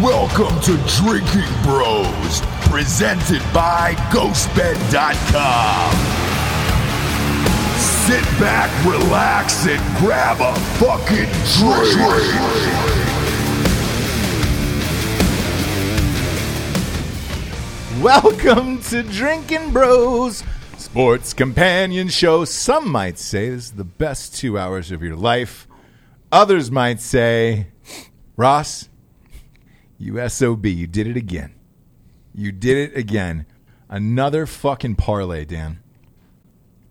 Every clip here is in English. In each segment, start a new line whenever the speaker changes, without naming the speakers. Welcome to Drinking Bros, presented by GhostBed.com. Sit back, relax, and grab a fucking drink.
Welcome to Drinking Bros, sports companion show. Some might say this is the best two hours of your life. Others might say, Ross, you SOB, you did it again. You did it again. Another fucking parlay, Dan.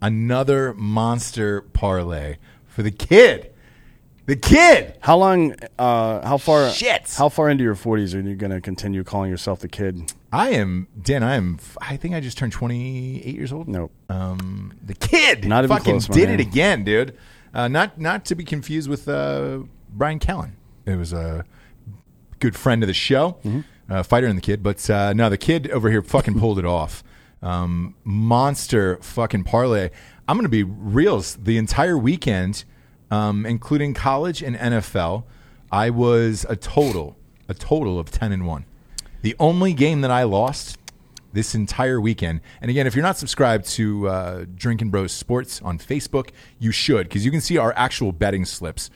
Another monster parlay for the kid. The kid.
How long? Uh, how far?
Shit.
How far into your forties are you going to continue calling yourself the kid?
I am, Dan, I am, I think I just turned 28 years old.
Nope.
Um, the kid
Not even
fucking
close, my
did
man.
it again, dude. Uh, not not to be confused with uh, Brian Callen. It was a good friend of the show,
Mm-hmm.
uh, fighter and the kid. But uh, no, the kid over here fucking pulled it off. Um, monster fucking parlay. I'm gonna be reals the entire weekend, um, including college and NFL. I was a total a total of ten and one. The only game that I lost this entire weekend. And again, if you're not subscribed to uh, Drinking Bros Sports on Facebook, you should because you can see our actual betting slips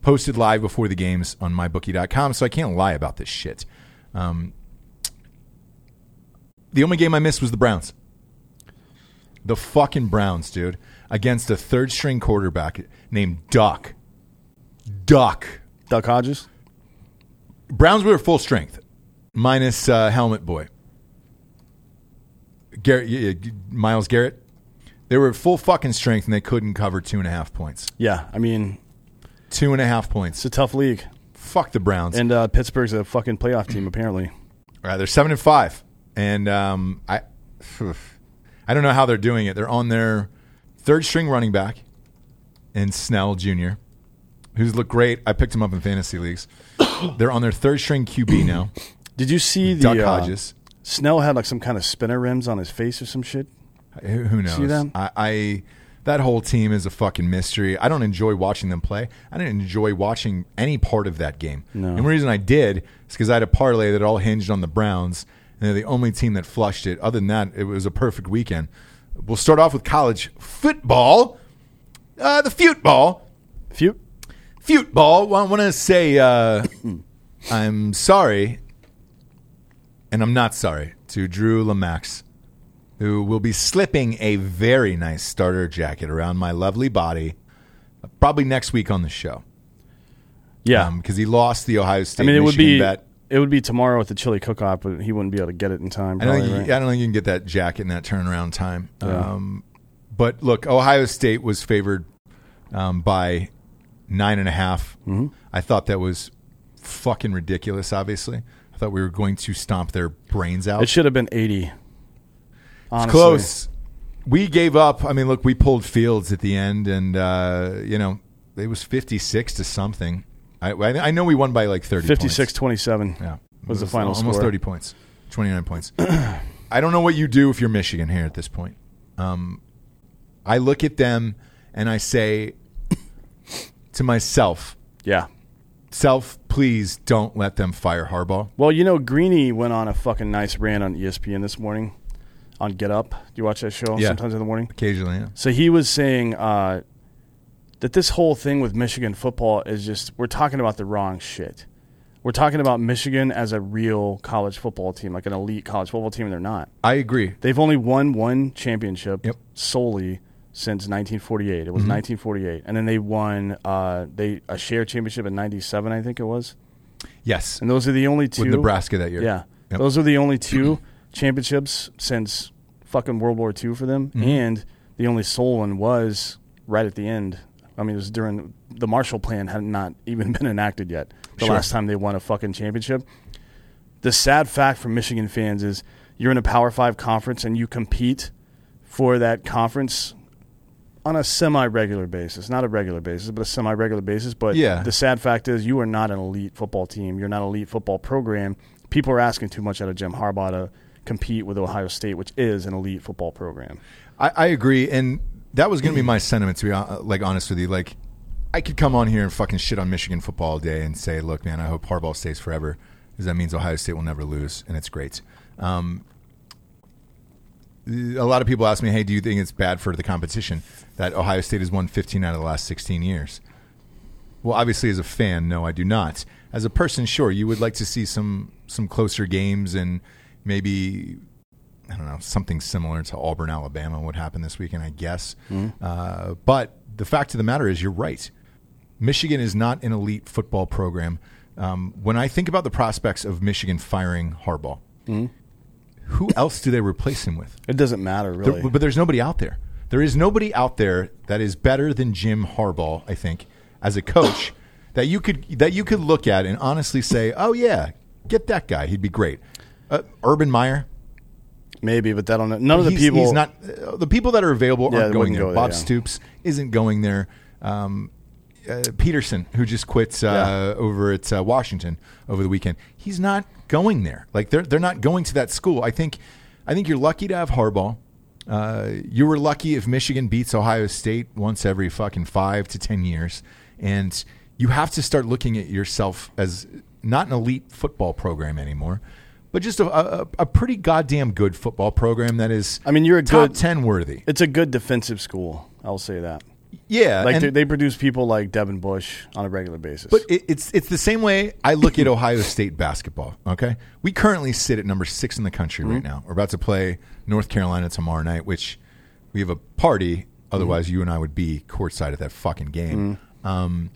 posted live before the games on mybookie.com. So I can't lie about this shit. Um, the only game I missed was the Browns. The fucking Browns, dude, against a third string quarterback named Duck. Duck.
Duck Hodges.
Browns were full strength, minus uh, Helmet Boy. Garrett, yeah, yeah, Miles Garrett. They were at full fucking strength and they couldn't cover two and a half points.
Yeah, I mean
Two and a half points.
it's a tough league,
Fuck the Browns.
and uh, Pittsburgh's a fucking playoff team apparently.
All right, they're seven and five, and um, I, I don't know how they're doing it. They're on their third string running back, and Snell Jr., who's looked great. I picked him up in fantasy leagues. they're on their third string QB now.
Did you see the
Duck
uh,
Hodges.
Snell had like some kind of spinner rims on his face or some shit.
Who who knows?
See them?
I, I that whole team is a fucking mystery. I don't enjoy watching them play. I didn't enjoy watching any part of that game.
No.
And the reason I did is because I had a parlay that all hinged on the Browns, and they're the only team that flushed it. Other than that, it was a perfect weekend. We'll start off with college football. Uh, the football
Few.
football. Well, I want to say uh, I'm sorry, and I'm not sorry to Drew Lamax, who will be slipping a very nice starter jacket around my lovely body, probably next week on the show,
Yeah,
because he lost the Ohio
I
State.
mean it would
Um, Michigan
be
bet.
it would be tomorrow at the chili cook-off, but he wouldn't be able to get it in time.
I don't,
Probably,
think you,
right?
I don't think you can get that jacket in that turnaround time. Um, but look, Ohio State was favored um, by nine and a half.
Mm-hmm.
I thought that was fucking ridiculous. Obviously, I thought we were going to stomp their brains out.
It should have been eighty.
It's
Honestly.
close. We gave up. I mean, look, we pulled Fields at the end, and uh, you know it was fifty-six to something. I, I I know we won by like thirty. points.
56-27.
Yeah.
Was the
It
final
almost
score.
30 points, 29 points. I don't know what you do if you're Michigan here at this point. Um, I look at them and I say to myself,
Yeah.
self, please don't let them fire Harbaugh.
Well, you know, Greeny went on a fucking nice rant on E ESPN this morning on Get Up. Do you watch that show
Yeah.
sometimes in the morning?
Occasionally, yeah.
So he was saying uh, that this whole thing with Michigan football is just, we're talking about the wrong shit. We're talking about Michigan as a real college football team, like an elite college football team, and they're not.
I agree.
They've only won one championship
Yep. Mm-hmm.
solely since 1948. It was 1948. And then they won uh, they a share championship in 97, I think it was.
Yes.
And those are the only two.
With Nebraska that year.
Yeah.
Yep.
Those are the only two championships since fucking World War II for
Mm-hmm.
them. And the only sole one was right at the end. I mean, it was during the Marshall Plan had not even been enacted yet. The
Sure.
last time they won a fucking championship. The sad fact for Michigan fans is you're in a Power Five conference and you compete for that conference on a semi regular basis. Not a regular basis, but a semi regular basis. But
Yeah.
the sad fact is you are not an elite football team. You're not an elite football program. People are asking too much out of Jim Harbaugh to compete with Ohio State, which is an elite football program.
I, I agree, and that was going to be my sentiment. To be hon- like honest with you, like I could come on here and fucking shit on Michigan football all day and say, "Look, man, I hope Harbaugh stays forever." is that means Ohio State will never lose, and it's great. Um, a lot of people ask me, "Hey, do you think it's bad for the competition that Ohio State has won 15 out of the last 16 years?" Well, obviously, as a fan, no, I do not. As a person, sure, you would like to see some some closer games and maybe I don't know something similar to Auburn, Alabama, what happened this weekend, I guess. Uh, but the fact of the matter is, you're right. Michigan is not an elite football program. Um, when I think about the prospects of Michigan firing Harbaugh, who else do they replace him with?
It doesn't matter
There-
really.
but there's nobody out there. There is nobody out there that is better than Jim Harbaugh, I think, as a coach that you could that you could look at and honestly say, "Oh yeah, get that guy. He'd be great." Uh, Urban Meyer.
Maybe, but that don't. None of the
he's,
people.
he's not uh, the people that are available
Yeah,
aren't
they
going
wouldn't
there.
go there,
Bob
yeah.
Stoops isn't going there. Um, uh, Peterson, who just quit uh, over at uh, Washington over the weekend, he's not going there. Like they're they're not going to that school. I think I think you're lucky to have Harbaugh. Uh, you were lucky if Michigan beats Ohio State once every fucking five to ten years, and you have to start looking at yourself as not an elite football program anymore, but just a, a, a pretty goddamn good football program that is.
I mean, you're a
top
good-
ten worthy.
It's a good defensive school. I'll say that.
Yeah,
Like
Uh, and-
they, they produce people like Devin Bush on a regular basis.
But it, it's it's the same way I look at Ohio State basketball. Okay, we currently sit at number six in the country right now. We're about to play North Carolina tomorrow night, which we have a party. Otherwise, you and I would be courtside at that fucking game. Um,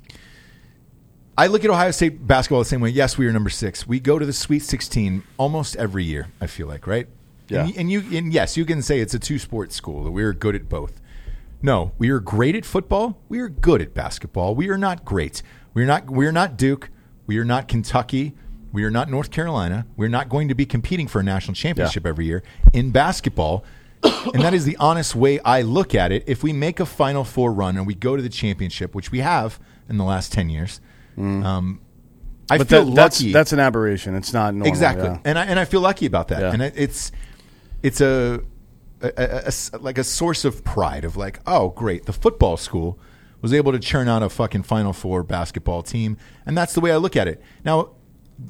I look at Ohio State basketball the same way. Yes, we are number six. We go to the Sweet 16 almost every year. I feel like right.
Yeah.
And, y- and you and yes, you can say it's a two sport school that we are good at both. No, we are great at football. We are good at basketball. We are not great. We are not. We are not Duke. We are not Kentucky. We are not North Carolina. We're not going to be competing for a national championship every year in basketball. and that is the honest way I look at it. If we make a Final Four run and we go to the championship, which we have in the last ten years, um, I
But
feel
that, that's
lucky.
that's an aberration. It's not normal.
Exactly,
yeah.
and I and I feel lucky about that.
Yeah.
And it, it's it's a, a- a- a s- like a source of pride of like, oh, great, the football school was able to churn out a fucking Final Four basketball team, and that's the way I look at it. Now,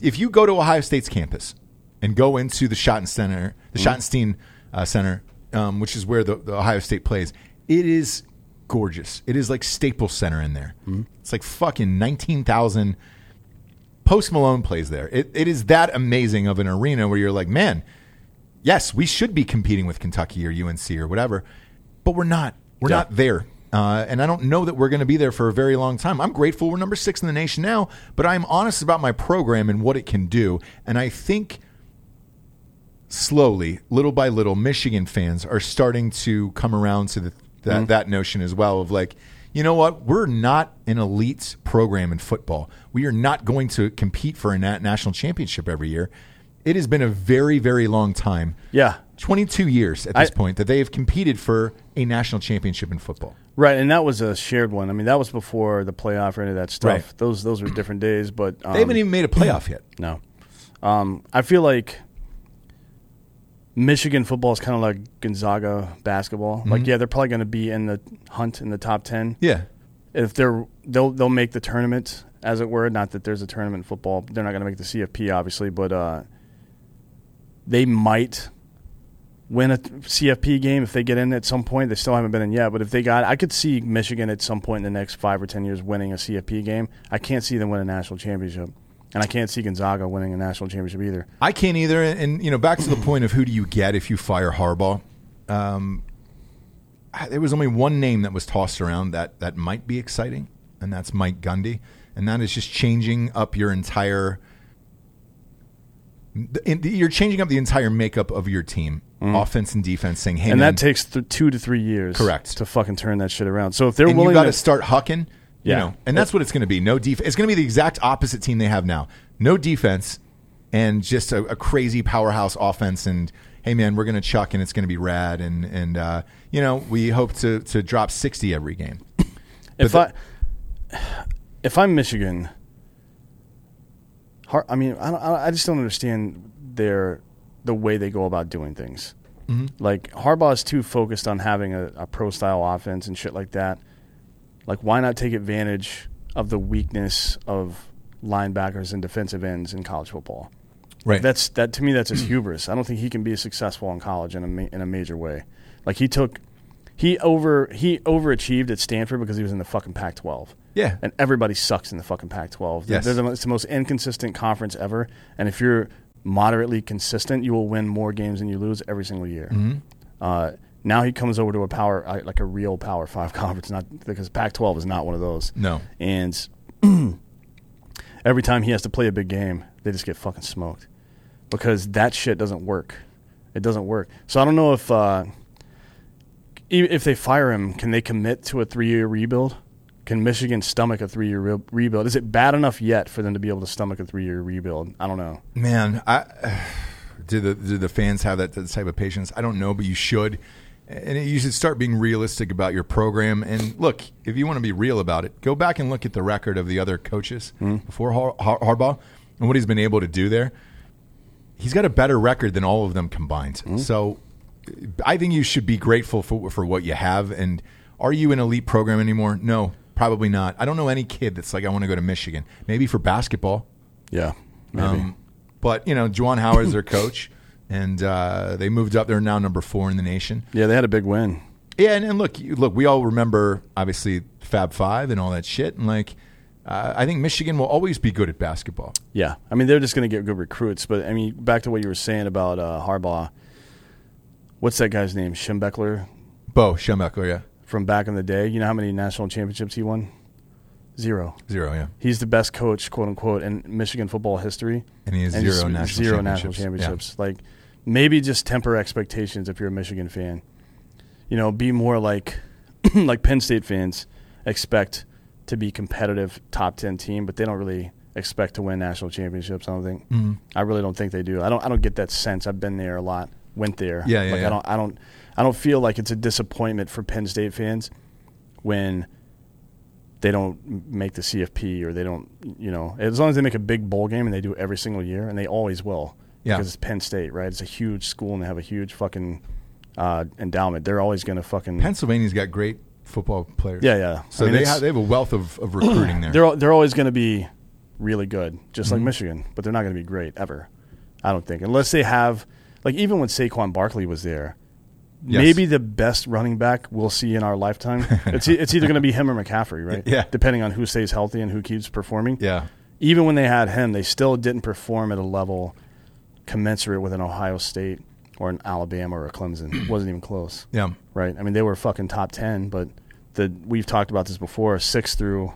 if you go to Ohio State's campus and go into the Schottenstein Center, the
Mm-hmm.
Schottenstein uh, Center, um, which is where the, the Ohio State plays, it is gorgeous. It is like Staples Center in there.
Mm-hmm.
It's like fucking nineteen thousand. Post Malone plays there. It, it is that amazing of an arena where you're like, man, yes, we should be competing with Kentucky or UNC or whatever, but we're not. We're
Yeah.
not there. Uh, and I don't know that we're going to be there for a very long time. I'm grateful we're number six in the nation now, but I'm honest about my program and what it can do. And I think slowly, little by little, Michigan fans are starting to come around to the, that, that notion as well of like, you know what? We're not an elite program in football. We are not going to compete for a na- national championship every year. It has been a very, very long time.
Yeah.
22 years at this
I-
point that they have competed for a national championship in football.
Right, and that was a shared one. I mean, that was before the playoff or any of that stuff.
Right.
Those those were different days, but um,
They haven't even made a playoff yet.
no. Um, I feel like Michigan football is kind of like Gonzaga basketball. Like,
Mm-hmm.
yeah, they're probably going to be in the hunt in the top ten.
Yeah.
If they're they'll they'll make the tournament, as it were. Not that there's a tournament in football. They're not going to make the CFP, obviously, but uh, they might win a CFP game if they get in at some point. They still haven't been in yet, but if they got, I could see Michigan at some point in the next five or ten years winning a CFP game. I can't see them win a national championship, and I can't see Gonzaga winning a national championship either.
I can't either. And, and, you know, back to the point of who do you get if you fire Harbaugh? Um, I- there was only one name that was tossed around that that might be exciting, and that's Mike Gundy, and that is just changing up your entire. the- in- the- You're changing up the entire makeup of your team, offense and defense. Saying, "Hey,
Mm-hmm. And
man,
that takes th- two to three years,
Correct.
to fucking turn that shit around. So if they're
and you
willing,
got to
to-
start hucking. You
Yeah.
know, and that's what it's going to be. No defense. It's going to be the exact opposite team they have now. No defense, and just a, a crazy powerhouse offense. And hey, man, we're going to chuck, and it's going to be rad. And and uh, you know, we hope to to drop sixty every game.
if
But
I if I'm Michigan, har I mean, I, don't, I I just don't understand their the way they go about doing things. Like Harbaugh is too focused on having a, a pro style offense and shit like that. Like, why not take advantage of the weakness of linebackers and defensive ends in college football?
Right.
That's that to me. That's his hubris. I don't think he can be successful in college in a ma- in a major way. Like he took, he over he overachieved at Stanford because he was in the fucking Pac-12.
Yeah.
And everybody sucks in the fucking Pac-12. They're-
Yes.
They're the, mo- it's the most inconsistent conference ever. And if you're moderately consistent, you will win more games than you lose every single year.
Mm-hmm.
Uh, now he comes over to a power I- like a real Power Five conference, not because Pac-12 is not one of those.
No.
And every time he has to play a big game, they just get fucking smoked because that shit doesn't work. It doesn't work. So I don't know if uh, e- if they fire him, can they commit to a three year rebuild? Can Michigan stomach a three year re- rebuild? Is it bad enough yet for them to be able to stomach a three year rebuild? I don't know.
Man, I do the do the fans have that, that type of patience? I don't know, but you should, and you should start being realistic about your program. And look, if you want to be real about it, go back and look at the record of the other coaches before Har- Har- Harbaugh and what he's been able to do there. He's got a better record than all of them combined. So, I think you should be grateful for for what you have. And are you an elite program anymore? No, probably not. I don't know any kid that's like I want to go to Michigan. Maybe for basketball.
Yeah,
Um, but you know, Juwan Howard's their coach, and uh, they moved up. They're now number four in the nation.
yeah, they had a big win.
Yeah, and, and look, you, look, we all remember obviously Fab Five and all that shit, and like, uh, I think Michigan will always be good at basketball.
Yeah, I mean they're just going to get good recruits. But I mean, back to what you were saying about uh, Harbaugh. What's that guy's name? Schimbeckler
Bo Schembechler, yeah,
from back in the day. You know how many national championships he won? Zero.
zero, yeah,
He's the best coach, quote unquote, in Michigan football history.
and he has
And
zero
he's-
national
zero national
championships.
championships. Like maybe just temper expectations if you're a Michigan fan. You know, be more like like Penn State fans expect to be competitive top ten team, but they don't really expect to win national championships. I don't
Mm-hmm.
think. I really don't think they do. I don't. I don't get that sense. I've been there a lot. Went there.
Yeah, yeah,
Like
yeah.
I don't. I don't. I don't feel like it's a disappointment for Penn State fans when they don't make the CFP or they don't, you know, as long as they make a big bowl game and they do it every single year, and they always will.
Yeah.
Because it's Penn State, right? It's a huge school and they have a huge fucking uh, endowment. They're always going to fucking.
Yeah. Pennsylvania's got great football players.
yeah, yeah.
So
I mean,
they
it's-
have, they have a wealth of, of recruiting there.
they're, al- they're always going to be really good, just
Mm-hmm.
like Michigan, but they're not going to be great ever, I don't think. Unless they have, like, even when Saquon Barkley was there,
Yes.
maybe the best running back we'll see in our lifetime. it's, e- it's either going to be him or McCaffrey, right?
Yeah.
Depending on who stays healthy and who keeps performing.
yeah,
even when they had him, they still didn't perform at a level commensurate with an Ohio State or an Alabama or a Clemson. wasn't even close.
yeah.
Right. I mean, they were fucking top ten, but the we've talked about this before. Six through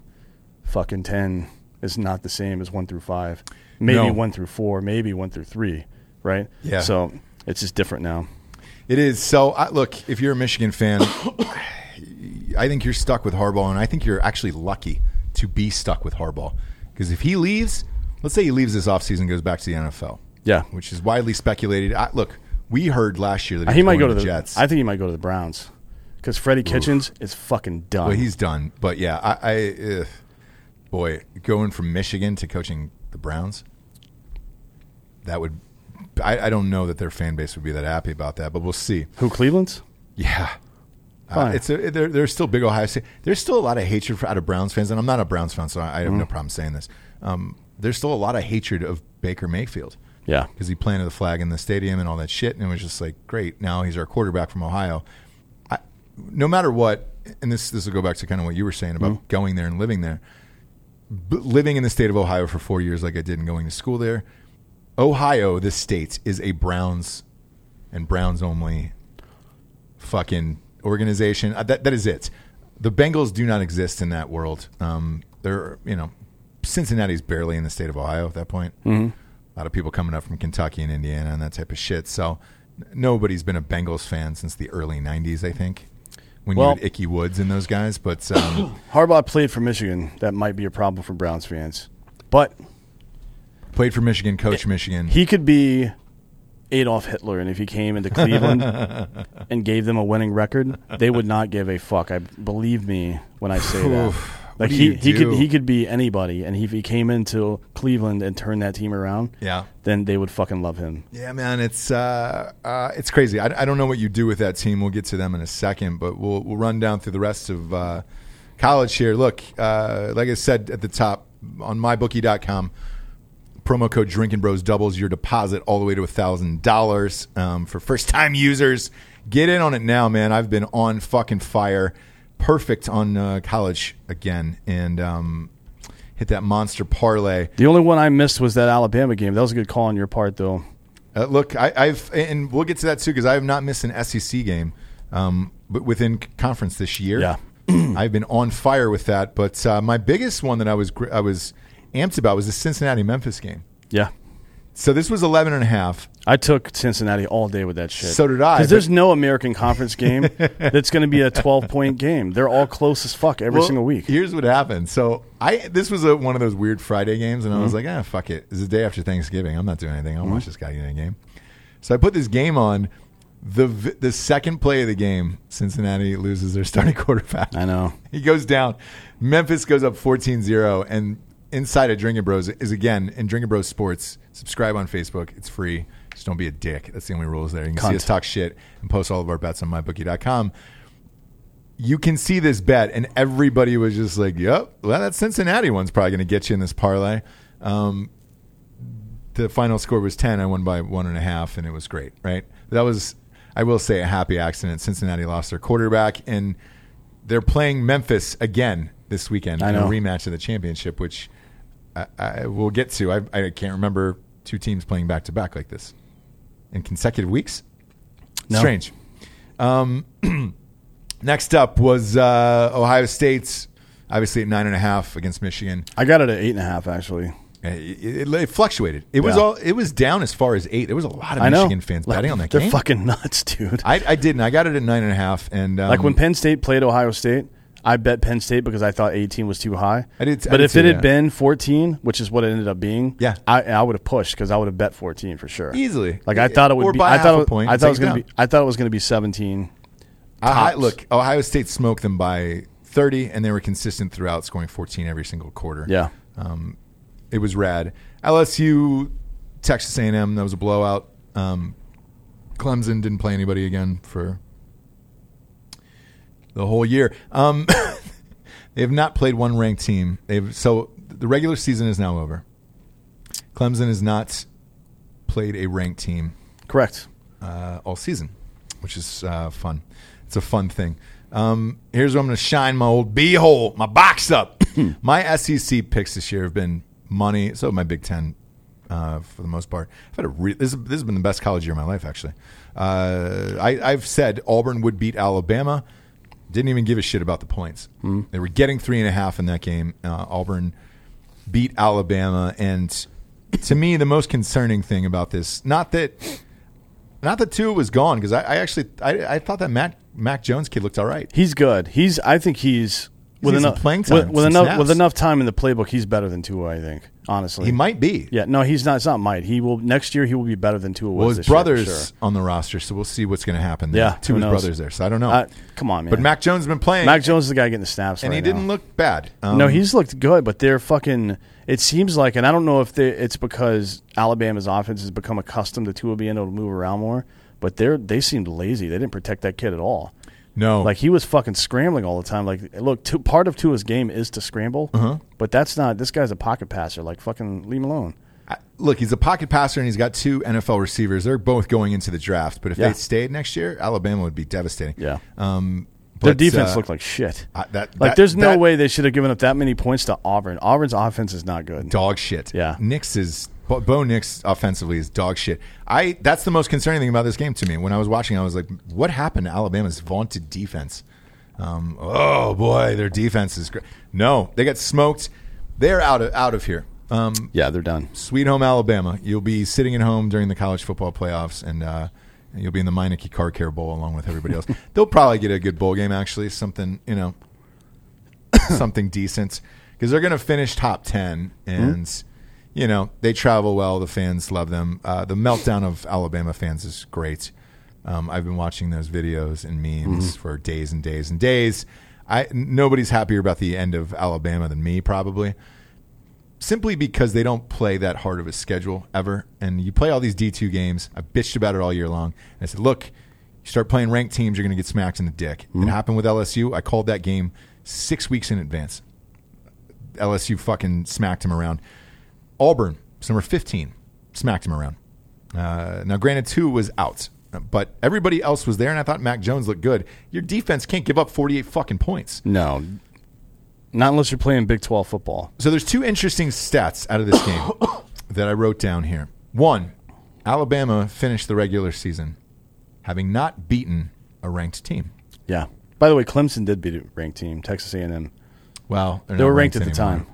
fucking ten is not the same as one through five. Maybe
No.
one through four. Maybe one through three. Right.
Yeah.
So it's just different now.
It is. So, I, look, if you're a Michigan fan, I think you're stuck with Harbaugh, and I think you're actually lucky to be stuck with Harbaugh. Because if he leaves, let's say he leaves this offseason and goes back to the NFL.
Yeah.
Which is widely speculated. I, look, we heard last year that
Uh, He
was
might
going
go to the
Jets.
I think he might go to the Browns because Freddie Kitchens is fucking done.
Well, he's done. But yeah, I, I ugh. boy, going from Michigan to coaching the Browns, that would. I, I don't know that their fan base would be that happy about that, but we'll see.
Who Cleveland's?
Yeah. Uh,
Fine.
it's a, there, there's still big Ohio State. There's still a lot of hatred for, out of Browns fans, and I'm not a Browns fan, so I, I have no problem saying this. Um, there's still a lot of hatred of Baker Mayfield
Yeah.
because he planted the flag in the stadium and all that shit, and it was just like, great, now he's our quarterback from Ohio. I, no matter what, and this this will go back to kind of what you were saying about going there and living there, B- living in the state of Ohio for four years, like I did, and going to school there. Ohio, this state, is a Browns and Browns only fucking organization. Uh, that that is it. The Bengals do not exist in that world. Um, they're you know, Cincinnati's barely in the state of Ohio at that point.
Mm-hmm.
A lot of people coming up from Kentucky and Indiana and that type of shit. So n- nobody's been a Bengals fan since the early '90s, I think, when
Well-
you had Icky Woods and those guys. But um,
Harbaugh played for Michigan. That might be a problem for Browns fans. But
played for Michigan, coached Michigan.
he could be Adolf Hitler, and if he came into Cleveland and gave them a winning record, they would not give a fuck. I believe me when I say that.
Oof. What
Like
do
he,
you
he could
do?
he could be anybody, and if he came into Cleveland and turned that team around,
Yeah.
then they would fucking love him.
Yeah, man, it's uh, uh, it's crazy. I, I don't know what you do with that team. We'll get to them in a second, but we'll we'll run down through the rest of uh, college here. Look, uh, like I said at the top on mybookie.com, Promo code Drinking Bros doubles your deposit all the way to thousand dollars um, for first time users. Get in on it now, man. I've been on fucking fire, perfect on uh, college again, and um, hit that monster parlay.
The only one I missed was that Alabama game. That was a good call on your part, though.
Uh, look, I, I've and we'll get to that too because I have not missed an SEC game, um, but within c- conference this year,
Yeah.
I've been on fire with that. But uh, my biggest one that I was gr- I was amped about was the Cincinnati Memphis game.
Yeah.
So this was 11 and a half.
I took Cincinnati all day with that shit.
So did I,
Because
but-
there's no American Conference game that's going to be a 12 point game. They're all close as fuck every
Well,
single week.
Here's what happened. So I this was a, one of those weird Friday games, and I
Mm-hmm.
was like, ah, fuck it. It's the day after Thanksgiving. I'm not doing anything. I'll watch this guy in a game. So I put this game on. The v- the second play of the game, Cincinnati loses their starting quarterback.
I know.
He goes down. Memphis goes up 14-0 and inside of Drinking Bros is again in Drinking Bros Sports. Subscribe on Facebook. It's free. Just don't be a dick. That's the only rules there. You can see
Cunt.
us talk shit and post all of our bets on mybookie.com. You can see this bet, and everybody was just like, "Yep, well, that Cincinnati one's probably going to get you in this parlay." Um, the final score was 10 i won by one and a half and it was great right that was i will say a happy accident cincinnati lost their quarterback and they're playing memphis again this weekend
I know.
in a rematch of the championship which i, I will get to I, I can't remember two teams playing back to back like this in consecutive weeks
No.
strange um, next up was uh, ohio state's obviously at nine and a half against michigan
I got it at eight and a half, actually.
it, it, it fluctuated. It was
Yeah.
all. It was down as far as eight. There was a lot of
I know.
Michigan fans
Like,
betting on that
they're
game.
fucking nuts, dude.
I, I didn't. I got it at nine and a half, and um,
like when Penn State played Ohio State, I bet Penn State because I thought 18 was too high.
I did- I
but
did
if
see
it had
that.
been 14, which is what it ended up being,
Yeah.
I, I would have pushed because I would have bet 14 for sure.
easily,
Like I thought it would
or
be.
by
I
half
thought
a
it, was-
point.
I
it
thought it was
takes
going
down.
to be. I thought it was going to be 17.
I, I-
tops.
look, Ohio State smoked them by thirty, and they were consistent throughout, scoring fourteen every single quarter.
Yeah.
um, it was rad. LSU, Texas A and M, that was a blowout. Um, Clemson didn't play anybody again for the whole year. Um, they have not played one ranked team. They've so the regular season is now over. Clemson has not played a ranked team
Correct.
uh, all season, which is uh, fun. It's a fun thing. Um, here's where I'm going to shine my old b hole, my box up. my SEC picks this year have been money. So have my Big Ten, uh, for the most part, I've had a re- this, this has been the best college year of my life. Actually, uh, I, I've said Auburn would beat Alabama. Didn't even give a shit about the points. They were getting three and a half in that game. Uh, Auburn beat Alabama, and to me, the most concerning thing about this, not that not that Tua was gone because I, I actually I, I thought that Mac Mac Jones kid looked all right.
He's good. He's. I think he's with
needs some
enough
playing time,
With, with
some
enough
snaps.
with enough time in the playbook, he's better than Tua. I think honestly.
He might be.
Yeah. No, he's not. It's not might. He will next year. He will be better than Tua was.
Well, his
this year, for
brother's
sure.
on the roster, so we'll see what's going to happen. There.
Yeah,
two
who
of his
knows?
brothers there, so I don't know.
Uh, come on, man.
but Mac Jones has been playing,
Mac Jones is the guy getting the snaps,
and he
right
didn't
now.
look bad. Um,
no, he's looked good, but they're fucking. It seems like, and I don't know if they, it's because Alabama's offense has become accustomed to Tua being able to move around more, but they're they seemed lazy. They didn't protect that kid at all.
no.
Like he was fucking scrambling all the time. Like, look, two, part of Tua's game is to scramble,
Uh-huh.
but that's not. This guy's a pocket passer. Like, fucking leave him alone.
I- look, he's a pocket passer, and he's got two NFL receivers. They're both going into the draft, but if
Yeah.
they stayed next year, Alabama would be devastating.
Yeah.
um,
Their
but,
defense
uh,
looked like shit.
I- that-
like,
that-
there's no
that-
way they should have given up that many points to Auburn. Auburn's offense is not good.
dog shit.
Yeah.
Nix is Bo, Bo Nix offensively is dog shit. I that's the most concerning thing about this game to me. When I was watching, I was like, what happened to Alabama's vaunted defense? Um, oh boy, their defense is great. No, they got smoked. They're out of out of here. Um,
Yeah, they're done.
Sweet home Alabama. You'll be sitting at home during the college football playoffs, and uh, you'll be in the Meineke Car Care Bowl along with everybody else. They'll probably get a good bowl game, actually. Something you know, something decent because they're going to finish top ten, and you know they travel well. The fans love them. Uh, the meltdown of Alabama fans is great. Um, I've been watching those videos and memes for days and days and days. I nobody's happier about the end of Alabama than me, probably simply because they don't play that hard of a schedule ever. And you play all these D2 games. I bitched about it all year long. And I said, look, you start playing ranked teams, you're going to get smacked in the dick. It happened with LSU. I called that game six weeks in advance. LSU fucking smacked him around. Auburn, It's number 15. Smacked him around. Uh, now, granted, two was out, but everybody else was there, and I thought Mac Jones looked good. Your defense can't give up 48 fucking points.
No. Not unless you're playing Big 12 football.
So there's two interesting stats out of this game that I wrote down here. One, Alabama finished the regular season having not beaten a ranked team.
Yeah. By the way, Clemson did beat a ranked team, Texas A&M.
Well,
They were ranked at the time.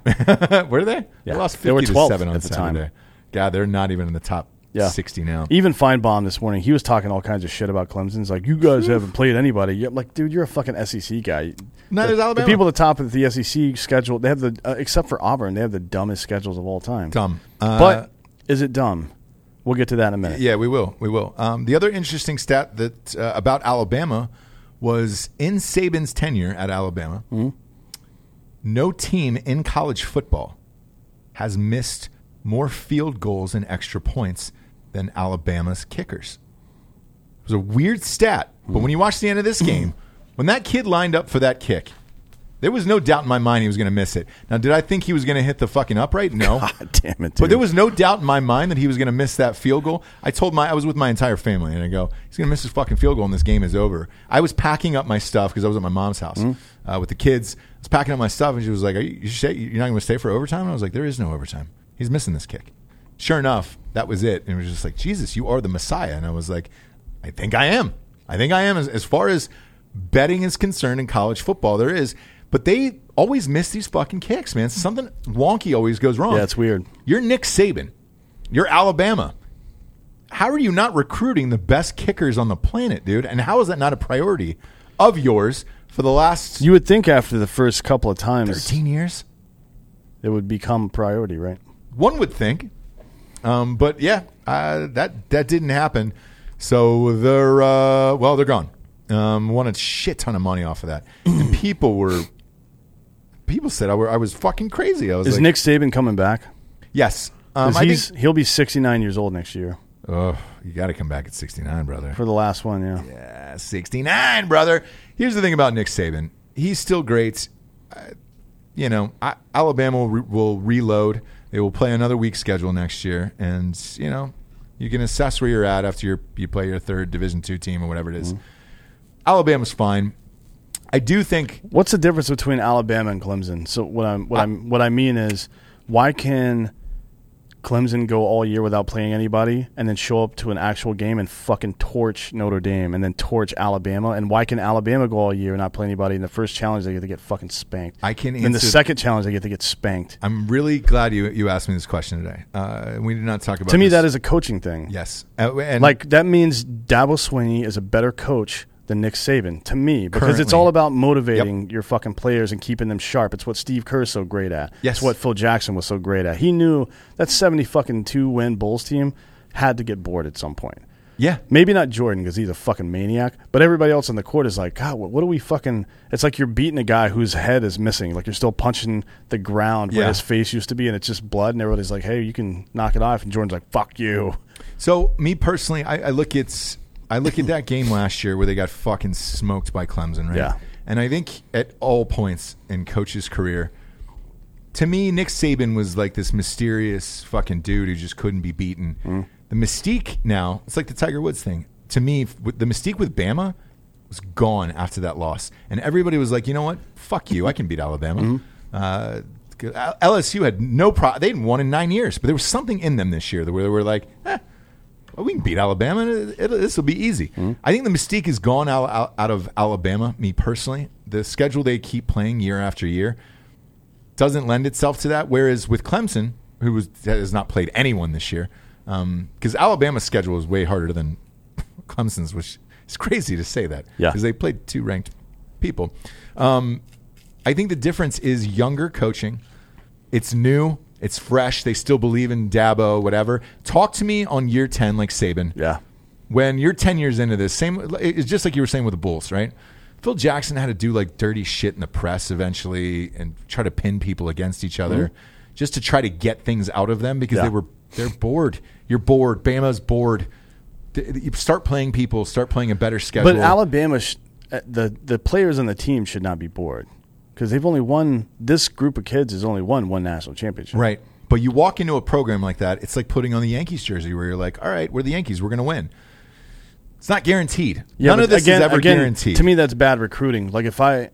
time. were they?
Yeah.
They lost 50
They were
to
12th
7 on
at the time.
Saturday. God, they're not even in the top
Yeah.
60 now.
Even Feinbaum this morning, he was talking all kinds of shit about Clemson. He's like, you guys haven't played anybody. Yet. Like, dude, you're a fucking SEC guy.
Neither
the,
is Alabama.
The people at the top of the SEC schedule, they have the, uh, except for Auburn, they have the dumbest schedules of all time.
Dumb. Uh,
but is it dumb? We'll get to that in a minute.
Yeah, we will. We will. Um, the other interesting stat that uh, about Alabama was in Saban's tenure at Alabama,
Mm-hmm.
no team in college football has missed more field goals and extra points than Alabama's kickers. It was a weird stat,
Hmm.
but when you watch the end of this game, when that kid lined up for that kick, there was no doubt in my mind he was going to miss it. Now, did I think he was going to hit the fucking upright? No.
God damn it, dude.
But there was no doubt in my mind that he was going to miss that field goal. I told my I was with my entire family, and I go, he's going to miss his fucking field goal, and this game is over. I was packing up my stuff because I was at my mom's house
Mm.
uh, with the kids. I was packing up my stuff, and she was like, Are you, you stay, "You're not going to stay for overtime?" And I was like, "There is no overtime. He's missing this kick." Sure enough, that was it, and it was just like, "Jesus, you are the Messiah," and I was like, "I think I am. I think I am." As, as far as betting is concerned in college football, there is, but they always miss these fucking kicks, man. Something wonky always goes wrong.
Yeah, it's weird.
You're Nick Saban. You're Alabama. How are you not recruiting the best kickers on the planet, dude? And how is that not a priority of yours for the last
You would think after the first couple of times,
13 years?
it would become a priority, right?
One would think. Um, but yeah, uh, that that didn't happen. So they're uh, well, they're gone. Um, won a shit ton of money off of that, and people were people said I, were, I was fucking crazy. I was
Is
like,
Nick Saban coming back?
yes,
'Cause
um, I
he's,
think,
he'll be 69 years old next year
oh, you got to come back at sixty nine, brother.
for the last one, yeah.
Yeah, 69, brother. Here's the thing about Nick Saban. He's still great. Uh, you know, I, Alabama will, re- will reload. They will play another week schedule next year, and you know, you can assess where you're at after you you play your third Division two team or whatever it
Mm-hmm.
is. Alabama's fine. I do think
What's the difference between Alabama and Clemson? So what I'm what I, am what I mean is why can Clemson go all year without playing anybody and then show up to an actual game and fucking torch Notre Dame and then torch Alabama and why can Alabama go all year and not play anybody in the first challenge they get to get fucking spanked.
I can
and in the
answer-
second challenge they get to get spanked.
I'm really glad you you asked me this question today. Uh, we did not talk about
To me
this.
that is a coaching thing.
yes, Uh, and
Like that means Dabo Swinney is a better coach than Nick Saban to me because it's
Currently.
all about motivating your fucking players and keeping them sharp. It's what Steve Kerr is so great at.
Yes.
It's what Phil Jackson was so great at. He knew that seventy fucking two win Bulls team had to get bored at some point.
yeah,
Maybe not Jordan because he's a fucking maniac, but everybody else on the court is like, God, what, what are we fucking? It's like you're beating a guy whose head is missing. Like you're still punching the ground where
Yeah.
his face used to be, and it's just blood. And everybody's like, Hey, you can knock it off. And Jordan's like, Fuck you.
So me personally, I, I look at I look at that game last year where they got fucking smoked by Clemson, right?
Yeah.
And I think at all points in coach's career, to me, Nick Saban was like this mysterious fucking dude who just couldn't be beaten. The mystique now, it's like the Tiger Woods thing. To me, f- with- the mystique with Bama was gone after that loss, and everybody was like, you know what? Fuck you, I can beat Alabama. Uh, 'cause L- LSU had no pro; they hadn't won in nine years, but there was something in them this year that where they were like, eh, well, we can beat Alabama. It, it, this will be easy.
Hmm.
I think the mystique is gone out, out, out of Alabama. Me personally, the schedule they keep playing year after year doesn't lend itself to that. Whereas with Clemson, who was, has not played anyone this year, because Alabama's schedule is way harder than Clemson's, which is crazy to say that.
Yeah.
because they played two ranked people. Um, I think the difference is younger coaching. It's new. It's fresh. They still believe in Dabo. Whatever. Talk to me on year ten, like Saban
Yeah.
when you're 10 years into this same it's just like you were saying with the bulls right phil jackson had to do like dirty shit in the press eventually and try to pin people against each other just to try to get things out of them because
Mm-hmm. Yeah.
they were they're bored you're bored bama's bored Th- you start playing people start playing a better schedule
But Alabama, sh- uh, the the players on the team should not be bored because they've only won. This group of kids has only won one national championship.
right But you walk into a program like that, it's like putting on the Yankees jersey where you're like, all right, we're the Yankees, we're going to win. It's not guaranteed. None
but
of this
again-
is ever
again,
guaranteed.
To me, that's bad recruiting. Like if I,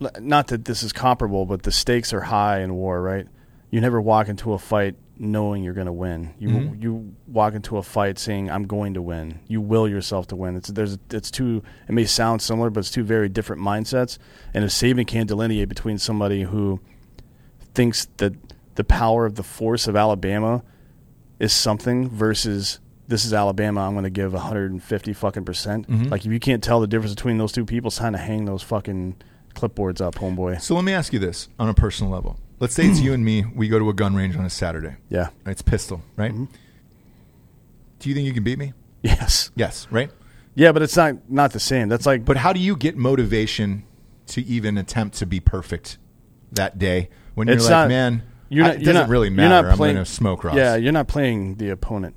l- not that this is comparable, but the stakes are high in war, right? You never walk into a fight knowing you're going to win. You
Mm-hmm.
you walk into a fight saying I'm going to win. You will yourself to win. It's there's it's two. It may sound similar, but it's two very different mindsets. And if Saban can't delineate between somebody who thinks that the power of the force of Alabama is something versus this is Alabama, I'm going to give 150 fucking percent.
Mm-hmm.
Like, if you can't tell the difference between those two people, it's time to hang those fucking clipboards up, homeboy.
so let me ask you this on a personal level. Let's say it's you and me. We go to a gun range on a Saturday.
Yeah.
It's pistol, right?
Mm-hmm.
Do you think you can beat me?
Yes.
Yes, right?
Yeah, but it's not not the same. That's like,
But how do you get motivation to even attempt to be perfect that day when
It's
you're
not-
like, man,
you're
I-
not,
it
you're
doesn't
not-
really
you're
matter.
not
I'm
playing-
going to smoke Ross.
Yeah, you're not playing the opponent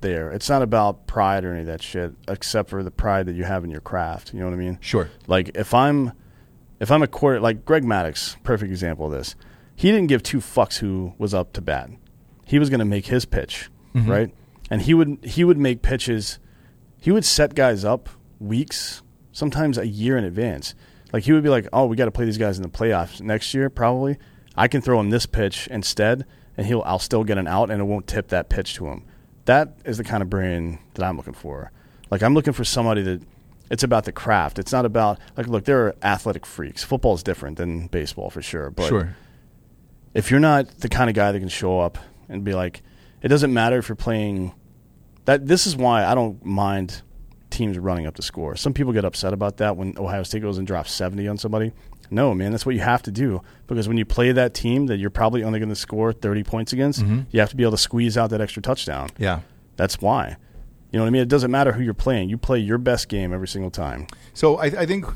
there. It's not about pride or any of that shit, except for the pride that you have in your craft. You know what I mean?
Sure.
Like if I'm if I'm a quarter like Greg Maddox, perfect example of this. He didn't give two fucks who was up to bat. He was going to make his pitch, right? And he would he would make pitches. He would set guys up weeks, sometimes a year in advance. Like he would be like, "Oh, we got to play these guys in the playoffs next year, probably. I can throw him this pitch instead, and he'll I'll still get an out, and it won't tip that pitch to him." That is the kind of brain that I'm looking for. Like I'm looking for somebody that it's about the craft. It's not about like look, there are athletic freaks. Football is different than baseball for sure. But
Sure.
if you're not the kind of guy that can show up and be like, it doesn't matter if you're playing that this is why I don't mind teams running up the score. Some people get upset about that when Ohio State goes and drops 70 on somebody. No, man, that's what you have to do because when you play that team that you're probably only going to score 30 points against, you have to be able to squeeze out that extra touchdown.
Yeah.
That's why. You know what I mean? It doesn't matter who you're playing. You play your best game every single time.
So I, I think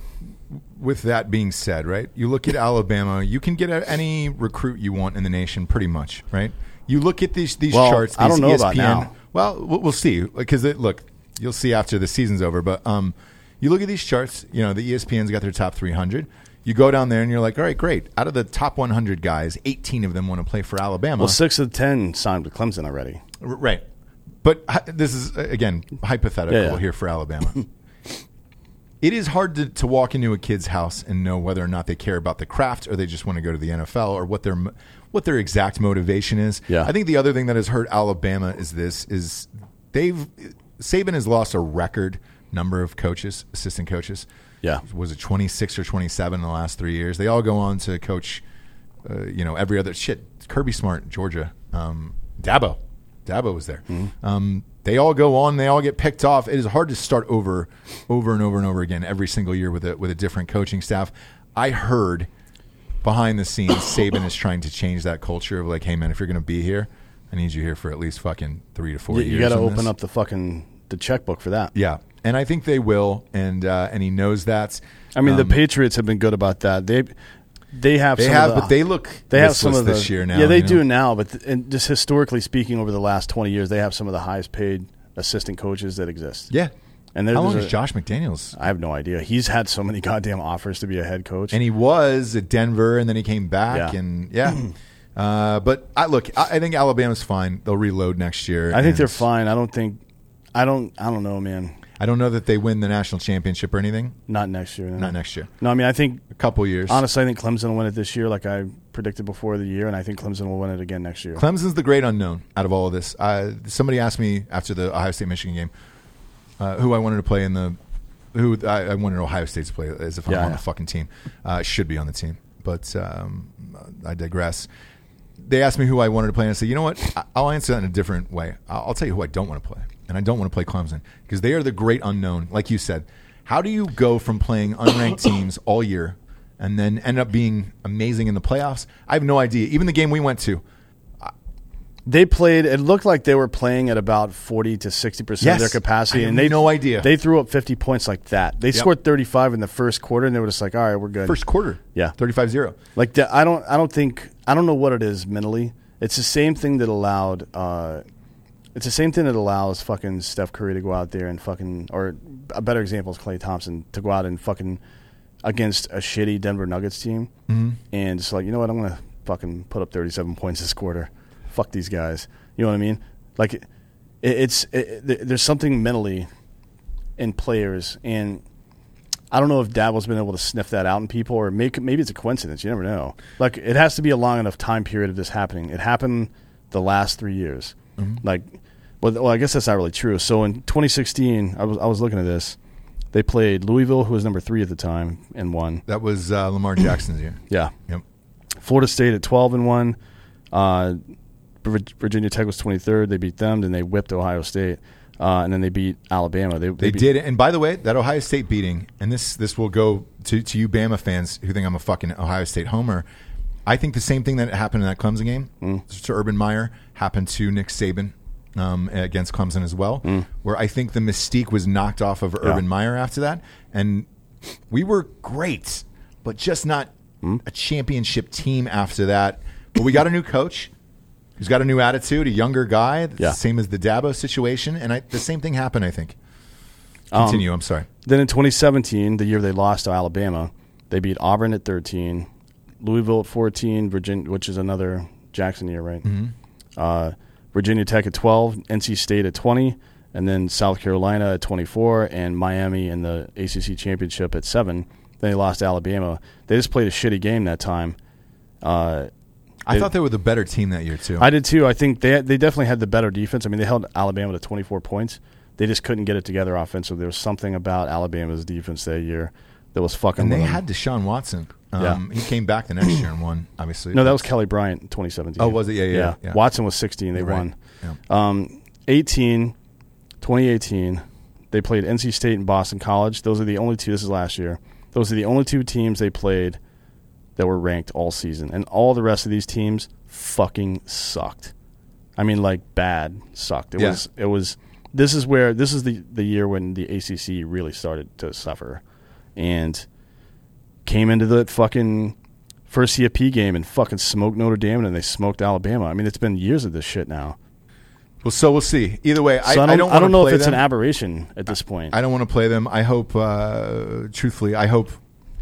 with that being said, right, you look at Alabama, you can get a, any recruit you want in the nation, pretty much, right? You look at these these
Well,
charts. These E
I don't know
ESPN,
about now.
Well, we'll we'll see because look, you'll see after the season's over. But um, you look at these charts. You know, the E ESPN's got their top 300. You go down there and you're like, all right, great. Out of the top 100 guys, 18 of them want to play for Alabama.
Well, six of the ten signed with Clemson already.
R- Right. But hy- this is, uh, again, hypothetical
Yeah, yeah.
here for Alabama. it is hard to, to walk into a kid's house and know whether or not they care about the craft or they just want to go to the NFL or what their mo- what their exact motivation is.
Yeah.
I think the other thing that has hurt Alabama is this is they've Saban has lost a record number of coaches, assistant coaches.
Yeah.
Was it 26 or 27 in the last 3 years? They all go on to coach uh, you know, every other shit. Kirby Smart, Georgia, um, Dabo, Dabo was there.
Mm-hmm.
Um, they all go on. They all get picked off. It is hard to start over, over and over and over again every single year with a with a different coaching staff. I heard behind the scenes, Saban is trying to change that culture of like, hey man, if you're going to be here, I need you here for at least fucking three to four
You,
years.
got to
on
open
this."
up the fucking the checkbook for that.
Yeah, and I think they will, and uh, and he knows that.
I mean, the Patriots have been good about that. They they have
Um, They
some
have,
of the,
but they look
they have some
listless
of the,
this year now.
Yeah, they
you know?
do now. But th- and just historically speaking, over the last twenty years, they have some of the highest paid assistant coaches that exist.
Yeah,
And there-
how long
there's
is
a-
Josh McDaniels
I have no idea. He's had so many goddamn offers to be a head coach.
and he was at Denver, and then he came back,
Yeah.
and yeah. uh, but I look, I, I think Alabama's fine. They'll reload next year.
I think
and
they're fine. I don't think. I don't. I don't know, man.
I don't know that they win the national championship or anything.
Not next year. No.
Not next year.
No, I mean, I think
A couple years.
honestly, I think Clemson will win it this year, like I predicted before the year, and I think Clemson will win it again next year.
Clemson's the great unknown out of all of this. Uh, somebody asked me after the Ohio State Michigan game uh, who I wanted to play in the who I, I wanted Ohio State to play as if I'm
Yeah,
on
yeah.
the fucking team. Uh, I should be on the team, but um, I digress. They asked me who I wanted to play, and I said, you know what? I- I'll answer that in a different way. I'll I'll tell you who I don't want to play, and I don't want to play Clemson because they are the great unknown, like you said. How do you go from playing unranked teams all year and then end up being amazing in the playoffs? I have no idea. Even the game we went to,
They played. It looked like they were playing at about forty to sixty percent of
Yes.
their capacity,
I have
and they
no idea.
They threw up fifty points like that. They scored thirty-five in the first quarter, and they were just like, "All right, we're good."
first quarter.
Yeah.
35 0.
Like the, I don't, I don't think, I don't know what it is mentally. It's the same thing that allowed, uh, it's the same thing that allows fucking Steph Curry to go out there and fucking, or a better example is Clay Thompson to go out and fucking against a shitty Denver Nuggets team, and it's like you know what, I'm gonna fucking put up 37 points this quarter. Fuck these guys. You know what I mean? Like, it, it's it, there- there's something mentally in players, and I don't know if Dabble's been able to sniff that out in people, or make, maybe it's a coincidence. You never know. Like, it has to be a long enough time period of this happening. It happened the last three years. Like, well, well, I guess that's not really true. So in 2016, I was I was looking at this. They played Louisville, who was number three at the time, and won.
That was uh, Lamar Jackson's year.
Yeah,
Yep.
Florida State at 12 and 1. Uh, Vir- Virginia Tech was 23rd. They beat them. Then they whipped Ohio State. Uh, and then they beat Alabama. They,
They
beat,
did, and by the way, that Ohio State beating, and this this will go to, to you Bama fans who think I'm a fucking Ohio State homer. I think the same thing that happened in that Clemson game
Mm.
to Urban Meyer happened to Nick Saban um, against Clemson as well,
Mm.
where I think the mystique was knocked off of Urban Meyer after that, and we were great, but just not
Mm.
a championship team after that. But we got a new coach. He's got a new attitude, a younger guy, that's
Yeah.
the same as the Dabo situation, and I, the same thing happened. I think.
Um,
Continue. I'm sorry.
Then in 2017, the year they lost to Alabama, they beat Auburn at 13, Louisville at 14, Virginia, which is another Jackson year, right?
Mm-hmm.
Uh, Virginia Tech at 12, NC State at 20, and then South Carolina at 24, and Miami in the ACC championship at seven. Then they lost to Alabama. They just played a shitty game that time. Uh,
I thought they were the better team that year too.
I did too. I think they they definitely had the better defense. I mean, they held Alabama to 24 points. They just couldn't get it together offensively. There was something about Alabama's defense that year that was fucking.
and they
with them.
had Deshaun Watson. Um, He came back the next year and won. Obviously,
no, that was Kelly Bryant in 2017.
Oh, was it? Yeah, yeah, yeah.
Watson was 16. They
You're right.
won.
Yeah.
Um, 18, 2018, they played NC State and Boston College. Those are the only two. This is last year. Those are the only two teams they played that were ranked all season, and all the rest of these teams fucking sucked. I mean, like bad sucked. It
Yeah.
was. It was. This is where this is the the year when the ACC really started to suffer, and came into the fucking first CFP game and fucking smoked Notre Dame and then they smoked Alabama. I mean, it's been years of this shit now.
Well, so we'll see. Either way,
So I, don't, I don't,
wanna
know if
play
it's
them.
an aberration at this point.
I don't want to play them. I hope, uh, truthfully, I hope,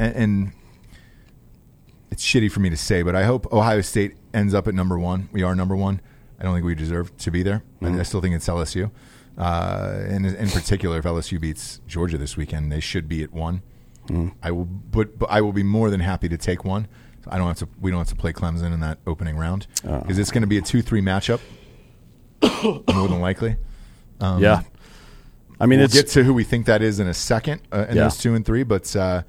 and, and it's shitty for me to say, but I hope Ohio State ends up at number one. We are number one. I don't think we deserve to be there. And I still think it's LSU. Uh, and in particular, if LSU beats Georgia this weekend, they should be at one. I will, but, but I will be more than happy to take one. So I don't have to. We don't have to play Clemson in that opening round because it's going to be a two-three matchup, more than likely
yeah. I mean,
we'll
it's
get to who we think that is in a second uh, in
Yeah.
those two and three. But uh,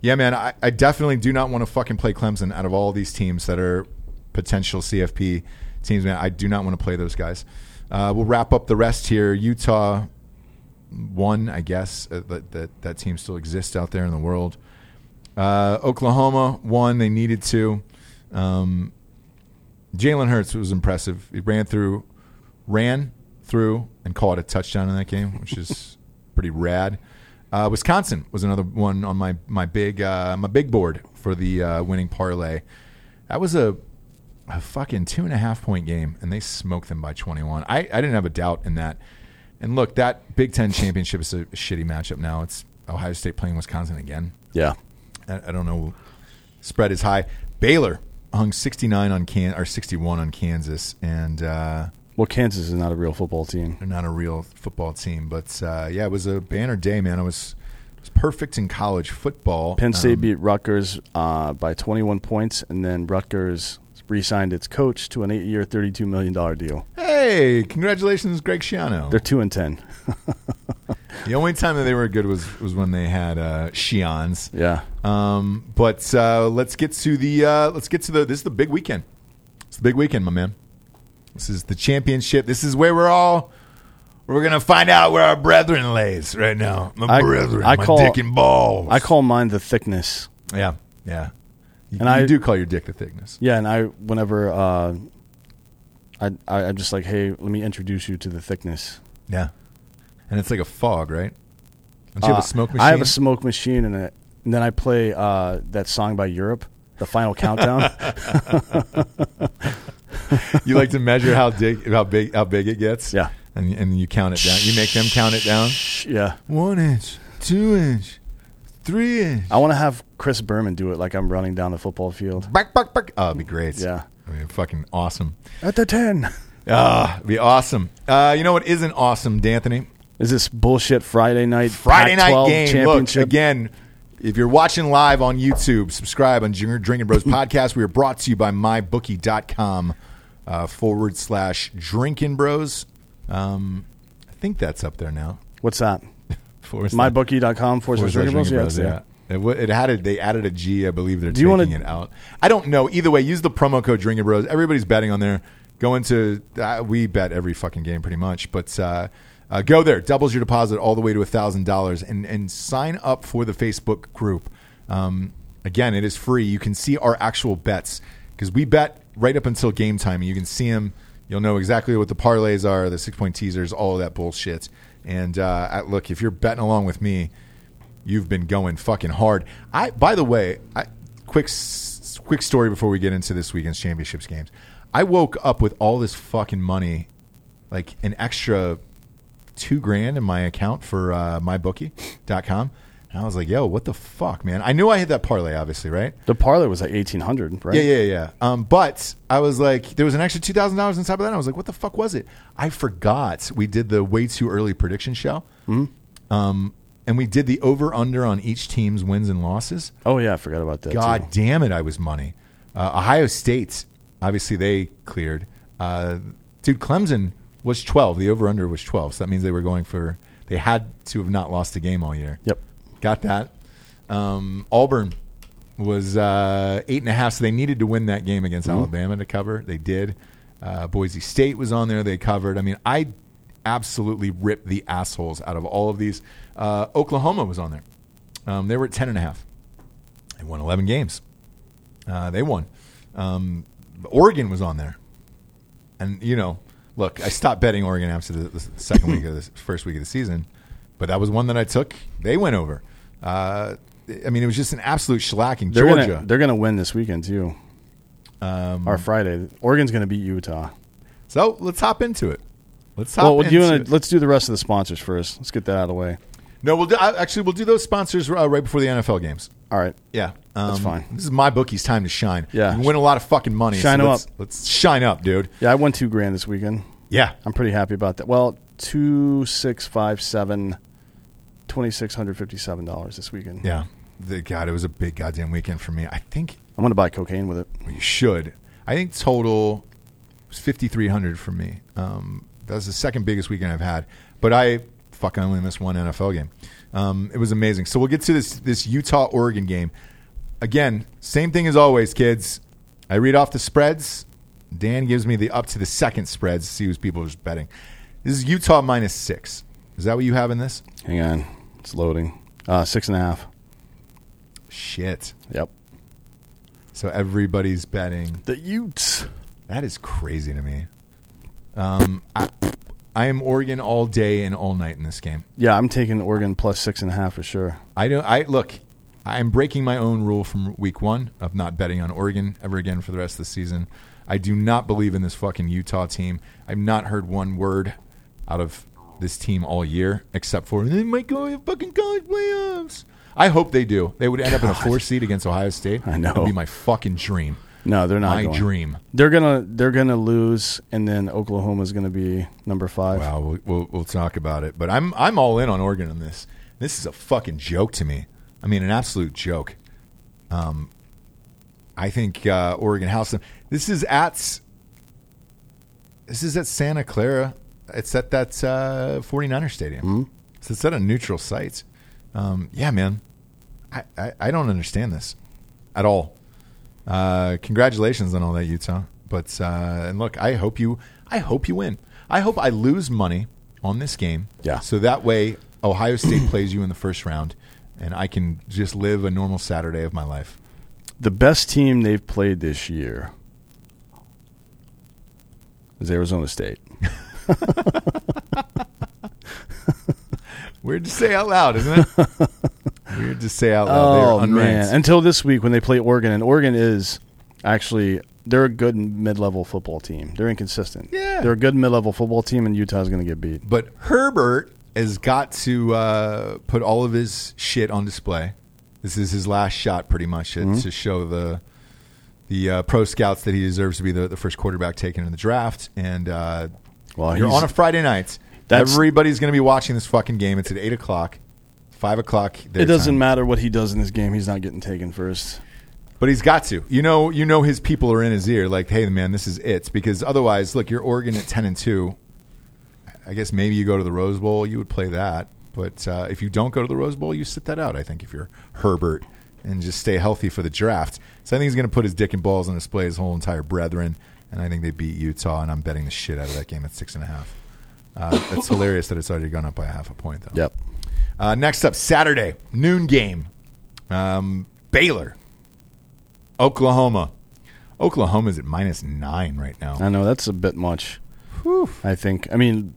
yeah, man, I, I definitely do not want to fucking play Clemson out of all these teams that are potential CFP teams. Man, I do not want to play those guys. Uh, we'll wrap up the rest here. Utah one, I guess uh, that that, that team still exists out there in the world. Uh, Oklahoma won. They needed to. Um, Jalen Hurts was impressive. He ran through, ran through, and caught a touchdown in that game, which is pretty rad. Uh, Wisconsin was another one on my my big uh, my big board for the uh, winning parlay. That was a a fucking two and a half point game, and they smoked them by twenty one. I, I didn't have a doubt in that. And look, that Big Ten championship is a shitty matchup now. It's Ohio State playing Wisconsin again.
yeah.
I, I don't know. Spread is high. Baylor hung 69 on Can or 61 on Kansas, and uh,
Well, Kansas is not a real football team.
they're not a real football team. But uh, yeah, it was a banner day, man. I was, it was perfect in college football.
Penn State
Um,
beat Rutgers uh, by 21 points, and then Rutgers re-signed its coach to an eight-year, $32 million deal.
Hey, congratulations, Greg Schiano.
They're two and ten.
the only time that they were good was was when they had uh, Shions.
Yeah,
Um, but uh, let's get to the uh, let's get to the this is the big weekend. It's the big weekend, my man. This is the championship. This is where we're all we're gonna find out where our brethren lays right now. My
I-
brethren,
I
my
call-
dick and balls.
I call mine the thickness.
yeah, yeah. You,
And
you
I-
do call your dick the thickness.
Yeah, and I whenever uh, I, I I'm just like, hey, let me introduce you to the thickness.
Yeah, and it's like a fog, right? Don't you have
Uh,
a smoke machine?
I have a smoke machine, and, a, and then I play uh, that song by Europe, the final countdown.
you like to measure how big how big how big it gets.
Yeah.
and and you count it down. You make them count it down.
yeah,
One inch, two inch, Three inch.
I want to have Chris Berman do it like I'm running down the football field.
Bark, bark, bark. Oh, it'd be great.
Yeah.
I mean, fucking awesome.
At the 10.
Ah, it'd be awesome. Uh, you know what isn't awesome, D'Anthony?
Is this bullshit Friday night?
Friday night
Pac-12
game. Look,
Championship?
again, if you're watching live on YouTube, subscribe on Drinking Drinking Bros Podcast. We are brought to you by mybookie.com uh, forward slash Drinking Bros. Um, I think that's up there now.
What's that?
Forward slash-
Mybookie.com forward
forward
slash
slash
Drinking Bros?
Drinking
Yeah,
Bros,
it's there.
yeah. It, wa- it added. They added a G, I believe. They're
Do you
taking
wanna-
it out. I don't know. Either way, use the promo code Drinking Bros. Everybody's betting on there. Go into uh, we bet every fucking game pretty much, but uh, uh, go there. Doubles your deposit all the way to a thousand dollars, and and sign up for the Facebook group. Um, again, it is free. You can see our actual bets because we bet right up until game time. You can see them. You'll know exactly what the parlays are, the six point teasers, all of that bullshit. And uh, I- look, if you're betting along with me, you've been going fucking hard. I, by the way, I, quick, s- quick story before we get into this weekend's championships games. I woke up with all this fucking money, like an extra two grand in my account for uh, mybookie.com. And I was like, yo, what the fuck, man? I knew I hit that parlay, obviously, right?
The parlor was like 1800 right?
Yeah, yeah, yeah. Um, but I was like, there was an extra two thousand dollars on top of that. I was like, what the fuck was it? I forgot. We did the way too early prediction show,
Mm-hmm.
um, and we did the over under on each team's wins and losses.
Oh, yeah. I forgot about that.
God
too.
damn it, I was money. Uh, Ohio State, obviously they cleared. Uh, dude, Clemson was twelve. The over under was twelve, so that means they were going for. They had to have not lost a game all year.
Yep.
Got that. Um, Auburn was uh, eight and a half, so they needed to win that game against Alabama to cover. They did. Uh, Boise State was on there. They covered. I mean, I absolutely ripped the assholes out of all of these. Uh, Oklahoma was on there. Um, they were at ten and a half. They won eleven games. Uh, they won. Um, Oregon was on there, and you know, look, I stopped betting Oregon after the, the second week of the first week of the season, but that was one that I took. They went over. Uh, I mean, it was just an absolute shellacking.
They're
Georgia, Mm.
Gonna, they're going to win this weekend, too. Um, or Friday. Oregon's going to beat Utah.
So let's hop into it. Let's hop
Well, do
into
you wanna,
it.
let's do the rest of the sponsors first. Let's get that out of the way.
no, we'll do, I- actually we'll do those sponsors uh, right before the NFL games.
All right.
Yeah, um,
That's fine.
This is my bookie's time to shine.
Yeah.
you win a lot of fucking money.
Shine 'em
let's,
up.
Let's shine up, dude.
Yeah, I won two grand this weekend.
Yeah,
I'm pretty happy about that. Well, two six five seven, twenty six hundred fifty seven dollars this weekend.
yeah. The, God, it was a big goddamn weekend for me. I think
I'm gonna buy cocaine with it.
Well, you should. I think total was fifty three hundred for me. Um, that was the second biggest weekend I've had. But I fuck, I only missed one NFL game. Um, it was amazing. So we'll get to this this Utah Oregon game. Again, same thing as always, kids. I read off the spreads. Dan gives me the up to the second spreads to see who's people are betting. This is Utah minus six. Is that what you have in this?
Hang on, it's loading. Uh, six and a half.
Shit.
Yep.
So everybody's betting.
The Utes.
That is crazy to me. Um, I, I am Oregon all day and all night in this game.
Yeah, I'm taking Oregon plus six and a half for sure.
I don't. I look. I'm breaking my own rule from week one of not betting on Oregon ever again for the rest of the season. I do not believe in this fucking Utah team. I've not heard one word out of this team all year, except for they might go to fucking college playoffs. I hope they do. They would end up in a four seed against Ohio State.
I know.
That would be my fucking dream.
No, they're not.
My
going.
dream.
They're gonna they're gonna lose, and then Oklahoma's gonna be number five.
Wow, we'll, we'll, we'll talk about it. But I'm I'm all in on Oregon on this. This is a fucking joke to me. I mean, an absolute joke. Um, I think uh, Oregon House. This is at. This is at Santa Clara. It's at that uh, 49er stadium. So it's at a neutral site. Um, yeah, man. I, I, I don't understand this at all. Uh, congratulations on all that, Utah. But uh, and look, I hope you I hope you win. I hope I lose money on this game.
Yeah.
So that way Ohio State plays you in the first round and I can just live a normal Saturday of my life.
The best team they've played this year is Arizona State.
Weird to say out loud, isn't it? Weird to say out
Oh,
loud. They're Oh, unranked.
Until this week when they play Oregon, and Oregon is actually they're a good mid-level football team. They're inconsistent.
Yeah.
they're a good mid-level football team, and Utah's going to get beat.
But Herbert has got to uh, put all of his shit on display This is his last shot, pretty much,
Mm-hmm.
It's to show the the uh, pro scouts that he deserves to be the, the first quarterback taken in the draft. And uh,
Well,
you're
he's-
on a Friday night.
That's-
Everybody's going to be watching this fucking game. It's at eight o'clock, five o'clock. their
It doesn't
time.
matter what he does in this game. He's not getting taken first.
But he's got to. You know, you know his people are in his ear. Like, hey, man, this is it. Because otherwise, look, you're Oregon at ten and two. I guess maybe you go to the Rose Bowl. You would play that. But uh, if you don't go to the Rose Bowl, you sit that out. I think if you're Herbert and just stay healthy for the draft. So I think he's going to put his dick and balls on display, his whole entire brethren. And I think they beat Utah. And I'm betting the shit out of that game at six and a half. Uh, it's hilarious that it's already gone up by a half a point, though.
Yep.
Uh, next up, Saturday noon game, um, Baylor, Oklahoma. Oklahoma's at minus nine right now.
I know that's a bit much. I think. I mean,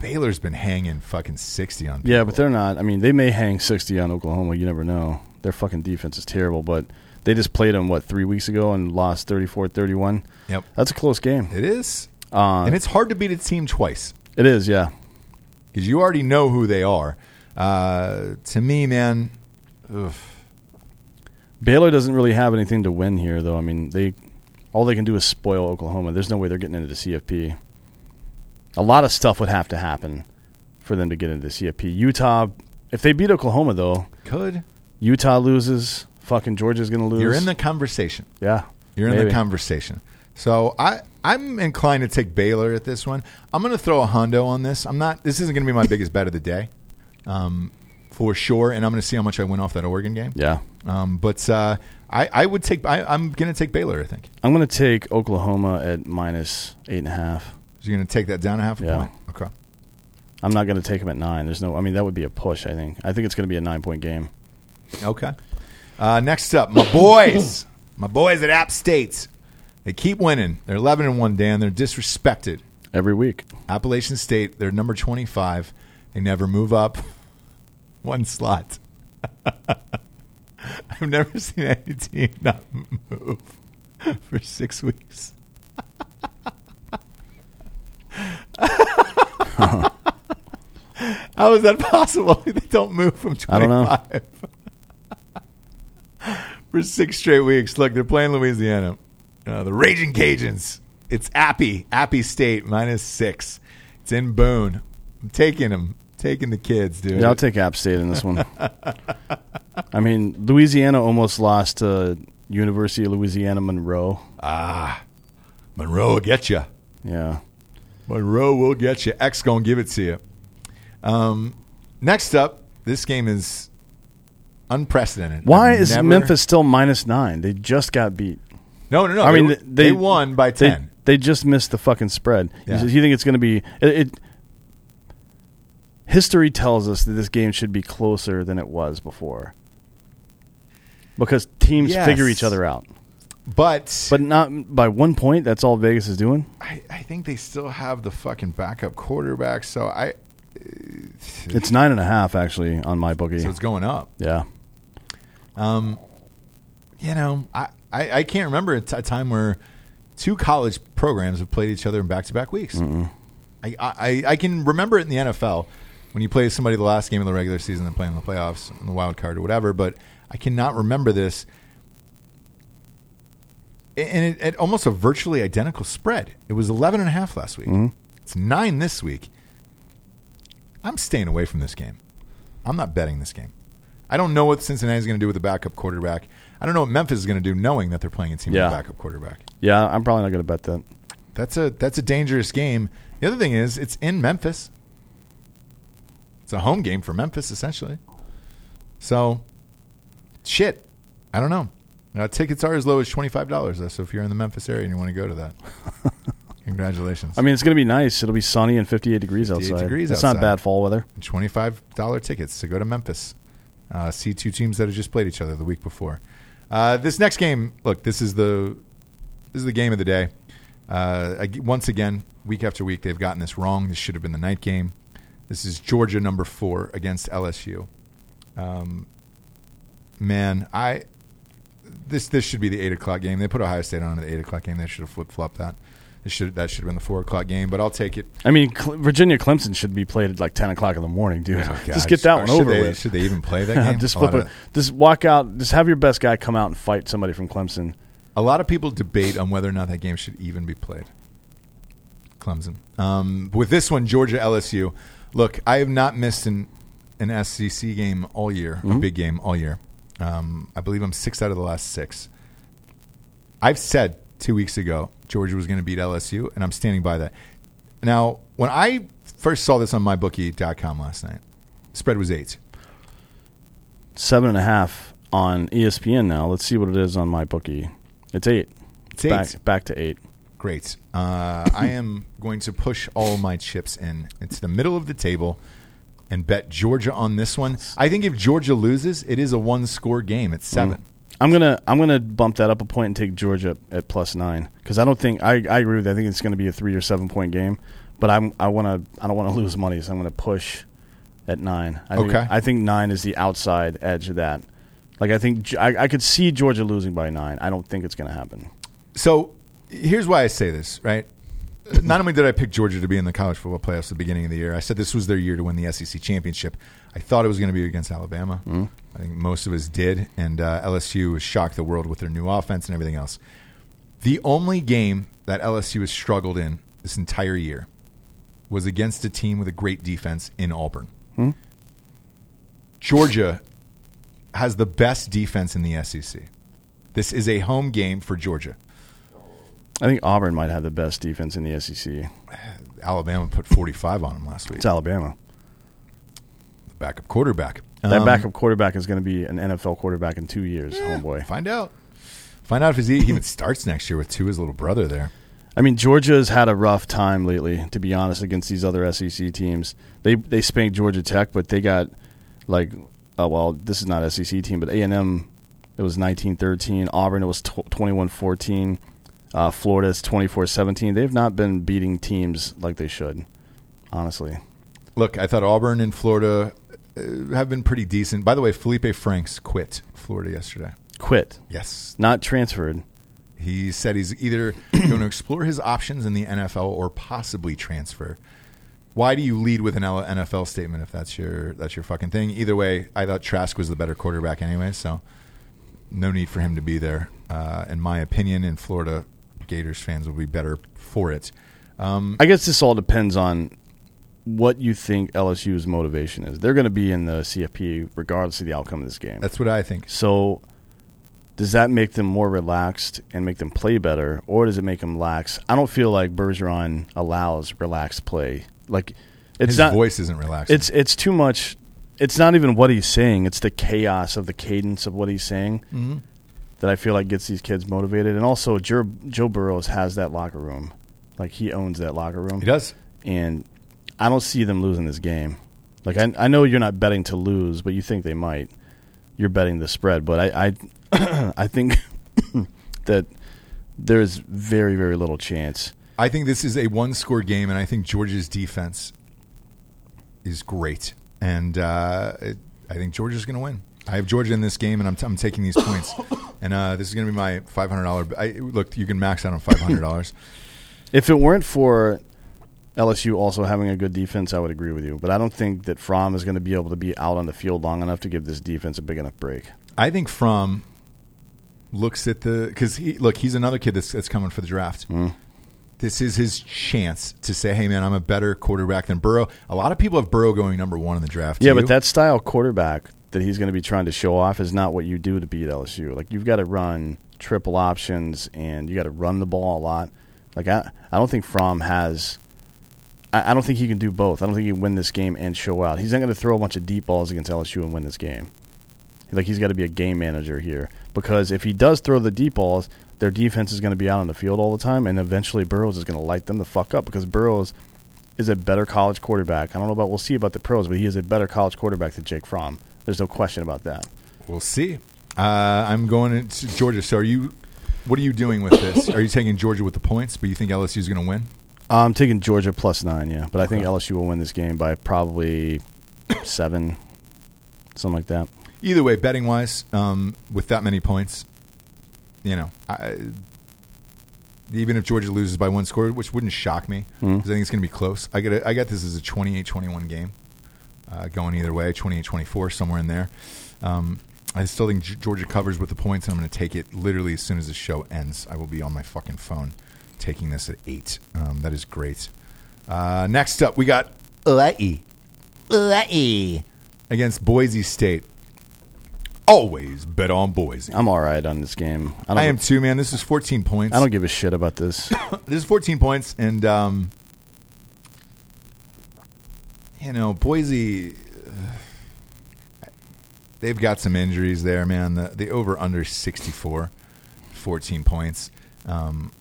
Baylor's been hanging fucking sixty on.
yeah, but they're not. I mean, they may hang sixty on Oklahoma. You never know. Their fucking defense is terrible, but they just played them what three weeks ago and lost 34-31.
Yep.
That's a close game.
It is,
Uh,
and it's hard to beat a team twice
It is, yeah.
because you already know who they are. Uh, to me, man, oof.
Baylor doesn't really have anything to win here, though. I mean, they all they can do is spoil Oklahoma. There's no way they're getting into the CFP. A lot of stuff would have to happen for them to get into the CFP. Utah, if they beat Oklahoma, though,
could
Utah loses. Fucking Georgia's going to lose.
you're in the conversation.
yeah.
You're in
maybe.
the conversation. So I I'm inclined to take Baylor at this one. I'm going to throw a hondo on this. I'm not. This isn't going to be my biggest bet of the day, um, for sure. And I'm going to see how much I win off that Oregon game.
Yeah,
Um, but uh, I I would take. I, I'm going to take Baylor. I think.
I'm going to take Oklahoma at minus eight and a half.
So you're going to take that down a half a
Yeah.
point. Okay.
I'm not going to take them at nine. There's no. I mean, that would be a push. I think. I think it's going to be a nine point game.
Okay. Uh, next up, my boys. my boys at App State. They keep winning. They're 11 and one. Dan. They're disrespected.
Every week,
Appalachian State, they're number 25. They never move up one slot. I've never seen any team not move for six weeks. How is that possible? They don't move from 25
I don't know.
for six straight weeks. Look, they're playing Louisiana. Uh, the Raging Cajuns. It's Appy, Appy State minus six. It's in Boone. I'm taking them, taking the kids, dude.
Yeah, I'll take App State in this one. I mean, Louisiana almost lost to University of Louisiana Monroe.
Monroe will get you.
Yeah,
Monroe will get you. X gonna give it to you. Um, next up, this game is unprecedented.
why
I've
is
never-
Memphis still minus nine? They just got beat.
No, no, no.
I mean,
they,
they,
they won by
they-
ten.
They, just missed the fucking spread. You
Yeah.
s- You think it's going to be it, it? History tells us that this game should be closer than it was before, because teams
Yes.
figure each other out.
but
But not by one point. That's all Vegas is doing.
I, I think they still have the fucking backup quarterback. So I,
It's nine and a half actually on my bookie.
so it's going up.
yeah.
Um, you know, I, I, I can't remember a, t- a time where two college programs have played each other in back to back weeks.
Mm-hmm.
I, I, I can remember it in the NFL when you play somebody the last game of the regular season and play in the playoffs, in the wild card or whatever, but I cannot remember this. A- And it, at almost a virtually identical spread. It was 11 and a half last week. It's nine this week. I'm staying away from this game. I'm not betting this game. I don't know what Cincinnati's going to do with the backup quarterback. I don't know what Memphis is going to do, knowing that they're playing a team
Yeah.
with a backup quarterback.
Yeah, I'm probably not going to bet that.
That's a that's a dangerous game. The other thing is, it's in Memphis. It's a home game for Memphis, essentially. So, shit, I don't know. Uh, tickets are as low as twenty five dollars. So if you're in the Memphis area and you want to go to that, congratulations.
I mean, it's going to be nice. It'll be sunny and 58 degrees
58
outside.
degrees
it's not
outside.
bad fall weather.
twenty-five dollar tickets to go to Memphis, uh, see two teams that have just played each other the week before. Uh, this next game, look, this is the this is the game of the day. Uh, ag- once again, week after week, they've gotten this wrong. This should have been the night game. This is Georgia number four against LSU. Um, man, I this this should be the eight o'clock game. They put Ohio State on at the eight o'clock game. They should have flip flopped that. It should that should have been the four o'clock game, but I'll take it.
I mean, Cl- Virginia Clemson should be played at like ten o'clock in the morning, dude. just get that
Oh, Or
one
should
over
they,
with.
Should they even play that game? Oh,
just
a,
flip
lot
it.
of,
Just walk out. Just have your best guy come out and fight somebody from Clemson.
a lot of people debate on whether or not that game should even be played. Clemson. Um, with this one, Georgia LSU. Look, I have not missed an an SEC game all year, a big game all year. Um, I believe I'm six out of the last six. I've said two weeks ago Georgia was going to beat LSU, and I'm standing by that. Now, when I first saw this on mybookie.com last night, spread was eight.
Seven and a half on E ESPN now. Let's see what it is on my bookie. It's eight.
It's eight.
Back, back to eight.
Great. Uh, I am going to push all my chips in into the middle of the table and bet Georgia on this one. I think if Georgia loses, it is a one score game. It's seven.
I'm gonna I'm gonna bump that up a point and take Georgia at plus nine because I don't think I, I agree with that. I think it's gonna be a three or seven point game, but I'm I wanna I don't want to lose money, so I'm gonna push at nine. I
Okay.
think, I think nine is the outside edge of that. Like I think Ge- I, I could see Georgia losing by nine. I don't think it's gonna happen.
So here's why I say this, right? Not only did I pick Georgia to be in the college football playoffs at the beginning of the year, I said this was their year to win the SEC championship. I thought it was going to be against Alabama. I think most of us did, and uh, LSU has shocked the world with their new offense and everything else. The only game that LSU has struggled in this entire year was against a team with a great defense in Auburn. Georgia has the best defense in the SEC. This is a home game for Georgia.
I think Auburn might have the best defense in the SEC.
Alabama put 45 on him last week.
It's Alabama.
The backup quarterback.
That
Um,
backup quarterback is going to be an NFL quarterback in two years,
yeah,
homeboy.
Find out. Find out if he's- e-, he even starts next year with two his little brother there.
I mean, Georgia's had a rough time lately, to be honest, against these other SEC teams. They they spanked Georgia Tech, but they got like, oh well, this is not SEC team, but A and M, it was nineteen thirteen. Auburn, it was twenty one fourteen. Uh, Florida, it's 24-17. They've not been beating teams like they should, honestly.
Look, I thought Auburn and Florida uh, have been pretty decent. By the way, Felipe Franks quit Florida yesterday.
Quit,
Yes.
not transferred.
He said he's either going to explore his options in the NFL or possibly transfer. Why do you lead with an L- NFL statement if that's your that's your fucking thing? Either way, I thought Trask was the better quarterback anyway, so no need for him to be there, uh, in my opinion. And Florida Gators fans will be better for it.
I guess this all depends on what you think LSU's motivation is. They're going to be in the CFP regardless of the outcome of this game.
That's what I think.
So, does that make them more relaxed and make them play better, or does it make them lax? I don't feel like Bergeron allows relaxed play. Like, it's
His
not.
voice isn't relaxing.
It's it's too much. It's not even what he's saying. It's the chaos of the cadence of what he's saying
Mm-hmm.
that I feel like gets these kids motivated. And also, Joe, Joe Burrows has that locker room. Like he owns that locker room
he does.
and I don't see them losing this game. Like I, I know you're not betting to lose, but you think they might. You're betting the spread, but I, I, I think that there's very, very little chance.
I think this is a one score game, and I think Georgia's defense is great. And uh, it, I think Georgia's going to win. I have Georgia in this game, and I'm, I'm taking these points. and uh, this is going to be my $500. I, look, you can max out on $500.
If it weren't for LSU also having a good defense, I would agree with you. But I don't think that Fromm is going to be able to be out on the field long enough to give this defense a big enough break.
I think From looks at the because he look he's another kid that's, that's coming for the draft.
Mm.
This is his chance to say, "Hey, man, I'm a better quarterback than Burrow." A lot of people have Burrow going number one in the draft.
yeah,
Do
but
you?
that style quarterback that he's going to be trying to show off is not what you do to beat LSU. Like you've got to run triple options and you got to run the ball a lot. Like I, I don't think Fromm has. I, I don't think he can do both. I don't think he can win this game and show out. He's not going to throw a bunch of deep balls against LSU and win this game. Like he's got to be a game manager here because if he does throw the deep balls, their defense is going to be out on the field all the time, and eventually Burrows is going to light them the fuck up because Burrows is a better college quarterback. I don't know about we'll see about the pros, but he is a better college quarterback than Jake Fromm. There's no question about that.
We'll see. Uh, I'm going to Georgia. So are you? What are you doing with this? Are you taking Georgia with the points, but you think LSU is going to win?
I'm taking Georgia plus nine, yeah, but I think LSU will win this game by probably seven, something like that.
Either way, betting wise, um, with that many points, you know, I, even if Georgia loses by one score, which wouldn't shock me because I think it's going to be close. I got I got this as a 28-21 game, uh, going either way, 28-24 somewhere in there. Um, I still think G- Georgia covers with the points, and I'm going to take it literally as soon as the show ends. I will be on my fucking phone taking this at eight. Um, that is great. Uh, next up, we got Hawaii. Hawaii against Boise State. Always bet on Boise.
I'm all right on this game. I don't.
I am too, man. This is 14 points.
I don't give a shit about this.
This is 14 points, and um, you know Boise, uh, they've got some injuries there, man. The the over under 64, 14 points. Um,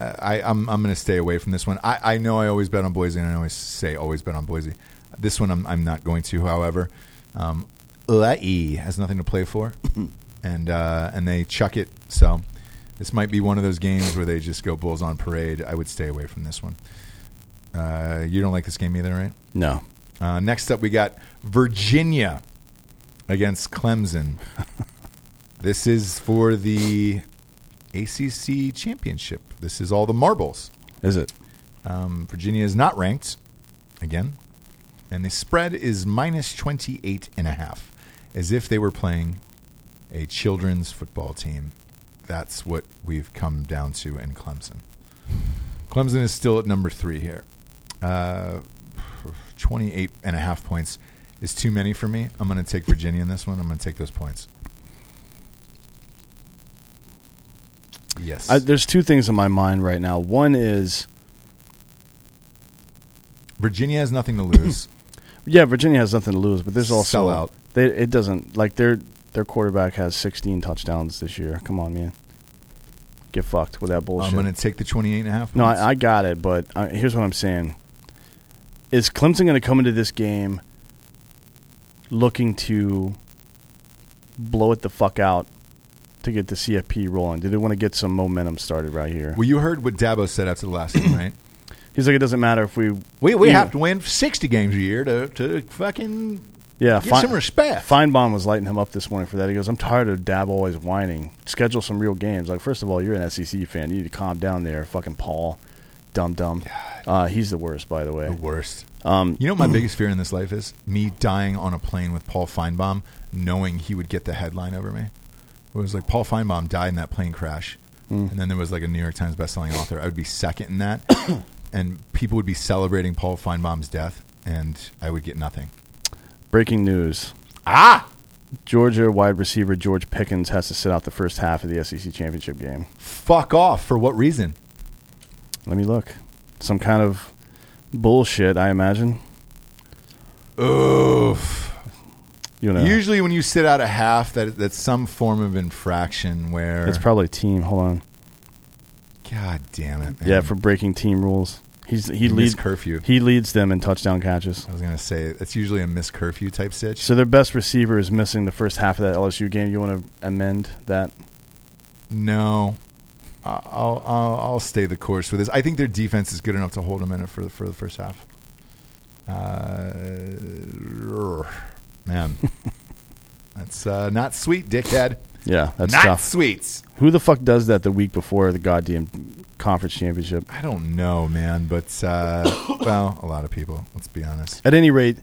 I, I'm I'm going to stay away from this one. I, I know I always bet on Boise, and I always say always bet on Boise. This one I'm I'm not going to. However, um, Hawaii has nothing to play for, and uh, and they chuck it. So this might be one of those games where they just go Bulls on parade. I would stay away from this one. Uh, you don't like this game either, right?
No.
Uh, next up, we got Virginia against Clemson. this is for the ACC championship. This is all the marbles.
Is it?
Um, Virginia is not ranked again, and the spread is minus 28 and a half, as if they were playing a children's football team. That's what we've come down to in Clemson. Clemson is still at number three here. Uh, 28 and a half points is too many for me. I'm going to take Virginia in this one. I'm going to take those points. Yes.
I, there's two things in my mind right now. One is,
Virginia has nothing to lose.
yeah, Virginia has nothing to lose, but there's also
Sell out.
They, it doesn't like their their quarterback has 16 touchdowns this year. Come on, man. Get fucked with that bullshit.
I'm going to take the 28 and a half.
No,
points.
I, I got it, but uh, here's what I'm saying: Is Clemson going to come into this game looking to blow it the fuck out to get the CFP rolling? Do they want to get some momentum started right here?
Well, you heard what Dabo said after the last game, right?
He's like, it doesn't matter if we
We, we
Yeah.
have to win 60 games a year to, to fucking
yeah
get
fi-
some respect.
Feinbaum was lighting him up this morning for that. He goes, "I'm tired of Dab always whining. Schedule some real games. Like, first of all, you're an SEC fan. You need to calm down there, fucking Paul, dumb dumb. Uh, he's the worst, by the way. Um,
The worst. you know what my biggest fear in this life is? Me dying on a plane with Paul Feinbaum, knowing he would get the headline over me. It was like Paul Feinbaum died in that plane crash.
Mm.
And then there was like a New York Times bestselling author. I would be second in that. and people would be celebrating Paul Feinbaum's death, and I would get nothing.
Breaking news:
Ah!
Georgia wide receiver George Pickens has to sit out the first half of the SEC championship game.
Fuck off. For what reason?
Let me look. Some kind of bullshit, I imagine.
Oof.
You know,
Usually, when you sit out a half, that that's some form of infraction. Where
it's probably team. Hold on.
God damn it! man.
Yeah, for breaking team rules. He's he
You missed
leads
curfew.
He leads them in touchdown catches.
I was gonna say that's usually a miss curfew type stitch.
So their best receiver is missing the first half of that LSU game. You want to amend that?
no, I- I'll, I'll I'll stay the course with this. I think their defense is good enough to hold them in it for the for the first half. Uh, man, that's uh, not sweet, dickhead.
Yeah, that's
not
tough.
sweets.
Who the fuck does that the week before the goddamn conference championship?
I don't know, man, but uh, well, a lot of people. Let's be honest.
At any rate,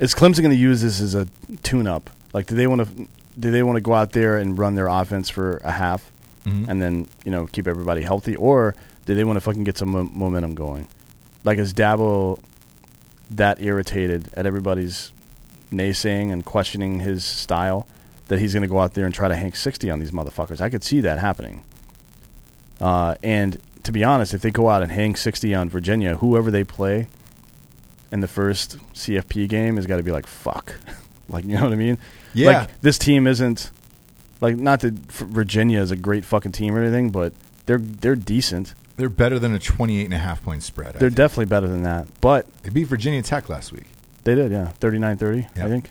is Clemson going to use this as a tune-up? Like, do they want to? Do they want to go out there and run their offense for a half, and then you know keep everybody healthy, or do they want to fucking get some mo- momentum going? Like, is Dabo that irritated at everybody's naysaying and questioning his style that he's going to go out there and try to hang 60 on these motherfuckers. I could see that happening. Uh, and to be honest, if they go out and hang 60 on Virginia, whoever they play in the first CFP game has got to be like, fuck. like, you know what I mean?
Yeah.
Like, this team isn't, like, not that F- Virginia is a great fucking team or anything, but they're, they're decent.
They're better than a 28 and a half point spread. I
They're
think.
definitely better than that. But
They beat Virginia Tech last week.
They did, yeah. 39 30, I
Yep.
think.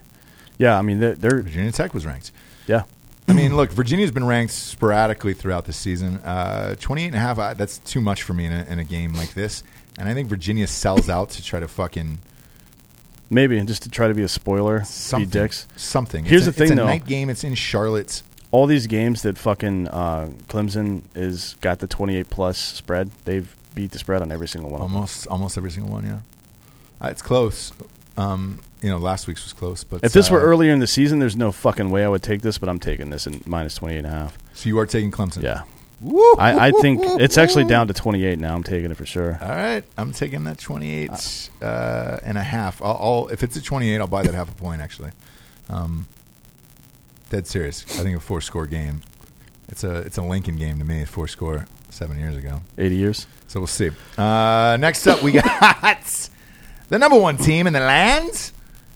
Yeah, I mean, they're, they're
Virginia Tech was ranked.
yeah.
I mean, look, Virginia's been ranked sporadically throughout the season. Uh, 28 and a half, I, that's too much for me in a, in a game like this. And I think Virginia sells out to try to fucking
Maybe just to try to be a spoiler, be
something.
dicks.
Something.
Here's
It's a-
the thing,
it's a
though.
night game. It's in Charlotte.
all these games that fucking uh, Clemson is got the 28 plus spread, they've beat the spread on every single one. of them.
Almost, almost every single one. Yeah, uh, it's close. Um, you know, last week's was close, but
If this were
uh,
earlier in the season, there's no fucking way I would take this, but I'm taking this in minus 28 and a half.
so you are taking Clemson.
Yeah.
Woo!
I, I think it's actually down to 28 now. I'm taking it for sure.
All right, I'm taking that 28 uh, and a half. I'll, I'll if it's a 28, I'll buy that half a point actually. Um, dead serious. I think a four score game. It's a it's a Lincoln game to me. Four score seven years ago.
80 years.
So we'll see. Uh, next up, we got the number one team in the land,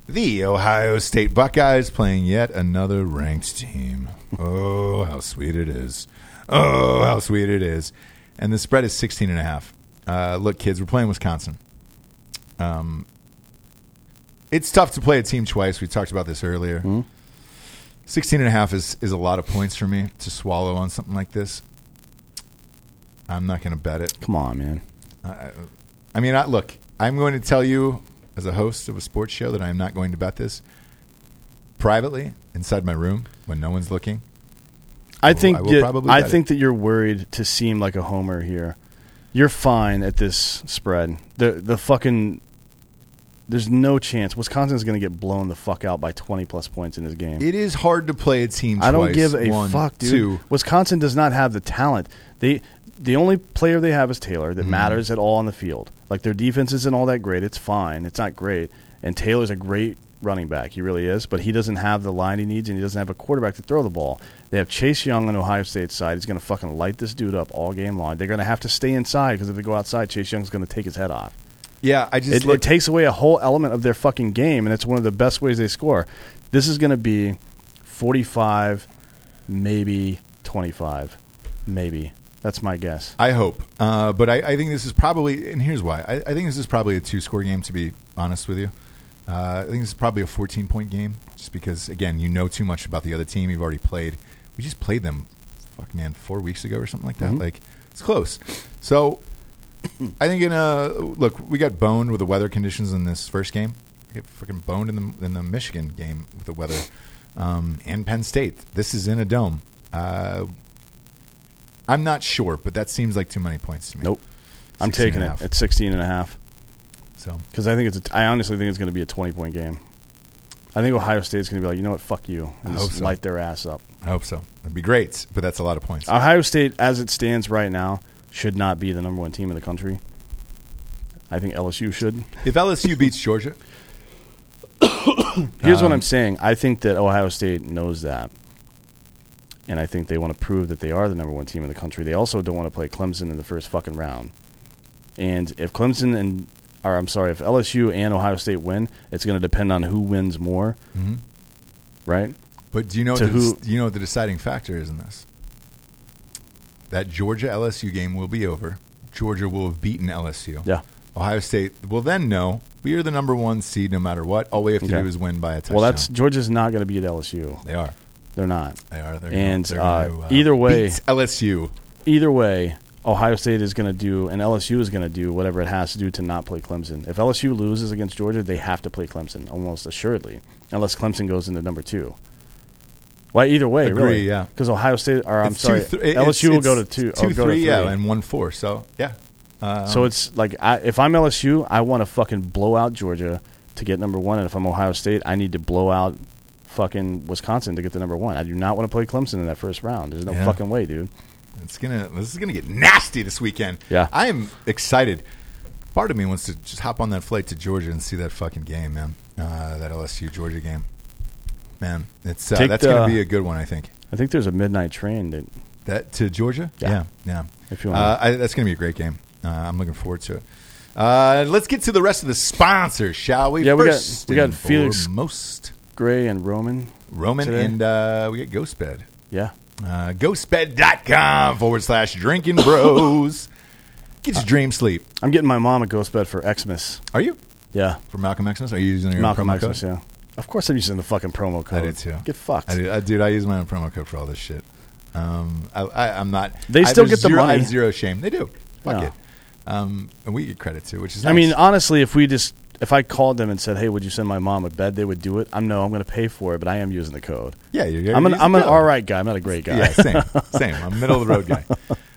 the Ohio State Buckeyes, playing yet another ranked team. Oh, how sweet it is. Oh, how sweet it is. And the spread is 16 and a half. Uh, look, kids, we're playing Wisconsin. Um, it's tough to play a team twice. We talked about this earlier.
Mhm.
16 and a half is, is a lot of points for me to swallow on something like this. I'm not going to bet it.
Come on, man.
I, I mean, I, look, I'm going to tell you as a host of a sports show that I am not going to bet this privately inside my room when no one's looking.
I
will-
think
I
I,
will probably
I
bet
think that you're worried to seem like a homer here. You're fine at this spread. The the fucking there's no chance Wisconsin's going to get blown the fuck out by 20 plus points in this game.
It is hard to play a team.
I don't
twice.
give a
One,
fuck, dude.
Two.
Wisconsin does not have the talent. They the only player they have is Taylor
Mm.
that matters at all on the field. Like their defense isn't all that great. It's fine. It's not great. And Taylor's a great running back. He really is, but he doesn't have the line he needs and he doesn't have a quarterback to throw the ball. They have Chase Young on Ohio State's side. He's going to fucking light this dude up all game long. They're going to have to stay inside because if they go outside, Chase Young's going to take his head off.
Yeah, I just
It, it
look,
takes away a whole element of their fucking game, and it's one of the best ways they score. This is going to be 45, maybe 25, maybe. That's my guess.
I hope, uh, but I, I think this is probably, and here's why. I, I think this is probably a two-score game. To be honest with you, uh, I think this is probably a 14-point game, just because again, you know too much about the other team. You've already played. We just played them, fuck man, four weeks ago or something like that.
Mm-hmm.
Like it's close. So I think in a look, we got boned with the weather conditions in this first game. We get freaking boned in the in the Michigan game with the weather, um, and Penn State. This is in a dome. Uh, I'm not sure, but that seems like too many points to me.
Nope. I'm
16
taking
and a
it
half.
at 16 and a half
So
because I think it's a, I honestly think it's going to be a 20 point game. I think Ohio State's going to be like, you know what, fuck you, and
I
just
hope so.
light their ass up.
I hope so. That'd be great, but that's a lot of points.
Ohio State, as it stands right now, should not be the number one team in the country. I think LSU should.
if LSU beats Georgia,
Here's what I'm saying. I think that Ohio State knows that. And I think they want to prove that they are the number one team in the country. They also don't want to play Clemson in the first fucking round. And if Clemson and, or I'm sorry, if LSU and Ohio State win, it's going to depend on who wins more,
Mhm.
right?
but do you know what
To
the,
who-
do you know what the deciding factor is in this? That Georgia LSU game will be over. Georgia will have beaten LSU.
Yeah.
Ohio State will then know we are the number one seed no matter what. All we have to
Okay.
do is win by a touchdown.
Well, that's Georgia's not going to beat LSU.
they are.
They're not.
They are. They're
And,
they're
uh,
gonna,
either way-
beat LSU.
Either way, Ohio State is going to do, and LSU is going to do whatever it has to do to not play Clemson. If LSU loses against Georgia, they have to play Clemson almost assuredly, unless Clemson goes into number two. Well, either way,
Agree,
really,
yeah.
because Ohio State, or I'm
It's
sorry,
two, thr- it's-
LSU will
it's
go to two, or
two,
go to
three,
three.
yeah, and one four. So yeah, uh,
so it's like I, if I'm LSU, I want to fucking blow out Georgia to get number one, and if I'm Ohio State, I need to blow out fucking Wisconsin to get the number one. I do not want to play Clemson in that first round. There's no
Yeah.
fucking way, dude.
it's gonna this is gonna get nasty this weekend.
Yeah.
I am excited. Part of me wants to just hop on that flight to Georgia and see that fucking game, man. Uh, that LSU Georgia game, man. It's uh,
Take
that's gonna
the-
be a good one, I think.
I think there's a midnight train that
That to Georgia?
Yeah.
yeah. yeah.
If you want
uh, I, that's going to be a great game. Uh, I'm looking forward to it. Uh, let's get to the rest of the sponsors, shall we?
Yeah, we got-
First
we got
and
Felix-
Most
Gray and Roman.
Roman,
today.
and uh, we got Ghostbed.
Yeah.
Uh, ghostbed.com forward slash drinking bros. Get your dream sleep.
I'm getting my mom a ghost bed for Xmas.
Are you
Yeah.
for Malcolm Xmas? Are you using your
Malcolm
promo
Xmas,
code?
yeah. Of course I'm using the fucking promo code.
I do too.
Get fucked.
I do, I, dude, I use my own promo code for all this shit. Um, I, I, I'm not.
They
I-
still
there's
get the
zero, I
money.
have zero shame. They do. Fuck
Yeah.
it. Um, and we get credit too, which is.
I mean,
nice.
honestly, if we just if I called them and said, "Hey, would you send my mom a bed?" They would do it. I'm no, I'm going to pay for it, but I am using the code.
Yeah, you're- you're
I'm an
using
I'm an
code.
all right guy. I'm not a great guy.
Yeah, same, same. I'm middle of the road guy.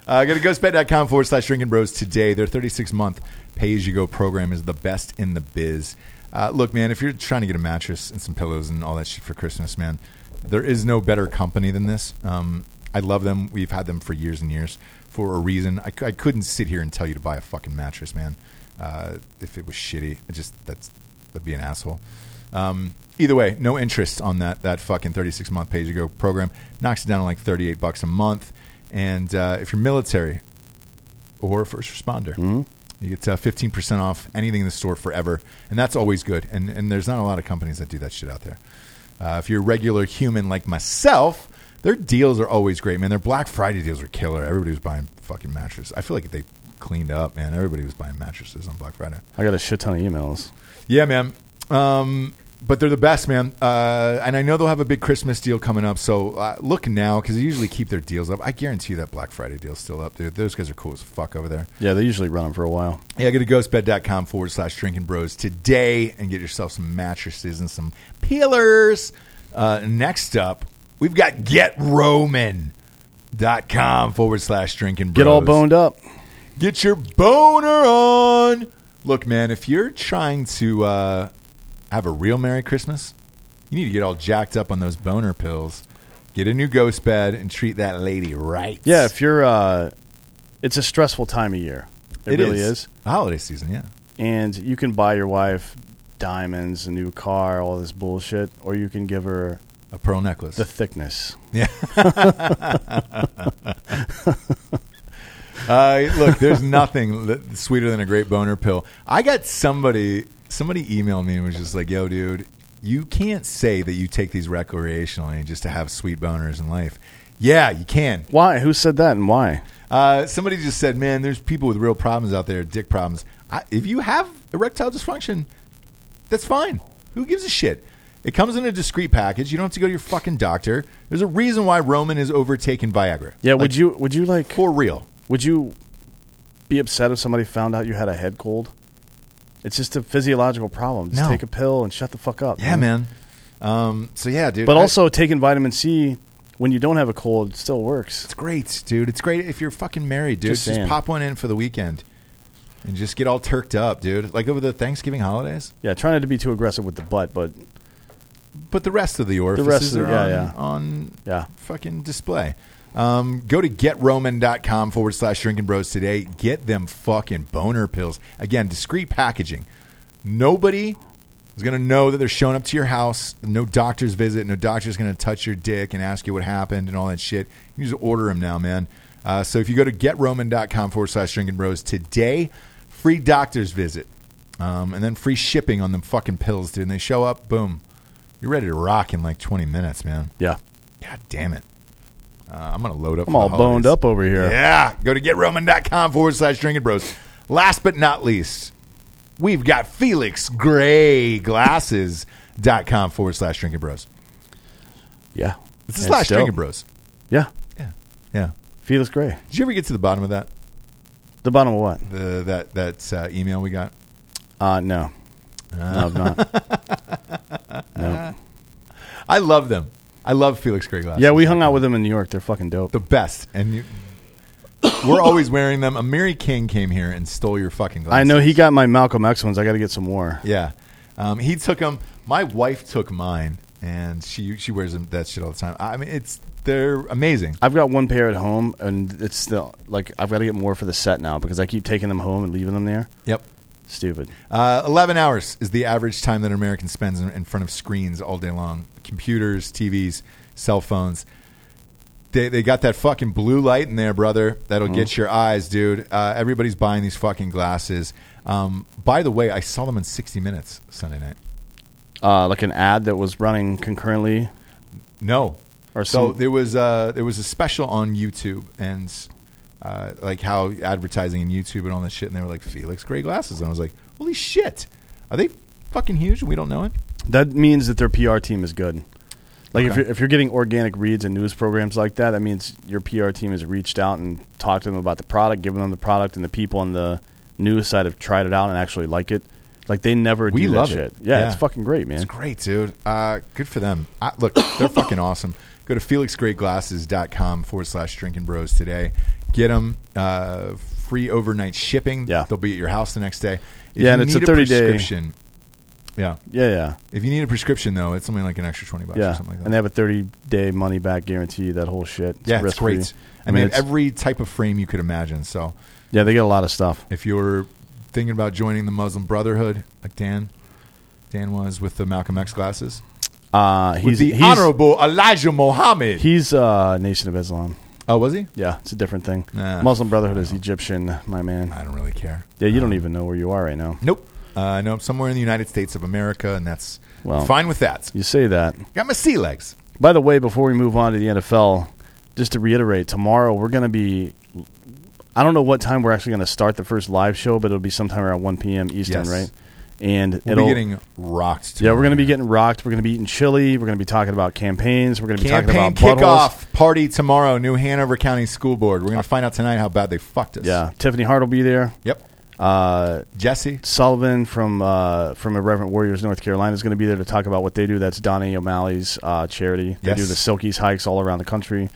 Uh, go to ghostbed.com forward slash drinking bros today. Their 36 month pay as you go program is the best in the biz. Uh, look, man, if you're trying to get a mattress and some pillows and all that shit for Christmas, man, there is no better company than this. Um, I love them. We've had them for years and years for a reason. I, c- I couldn't sit here and tell you to buy a fucking mattress, man. Uh, if it was shitty, I just that's that'd be an asshole. Um, either way, no interest on that that fucking 36 month pay as you go program. Knocks it down to like 38 bucks a month. And uh, if you're military or a first responder, you get uh, 15% off anything in the store forever. And that's always good. And, and there's not a lot of companies that do that shit out there. Uh, if you're a regular human like myself, their deals are always great, man. Their Black Friday deals are killer. Everybody was buying fucking mattresses. I feel like they cleaned up, man. Everybody was buying mattresses on Black Friday.
I got a shit ton of emails.
Yeah, man. Um, but they're the best, man. Uh, and I know they'll have a big Christmas deal coming up. So uh, look now because they usually keep their deals up. I guarantee you that Black Friday deal's still up, dude. Those guys are cool as fuck over there.
Yeah, they usually run them for a while.
Yeah, go to ghostbed.com forward slash drinking bros today and get yourself some mattresses and some peelers. Uh, next up, we've got getroman.com forward slash drinking bros.
Get all boned up.
Get your boner on. Look, man, if you're trying to uh, have a real Merry Christmas, you need to get all jacked up on those boner pills. Get a new ghost bed and treat that lady right.
Yeah, if you're, uh, it's a stressful time of year. It, really is.
The holiday season, yeah.
and you can buy your wife diamonds, a new car, all this bullshit, or you can give her
A pearl necklace.
the thickness.
Uh, look, there's nothing li- sweeter than a great boner pill. I got somebody, somebody emailed me and was just like, yo, dude, you can't say that you take these recreationally just to have sweet boners in life. Yeah, you can.
Why? Who said that and why?
Uh, somebody just said, man, there's people with real problems out there, dick problems. I, if you have erectile dysfunction, that's fine. Who gives a shit? It comes in a discreet package. You don't have to go to your fucking doctor. There's a reason why Roman is overtaken Viagra.
Yeah,
Like,
would you would you like
for real?
would you be upset if somebody found out you had a head cold? It's just a physiological problem. Just
No.
take a pill and shut the fuck up.
Yeah, man. Um, so yeah, dude.
Mm-hmm. But
I-
also taking vitamin C when you don't have a cold still works.
it's great, dude. It's great if you're fucking married, dude.
Just
Just,
saying.
pop one in for the weekend and just get all turked up, dude. Like over the Thanksgiving holidays.
Yeah, try not to be too aggressive with the butt, but
But the rest of the orifices
rest of
are
the- yeah,
on,
yeah.
on
yeah.
fucking display. Um, go to getroman.com forward slash drinking bros today. Get them fucking boner pills. Again, discreet packaging. Nobody is going to know that they're showing up to your house. No doctor's visit. No doctor's going to touch your dick and ask you what happened and all that shit. You just order them now, man. Uh, so if you go to getroman.com forward slash drinking bros today, free doctor's visit. Um, and then free shipping on them fucking pills, dude. And they show up, boom. You're ready to rock in like 20 minutes, man.
Yeah.
God damn it. Uh, I'm going to load up.
I'm
for
all
the
boned
holidays.
up over here.
Yeah. Go to getroman.com forward slash drinking bros. Last but not least, we've got Felix Gray Glasses.com forward slash drinking bros.
Yeah.
This is
And
slash
still-
drinking bros.
Yeah.
Yeah. Yeah.
Felix Gray.
Did you ever get to the bottom of that?
The bottom of what?
The, that that uh, email we got?
Uh, no. No, I've not. no.
I love them. I love Felix Gray Glasses.
Yeah, we hung out with them in New York. They're fucking dope.
The best. And you, we're always wearing them. Amiri King came here and stole your fucking glasses.
I know he got my Malcolm X ones. I got to get some more.
Yeah, um, he took them. My wife took mine, and she she wears 'em- that shit all the time. I mean, it's they're amazing.
I've got one pair at home, and it's still like I've got to get more for the set now because I keep taking them home and leaving them there.
Yep.
Stupid.
Uh, 11 hours is the average time that an American spends in, in front of screens all day long computers, TVs, cell phones. They, they got that fucking blue light in there, brother. That'll get your eyes, dude. Uh, everybody's buying these fucking glasses. Um, by the way, I saw them in 60 Minutes Sunday night.
Uh, like an ad that was running concurrently.
No.
Or
so
some-
there was uh there was a special on YouTube and uh, like how advertising and YouTube and all that shit and they were like Felix Gray glasses and I was like holy shit are they fucking huge and we don't know it
That means that their PR team is good. Like if
Okay.
you're if you're getting organic reads and news programs like that, that means your PR team has reached out and talked to them about the product, given them the product, and the people on the news side have tried it out and actually like it. Like they never
We
do
love
that
it.
shit. Yeah,
Yeah.
it's fucking great, man.
It's great, dude. Uh, good for them. I, look, they're fucking awesome. Go to felixgreatglasses.com forward slash drinking bros today. Get them uh, free overnight shipping.
Yeah.
They'll be at your house the next day. If
Yeah, and
you
it's a
need
30-day
prescription. Yeah.
Yeah, yeah,
If you need a prescription, though, it's something like an extra 20 bucks
yeah.
or something like that.
And they have a 30 day money back guarantee. That whole shit.
yeah, it's
risk-free.
great.
I
And they
mean, it's-
have every type of frame you could imagine. So
yeah, they get a lot of stuff.
if you're thinking about joining the Muslim Brotherhood, like Dan, Dan was with the Malcolm X glasses,
Uh,
with
he's
the
he's,
Honorable Elijah Muhammad.
he's uh, Nation of Islam.
oh, was he?
Yeah, it's a different thing.
Nah.
Muslim Brotherhood is Egyptian, my man.
I don't really care.
Yeah, you don't even know where you are right now.
Nope. Uh, no, I'm somewhere in the United States of America, and that's
Well-
fine with that.
You say that.
Got my sea legs.
By the way, before we move on to the NFL, just to reiterate, tomorrow we're going to be. I don't know what time we're actually going to start the first live show, but it'll be sometime around 1 p.m. Eastern,
Yes.
right? And
We'll
it'll.
be getting rocked.
yeah, we're going to be
tomorrow.
getting rocked. We're going to be eating chili. We're going to be talking about campaigns. We're going to be talking
campaign
about buttholes.
kickoff party tomorrow. New Hanover County School Board. We're going to find out tonight how bad they fucked us.
Yeah, Tiffany Hart will be there.
Yep.
Uh,
Jesse.
Sullivan from uh, from Irreverent Warriors North Carolina is going to be there to talk about what they do. That's Donnie O'Malley's uh, charity. They
Yes.
do the Silkies hikes all around the country.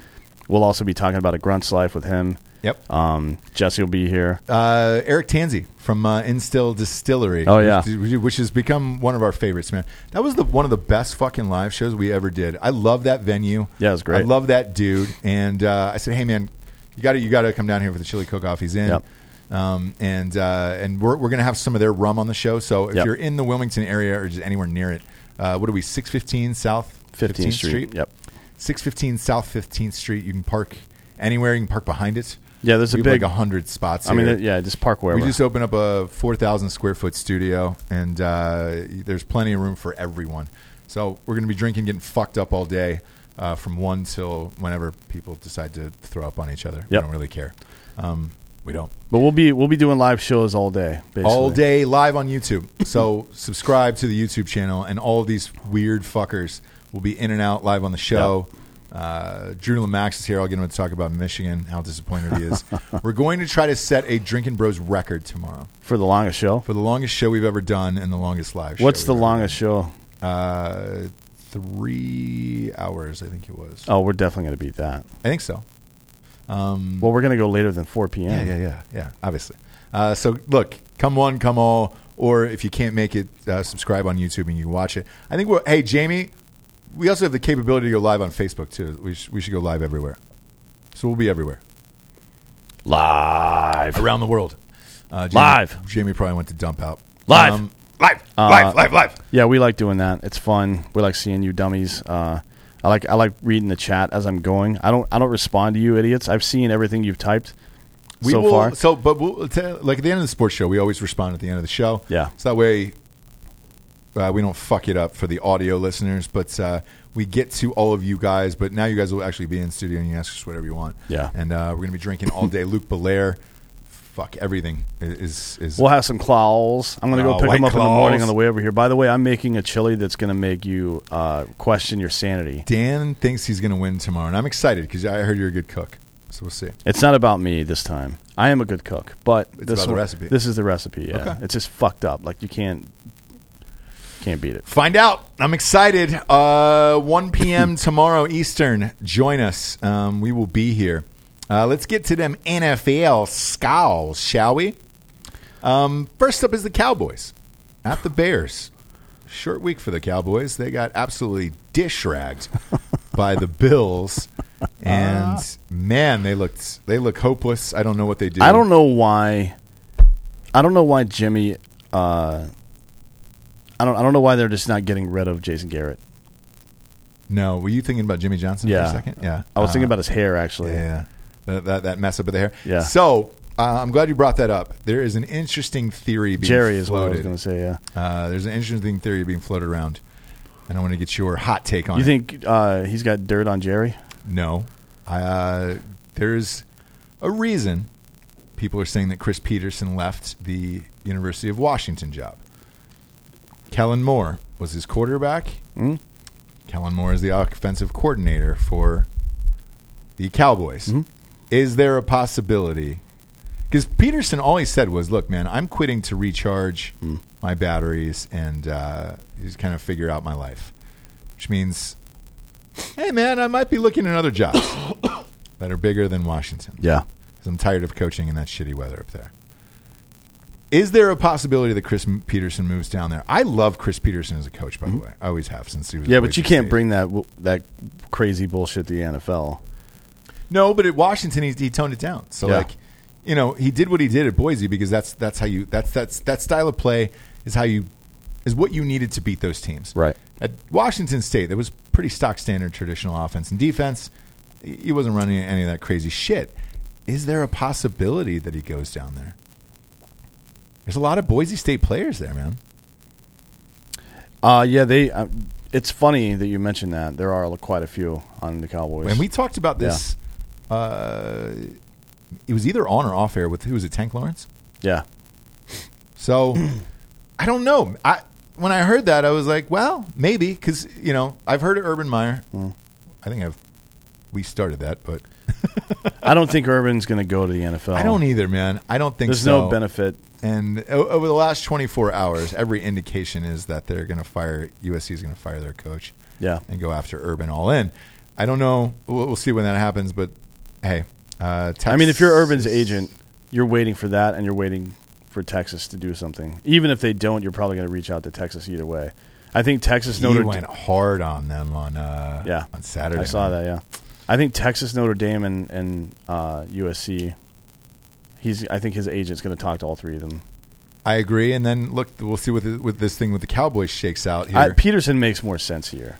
We'll also be talking about a grunt's life with him.
Yep.
Um, Jesse will be here.
Uh, Eric Tanzi from uh, Instill Distillery.
Oh, yeah.
which, which has become one of our favorites, man. That was the one of the best fucking live shows we ever did. I love that venue.
Yeah, it was great.
I love that dude. And uh, I said, hey man, you got to you got to come down here for the chili cook-off. He's in.
Yep.
Um, and uh, and we're we're gonna have some of their rum on the show. So if
Yep.
you're in the Wilmington area or just anywhere near it, uh, what are we? Six fifteen South
15th Street. Yep.
615 South 15th Street. You can park anywhere. You can park behind it.
Yeah, there's a
we have
big-
like 100 spots.
I mean,
here.
uh, yeah, just park wherever.
We just opened up a 4,000 square foot studio, and uh, there's plenty of room for everyone. So we're going to be drinking, getting fucked up all day uh, from 1 till whenever people decide to throw up on each other. We
Yep.
don't really care. Um, we don't.
but we'll be we'll be doing live shows all day, basically.
All day live on YouTube. So subscribe to the YouTube channel, and all of these weird fuckers will be in and out live on the show. Uh, Drew Lamax is here. I'll get him to talk about Michigan, how disappointed he is. We're going to try to set a Drinking Bros record tomorrow
for the longest show.
for the longest show we've ever done and the longest live show.
What's the
we've
longest show?
ever done. Uh, three hours, I think it was.
Oh, we're definitely going to beat that.
I think so.
Well, we're going to go later than 4 p.m.
Mm. Yeah, yeah, yeah, yeah. Obviously. Uh, so look, come one, come all, or if you can't make it, uh, subscribe on YouTube and you can watch it. I think we're. Hey, Jamie, we also have the capability to go live on Facebook too. We sh- we should go live everywhere. So we'll be everywhere
Live.
around the world. Uh, Jamie,
Live.
Jamie probably went to dump out. Um, uh,
Live.
live. live. Live. Live.
Yeah, we like doing that. It's fun. We like seeing you dummies. Uh, I like I like reading the chat as I'm going. I don't I don't respond to you idiots. I've seen everything you've typed
We
so
will,
far.
So, but we'll, to, like at the end of the sports show, we always respond at the end of the show.
Yeah.
So that way, uh, we don't fuck it up for the audio listeners, but uh, we get to all of you guys. But now you guys will actually be in studio and you ask us whatever you want.
Yeah.
And uh, we're gonna be drinking all day. Luke Belair, fuck everything is is.
We'll have some claws. I'm gonna go
Oh,
pick them
white
up in the morning
claws.
on the way over here. By the way, I'm making a chili that's gonna make you uh, question your sanity.
Dan thinks he's gonna win tomorrow, and I'm excited because I heard you're a good cook. So we'll see.
It's not about me this time. I am a good cook, but this
about the
one-
recipe.
This is the recipe. Yeah,
Okay.
it's just fucked up. Like you can't can't beat it.
Find out. I'm excited. Uh, 1 p.m. tomorrow Eastern. Join us. Um, we will be here. Uh, let's get to them NFL skulls, shall we? Um, first up is the Cowboys at the Bears. Short week for the Cowboys. They got absolutely dish ragged by the Bills,
Uh-huh.
and man, they looked they look hopeless. I don't know what they do.
I don't know why. I don't know why Jimmy. Uh, I don't. I don't know why they're just not getting rid of Jason Garrett.
No, were you thinking about Jimmy Johnson
Yeah.
for a second? Yeah,
I was
Uh,
thinking about his hair actually.
Yeah, that, that, that mess up with the hair.
Yeah.
So uh, I'm glad you brought that up. There is an interesting theory being
Jerry is what I was
floated.
going to say. Yeah.
uh, there's an interesting theory being floated around, and I want to get your hot take on
You
it.
think uh, he's got dirt on Jerry?
No, uh, there's a reason people are saying that Chris Peterson left the University of Washington job. Kellen Moore was his quarterback. Kellen Moore is the offensive coordinator for the Cowboys. Is there a possibility? Because Peterson always said was, "Look, man, I'm quitting to recharge my batteries and uh, just kind of figure out my life," which means, hey, man, I might be looking at other jobs that are bigger than Washington.
Yeah.
'Cause I'm tired of coaching in that shitty weather up there. Is there a possibility that Chris M- Peterson moves down there? I love Chris Peterson as a coach, by the way. I always have since he was.
Mm-hmm. Yeah,
at
but you
Boise
can't
State.
bring that w- that crazy bullshit to the NFL.
No, but at Washington, he, he toned it down. So
Yeah.
like, you know, he did what he did at Boise because that's that's how you that's that's that style of play is how you is what you needed to beat those teams.
Right.
At Washington State, there was pretty stock standard traditional offense and defense. He wasn't running any of that crazy shit. Is there a possibility that he goes down there? There's a lot of Boise State players there, man.
Uh yeah, they. Uh, it's funny that you mentioned that. There are quite a few on the Cowboys.
And we talked about this. Uh, it was either on or off air with who was it? Tank Lawrence.
yeah,
So I don't know. I when I heard that, I was like, well, maybe because you know I've heard of Urban Meyer.
Mm.
I think I've we started that, but
I don't think Urban's going to go to the NFL.
I don't either, man. I don't think
Oh. There's
so.
no benefit.
And o- over the last 24 hours, every indication is that they're going to fire USC is going to fire their coach
Yeah.
and go after Urban all in. I don't know. We'll, we'll see when that happens, but hey, uh,
I mean, if you're Urban's
Texas-
agent, you're waiting for that, and you're waiting for Texas to do something. Even if they don't, you're probably going to reach out to Texas either way. I think Texas
he
Notre
went hard on them on uh,
Yeah.
on Saturday.
I saw
man.
that. Yeah, I think Texas Notre Dame and and uh, USC. He's. I think his agent's going to talk to all three of them.
I agree. And then look, we'll see what the, with this thing with the Cowboys shakes out here.
I, Peterson makes more sense here.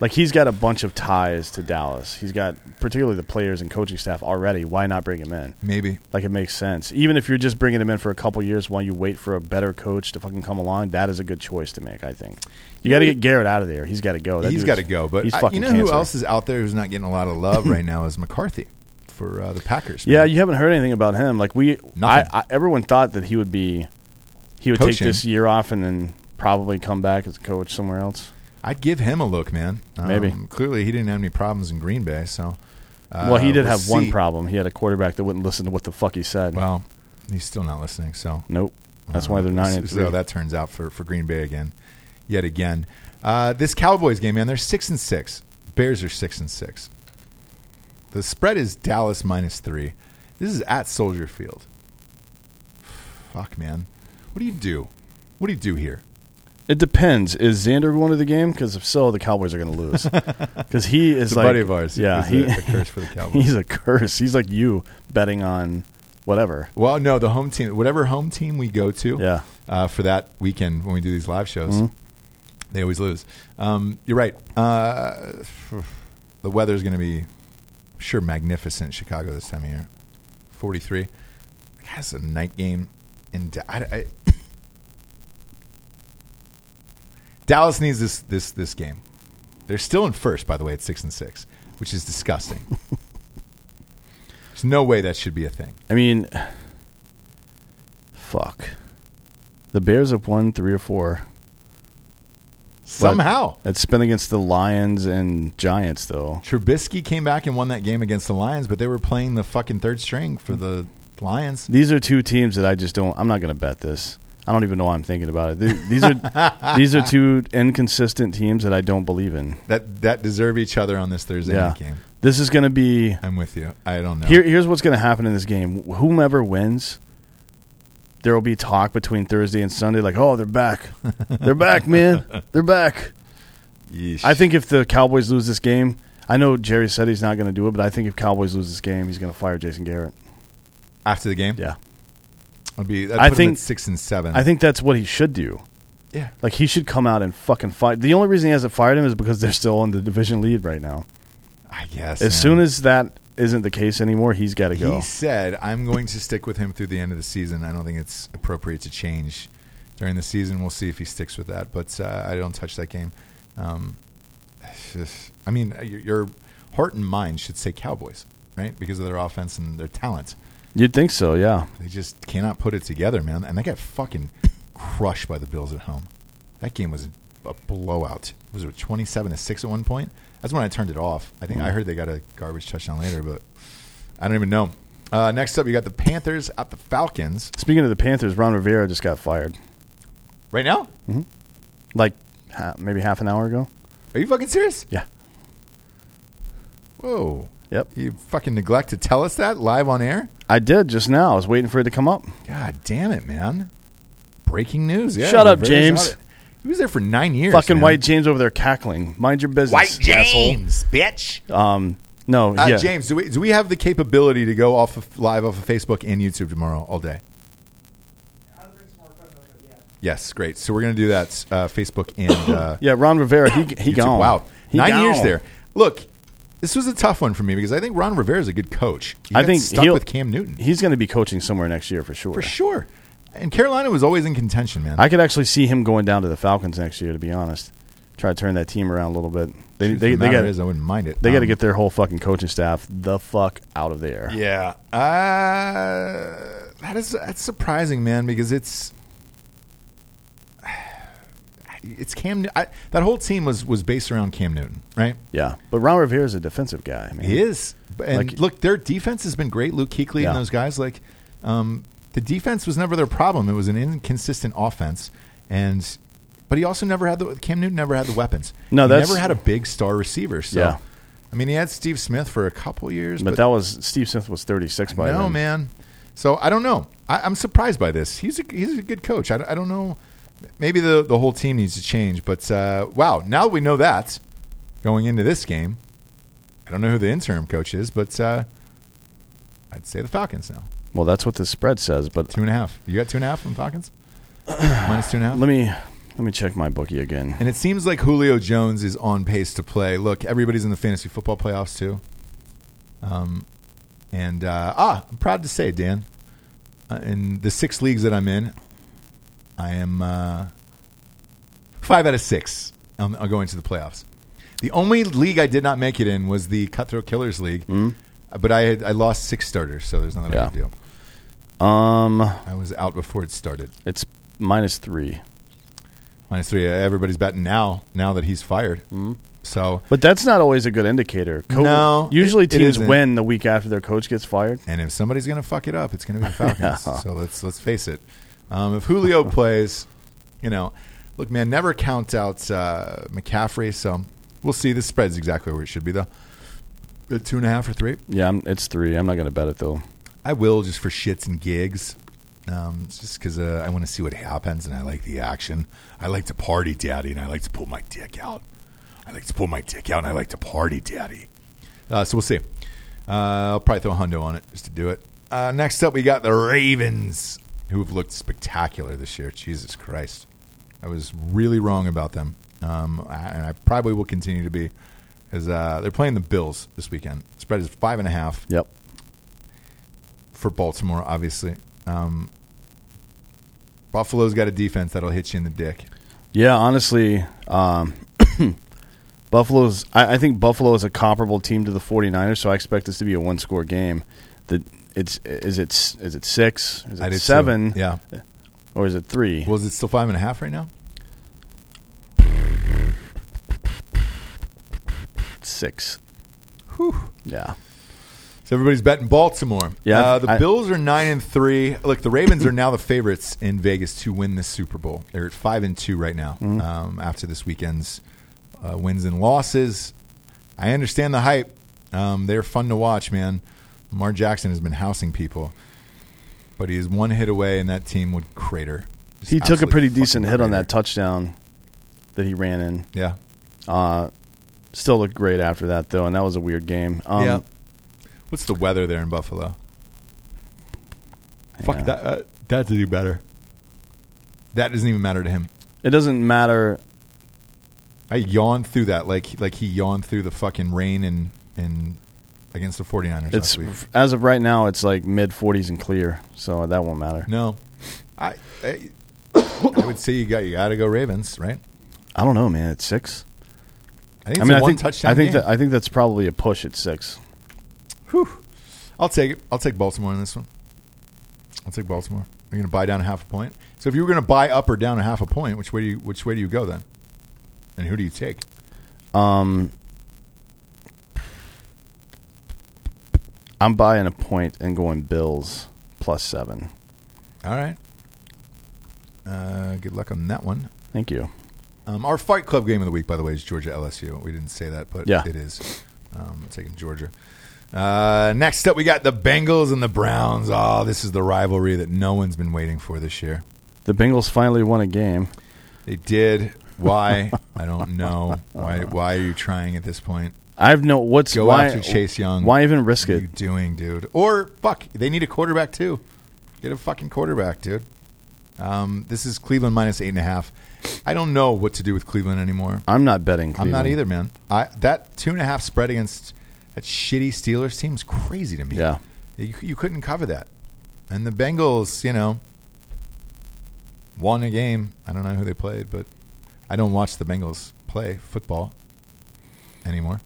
Like he's got a bunch of ties to Dallas. He's got particularly the players and coaching staff already. Why not bring him in?
Maybe
Like it makes sense. Even if you're just bringing him in for a couple years while you wait for a better coach to fucking come along, that is a good choice to make. I think you got to get Garrett out of there. He's got to go. That
he's
dude's-
got to go. But
he's
I-
fucking
you know who
cancer.
else is out there who's not getting a lot of love right now is McCarthy for uh, the Packers.
Yeah,
man.
you haven't heard anything about him. Like we, I,
Nothing.
I, everyone thought that he would be, he would take
Coaching.
this year off and then probably come back as a coach somewhere else.
I'd give him a look, man. Um,
Maybe.
clearly he didn't have any problems in Green Bay, so uh,
well, he did
we'll
have one
see.
problem. He had a quarterback that wouldn't listen to what the fuck he said.
Well, he's still not listening, so
Nope. That's why they're
Uh,
nine
so-
and three.
So that turns out for, for Green Bay again, yet again. Uh, this Cowboys game, man, they're six and six. Bears are six and six. The spread is Dallas minus three. This is at Soldier Field. Fuck, man. What do you do? What do you do here?
it depends. Is Xander going to the game? Because if so, the Cowboys are going to lose. Because he is
It's a
like
buddy of ours.
Yeah,
he,
he,
a, a curse for the Cowboys.
he's a curse. He's like you betting on whatever.
well, no, the home team, whatever home team we go to,
Yeah.
uh, for that weekend when we do these live shows. They always lose. Um, you're right. Uh, the weather's going to be, I'm sure, magnificent in Chicago this time of year. 43. That's a night game. In Da- I, I- Dallas needs this, this, this game. They're still in first, by the way, at 6 and 6, which is disgusting. There's no way that should be a thing.
I mean, fuck. The Bears have won three or four.
Somehow.
It's been against the Lions and Giants, though.
Trubisky came back and won that game against the Lions, but they were playing the fucking third string for the Lions.
These are two teams that I just don't. I'm not going to bet this. I don't even know why I'm thinking about it. Th- These are these are two inconsistent teams that I don't believe in.
That that deserve each other on this Thursday
Yeah,
night game.
this is going to be
I'm with you. I don't know.
Here, here's what's going to happen in this game. Whomever wins, there will be talk between Thursday and Sunday, like, "Oh, they're back, they're back, man, they're back."
Yeesh.
I think if the Cowboys lose this game, I know Jerry said he's not going to do it, but I think if Cowboys lose this game, he's going to fire Jason Garrett.
after the game,
Yeah,
I'll be. I'd
I
put 'em
think-
at six and seven.
I think that's what he should do.
yeah.
Like he should come out and fucking fight. The only reason he hasn't fired him is because they're still in the division lead right now.
I guess
As soon as that isn't the case anymore, he's got to
he
go.
said, "I'm going to stick with him through the end of the season," I don't think it's appropriate to change during the season. We'll see if he sticks with that, but uh, I don't touch that game. Um, it's just- I mean, your, your heart and mind should say Cowboys, right? Because of their offense and their talent.
You'd think so, yeah.
They just cannot put it together, man. And they got fucking crushed by the Bills at home. That game was a blowout. Was it twenty-seven to six at one
Mm-hmm.
point? That's when I turned it off. I think I heard they got a garbage touchdown later, but I don't even know. Uh, next up, you got the Panthers at the Falcons.
Speaking of the Panthers, Ron Rivera just got fired.
Right now?
Like ha- maybe half an hour ago.
Are you fucking serious?
Yeah.
Whoa.
Yep.
You fucking neglect to tell us that live on air?
I did just now. I was waiting for it to come up.
God damn it, man. Breaking news. Yeah,
Shut up,
Rivera's
James.
out. He was there for nine years.
Fucking
man.
White James over there cackling. Mind your business.
White
asshole.
James, bitch.
Um, no,
Uh,
yeah.
James, do we, do we have the capability to go off of, live off of Facebook and YouTube tomorrow all day? Yes, great. So we're going to do that uh, Facebook and uh,
Yeah, Ron Rivera, he, he
YouTube.
gone.
Wow,
He
nine
gone.
years there. Look, this was a tough one for me because I think Ron Rivera is a good coach. He
I
got
think
stuck
he'll-
with Cam Newton
He's going to be coaching somewhere next year for sure.
for sure, and Carolina was always in contention, man.
I could actually see him going down to the Falcons next year, to be honest. Try to turn that team around a little bit. They,
Truth
they,
of the
they,
matter
got,
is, I wouldn't mind it.
they got to
Um,
get their whole fucking coaching staff the fuck out of there.
Yeah, uh, that is that's surprising, man. Because it's it's Cam. I, that whole team was was based around Cam Newton, right?
Yeah. But Ron Rivera is a defensive guy. Man.
He is. And
Like-
look, their defense has been great. Luke Kuechly
Yeah.
and those guys. Like, um, the defense was never their problem. It was an inconsistent offense, and but he also never had the Cam Newton never had the weapons.
No,
He
that's-
never had a big star receiver. So,
Yeah.
I mean, he had Steve Smith for a couple years,
But, that was Steve Smith was 36 by
no
then.
man. So I don't know. I, I'm surprised by this. He's a he's a good coach. I, don't- I don't know. Maybe the the whole team needs to change. But uh, wow, now that we know that going into this game, I don't know who the interim coach is, but uh, I'd say the Falcons now
Well, that's what the spread says, but
two and a half. You got two and a half from Falcons minus two and a half.
let me let me check my bookie again.
And it seems like Julio Jones is on pace to play. Look, everybody's in the fantasy football playoffs too. Um, and uh, ah, I'm proud to say, Dan, uh, in the six leagues that I'm in, I am uh, five out of six. I'm, I'll go into the playoffs. The only league I did not make it in was the Cutthroat Killers League, Uh, but I had, I lost six starters, so there's nothing
Yeah.
I could do.
Um,
I was out before it started.
it's minus three.
Minus three. Everybody's betting now. Now that he's fired, so
But that's not always a good indicator.
No,
usually
it- it
teams
isn't.
win the week after their coach gets fired.
And if somebody's going to fuck it up, it's going to be the Falcons. So let's let's face it. Um, if Julio plays, you know, look, man, never count out uh, McCaffrey. So we'll see. The spread's exactly where it should be, though. Uh, Two and a half or three.
Yeah, I'm, it's three. I'm not going to bet it though.
I will just for shits and gigs, um, just because uh, I want to see what happens and I like the action. I like to party, daddy, and I like to pull my dick out. I like to pull my dick out and I like to party, daddy. Uh, so we'll see. Uh, I'll probably throw a hundo on it just to do it. Uh, next up, we got the Ravens, who have looked spectacular this year. Jesus Christ. I was really wrong about them. Um, I- and I probably will continue to be because uh, they're playing the Bills this weekend. Spread is five and a half
Yep.
for Baltimore, obviously. Um, Buffalo's got a defense that'll hit you in the dick.
Yeah, honestly, um, Buffalo's. I, I think Buffalo is a comparable team to the 49ers, so I expect this to be a one score game. That it's is it s- is it six? Is
I
it
did too.
seven?
Yeah.
Or is it three?
Was it still five and a half right now?
six. Yeah.
So everybody's betting Baltimore.
Yeah,
Uh, the
I-
Bills are nine and three. Look, the Ravens are now the favorites in Vegas to win this Super Bowl. They're at five and two right now
Mm-hmm.
um, after this weekend's uh, wins and losses. I understand the hype. Um, they're fun to watch, man. Lamar Jackson has been housing people, but he is one hit away, and that team would crater. Just
He took a
absolutely
pretty
fucking
decent hit on
crater.
that touchdown that he ran in.
Yeah.
Uh, still looked great after that though, and that was a weird game. Um,
yeah. What's the weather there in Buffalo?
Yeah.
Fuck that. Uh, that to do better. That doesn't even matter to him.
It doesn't matter.
I yawned through that, like like he yawned through the fucking rain and and against the 49ers
It's
last week.
as of right now, it's like mid 40s and clear, so that won't matter.
No, I, I I would say you got you got to go Ravens, right?
I don't know, man. It's six.
I think
I
it's
mean,
a
I
one
think
touchdown.
I think
game.
that I think that's probably a push at six.
Whew. I'll take it. I'll take Baltimore in this one. I'll take Baltimore. You're going to buy down a half a point. So if you were going to buy up or down a half a point, which way do you which way do you go then? And who do you take?
Um, I'm buying a point and going Bills plus seven.
All right. Uh, good luck on that one.
Thank you.
Um, our Fight Club game of the week, by the way, is Georgia LSU. We didn't say that, but
Yeah.
it is. Um, I'm taking Georgia. Uh, next up, we got the Bengals and the Browns. Oh, this is the rivalry that no one's been waiting for this year.
The Bengals finally won a game.
They did. Why? I don't know. Why? Why are you trying at this point?
I have no what's
Go
why,
after Chase Young.
Why even risk
What are
it?
you doing, dude? Or fuck, they need a quarterback too. Get a fucking quarterback, dude. Um, this is Cleveland minus eight and a half. I don't know what to do with Cleveland anymore.
I'm not betting.
I'm
Cleveland.
not either, man. I that two and a half spread against that shitty Steelers team's crazy to me.
Yeah.
you, you couldn't cover that, and the Bengals, you know, won a game. I don't know who they played, but I don't watch the Bengals play football anymore.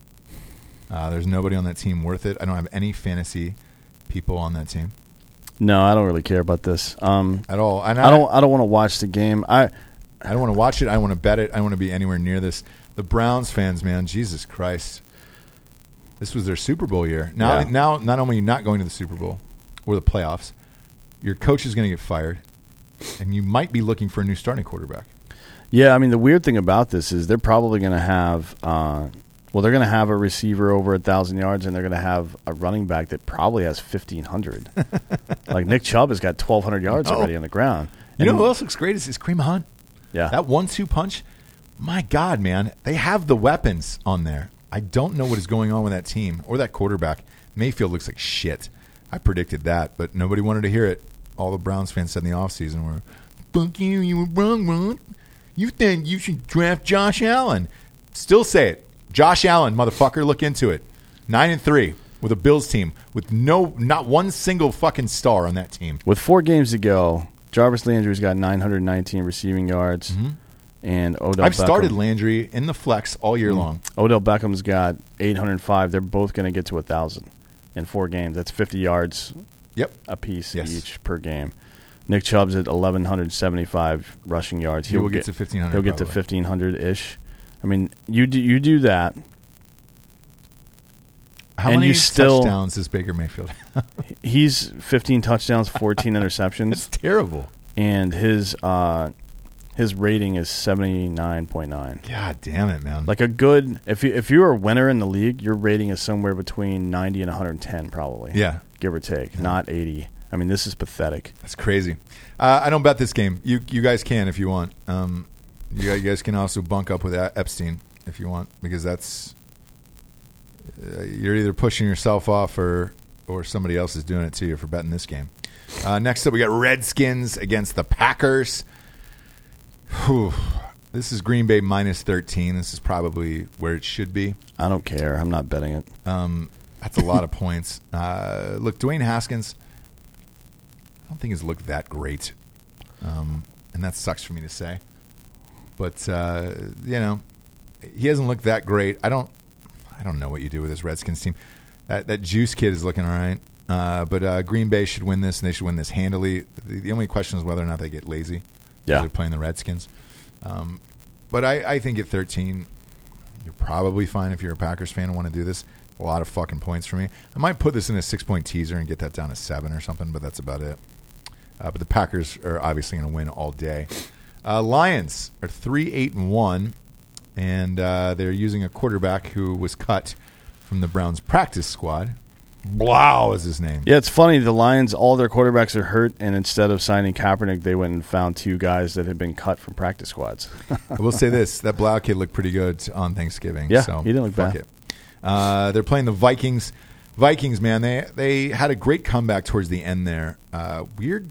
Uh, there's nobody on that team worth it. I don't have any fantasy people on that team
No, I don't really care about this. Um,
at all. And
I don't. I don't want to watch the game. I
I don't want to watch it. I don't want to bet it. I don't want to be anywhere near this. The Browns fans, man, Jesus Christ. This was their Super Bowl year. Now,
Yeah.
now, not only are you not going to the Super Bowl or the playoffs, your coach is going to get fired, and you might be looking for a new starting quarterback.
yeah. I mean, the weird thing about this is they're probably going to have. Uh, well, they're going to have a receiver over a thousand yards, and they're going to have a running back that probably has fifteen hundred. like Nick Chubb has got twelve hundred yards
Oh.
already on the ground.
You know
And-
who else looks great is, is Kareem Hunt.
Yeah.
That one-two punch, my God, man, they have the weapons on there. I don't know what is going on with that team or that quarterback. Mayfield looks like shit. I predicted that, but nobody wanted to hear it. All the Browns fans said in the offseason were, fuck you, you were wrong, Ron. You think you should draft Josh Allen. Still say it. Josh Allen, motherfucker, look into it. Nine and three with a Bills team with no not one single fucking star on that team.
With four games to go, Jarvis Landry's got 919 receiving yards, and Odell.
Mm-hmm. I've Mm. started
Beckham-
Landry in the flex all year long.
Odell Beckham's got 805. They're both going to get to a thousand in four games. That's 50 yards
Yep.
a piece
Yes.
each per game. Nick Chubb's at 1175 rushing yards.
He will get to 1,500,
He'll
by
get to
the way.
1500 ish. I mean, you do you do that.
How
And
many
you still-
touchdowns does Baker Mayfield have?
He's 15 touchdowns, 14 interceptions,
terrible.
and his uh, his rating is 79.9.
God damn it, man.
Like a good if you if you're a winner in the league, your rating is somewhere between 90 and 110 probably.
Yeah.
Give or take, not 80. I mean, this is pathetic.
That's crazy. Uh, I don't bet this game. You you guys can if you want. Um, you, guys- you guys can also bunk up with E- Epstein if you want because that's uh, you're either pushing yourself off or or somebody else is doing it to you for betting this game. Uh, next up, we got Redskins against the Packers. Whew. This is Green Bay minus thirteen. This is probably where it should be.
I don't care. I'm not betting it.
Um, that's a lot of points. Uh, look, Dwayne Haskins, I don't think has looked that great, um, and that sucks for me to say. But uh, you know, he hasn't looked that great. I don't, I don't know what you do with this Redskins team. That that Juice kid is looking all right, uh, but uh, Green Bay should win this, and they should win this handily. The, the only question is whether or not they get lazy.
Yeah.
they're playing the Redskins. Um, but I, I think at 13, you're probably fine if you're a Packers fan and want to do this. A lot of fucking points for me. I might put this in a six point teaser and get that down to seven or something, but that's about it. Uh, but the Packers are obviously going to win all day. Uh, Lions are three eight and one, and uh, they're using a quarterback who was cut from the Browns practice squad. Blau is his name.
Yeah, it's funny. The Lions, all their quarterbacks are hurt, and instead of signing Kaepernick, they went and found two guys that had been cut from practice squads.
I will say this: that Blau kid looked pretty good on Thanksgiving.
Yeah,
so
he didn't look
fuck
bad.
it. Uh, they're playing the Vikings. Vikings, man, they they had a great comeback towards the end there. Uh, weird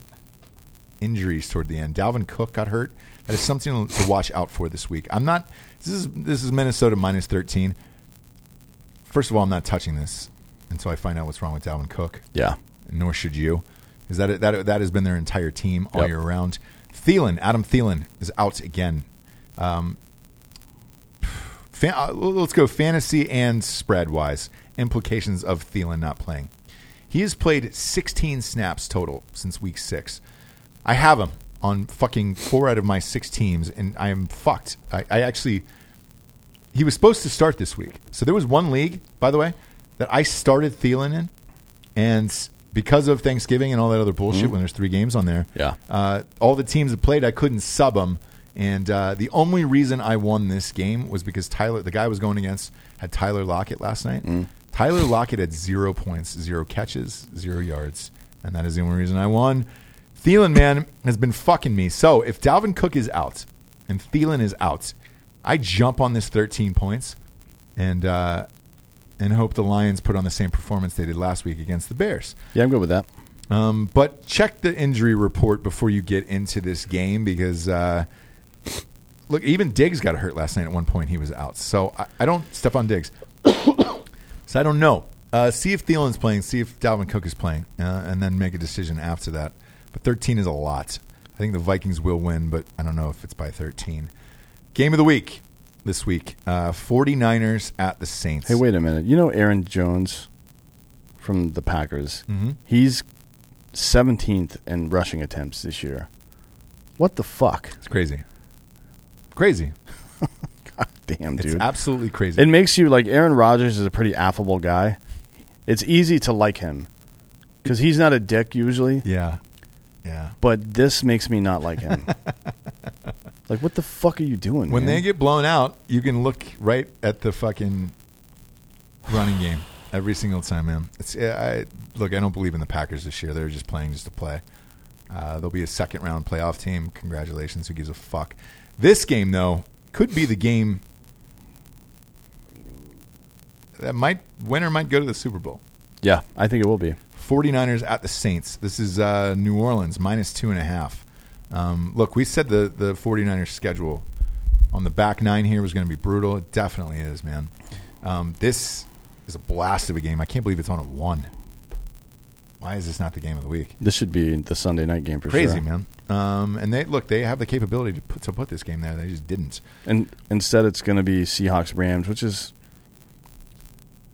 injuries toward the end. Dalvin Cook got hurt. That is something to watch out for this week. I'm not. This is this is Minnesota minus 13. First of all, I'm not touching this until I find out what's wrong with Dalvin Cook
yeah,
nor should you. Is that that that has been their entire team all
Yep.
year round? Thielen, Adam Thielen is out again. Um, fan, uh, let's go fantasy and spread wise implications of Thielen not playing. He has played 16 snaps total since week six. I have him on fucking four out of my six teams, and I am fucked. I, I actually he was supposed to start this week. So there was one league, by the way, that I started Thielen in, And s- because of Thanksgiving and all that other bullshit, when there's three games on there,
Yeah.
uh, all the teams that played, I couldn't sub them. And uh, the only reason I won this game was because Tyler, the guy I was going against, had Tyler Lockett last night. Tyler Lockett had zero points, zero catches, zero yards. And that is the only reason I won. Thielen, man, has been fucking me. So if Dalvin Cook is out and Thielen is out, I jump on this 13 points and uh, and hope the Lions put on the same performance they did last week against the Bears.
Yeah, I'm good with that.
Um, but check the injury report before you get into this game because uh, look, even Diggs got hurt last night. At one point, he was out. So I, I don't step on Diggs. so I don't know. Uh, see if Thielen's playing. See if Dalvin Cook is playing, uh, and then make a decision after that. But 13 is a lot. I think the Vikings will win, but I don't know if it's by 13. Game of the week this week: uh, 49ers at the Saints.
Hey, wait a minute. You know Aaron Jones from the Packers?
Mhm.
He's 17th in rushing attempts this year. What the fuck?
It's crazy. Crazy.
God damn,
It's
dude.
absolutely crazy.
it makes you like Aaron Rodgers is a pretty affable guy. It's easy to like him because he's not a dick usually,
yeah. Yeah.
but this makes me not like him. like, what the fuck are you doing?
When
man?
they get blown out, you can look right at the fucking running game every single time, man. It's I look. I don't believe in the Packers this year. They're just playing just to play. Uh, they'll be a second round playoff team. Congratulations. Who gives a fuck? This game though could be the game that might winner might go to the Super Bowl.
yeah, I think it will be.
49ers at the Saints. This is uh, New Orleans, minus two and a half. Um, look, we said the, the 49ers schedule on the back nine here was going to be brutal. It definitely is, man. Um, this is a blast of a game. I can't believe it's on at one. Why is this not the game of the week?
This should be the Sunday night game for
Crazy,
sure.
man. Um, and they look, they have the capability to put, to put this game there. They just didn't.
And instead, it's going to be Seahawks Rams, which is.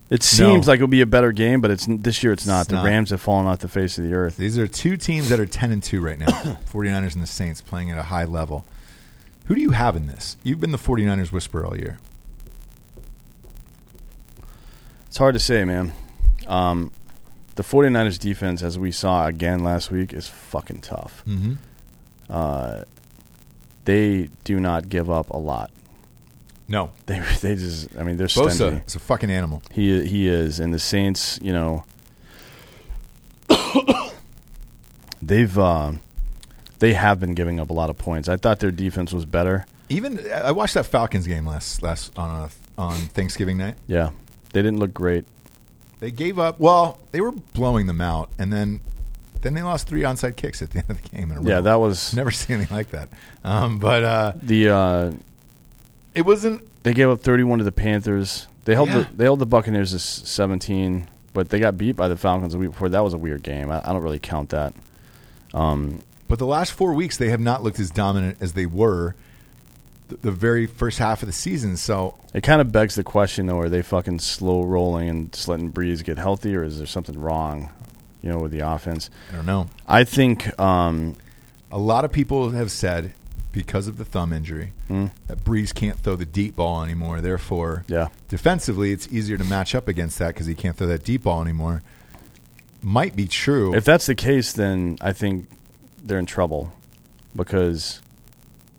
It seems like it'll be a better game, but it's this year. It's not.
It's
the
not.
Rams have fallen off the face of the earth.
These are two teams that are 10 and 2 right now 49ers and the Saints playing at a high level. Who do you have in this? You've been the 49ers whisperer all year.
It's hard to say, man. Um, the 49ers defense, as we saw again last week, is fucking tough.
Mm-hmm.
Uh, they do not give up a lot.
No,
They they just, I mean, they're
Bosa
stingy.
is a fucking animal.
He he is, and the Saints, you know, they've uh, they have been giving up a lot of points. I thought their defense was better.
Even I watched that Falcons game last last on a, on Thanksgiving night.
Yeah, they didn't look great.
They gave up. Well, they were blowing them out, and then then they lost three onside kicks at the end of the game. In a row.
Yeah, that was
never seen anything like that. Um, but uh,
the uh,
it wasn't.
they gave up 31 to the Panthers. They held
Yeah.
the, they held the Buccaneers to s- 17, but they got beat by the Falcons the week before. That was a weird game. I, I don't really count that. Um,
But the last four weeks, they have not looked as dominant as they were the, the very first half of the season. So
it kind of begs the question though: Are they fucking slow rolling and just letting Breeze get healthy, or is there something wrong, you know, with the offense?
I don't know.
I think um,
A lot of people have said because of the thumb injury
hmm,
that Breeze can't throw the deep ball anymore. Therefore,
Yeah.
defensively, it's easier to match up against that because he can't throw that deep ball anymore. Might be true.
if that's the case, then I think they're in trouble because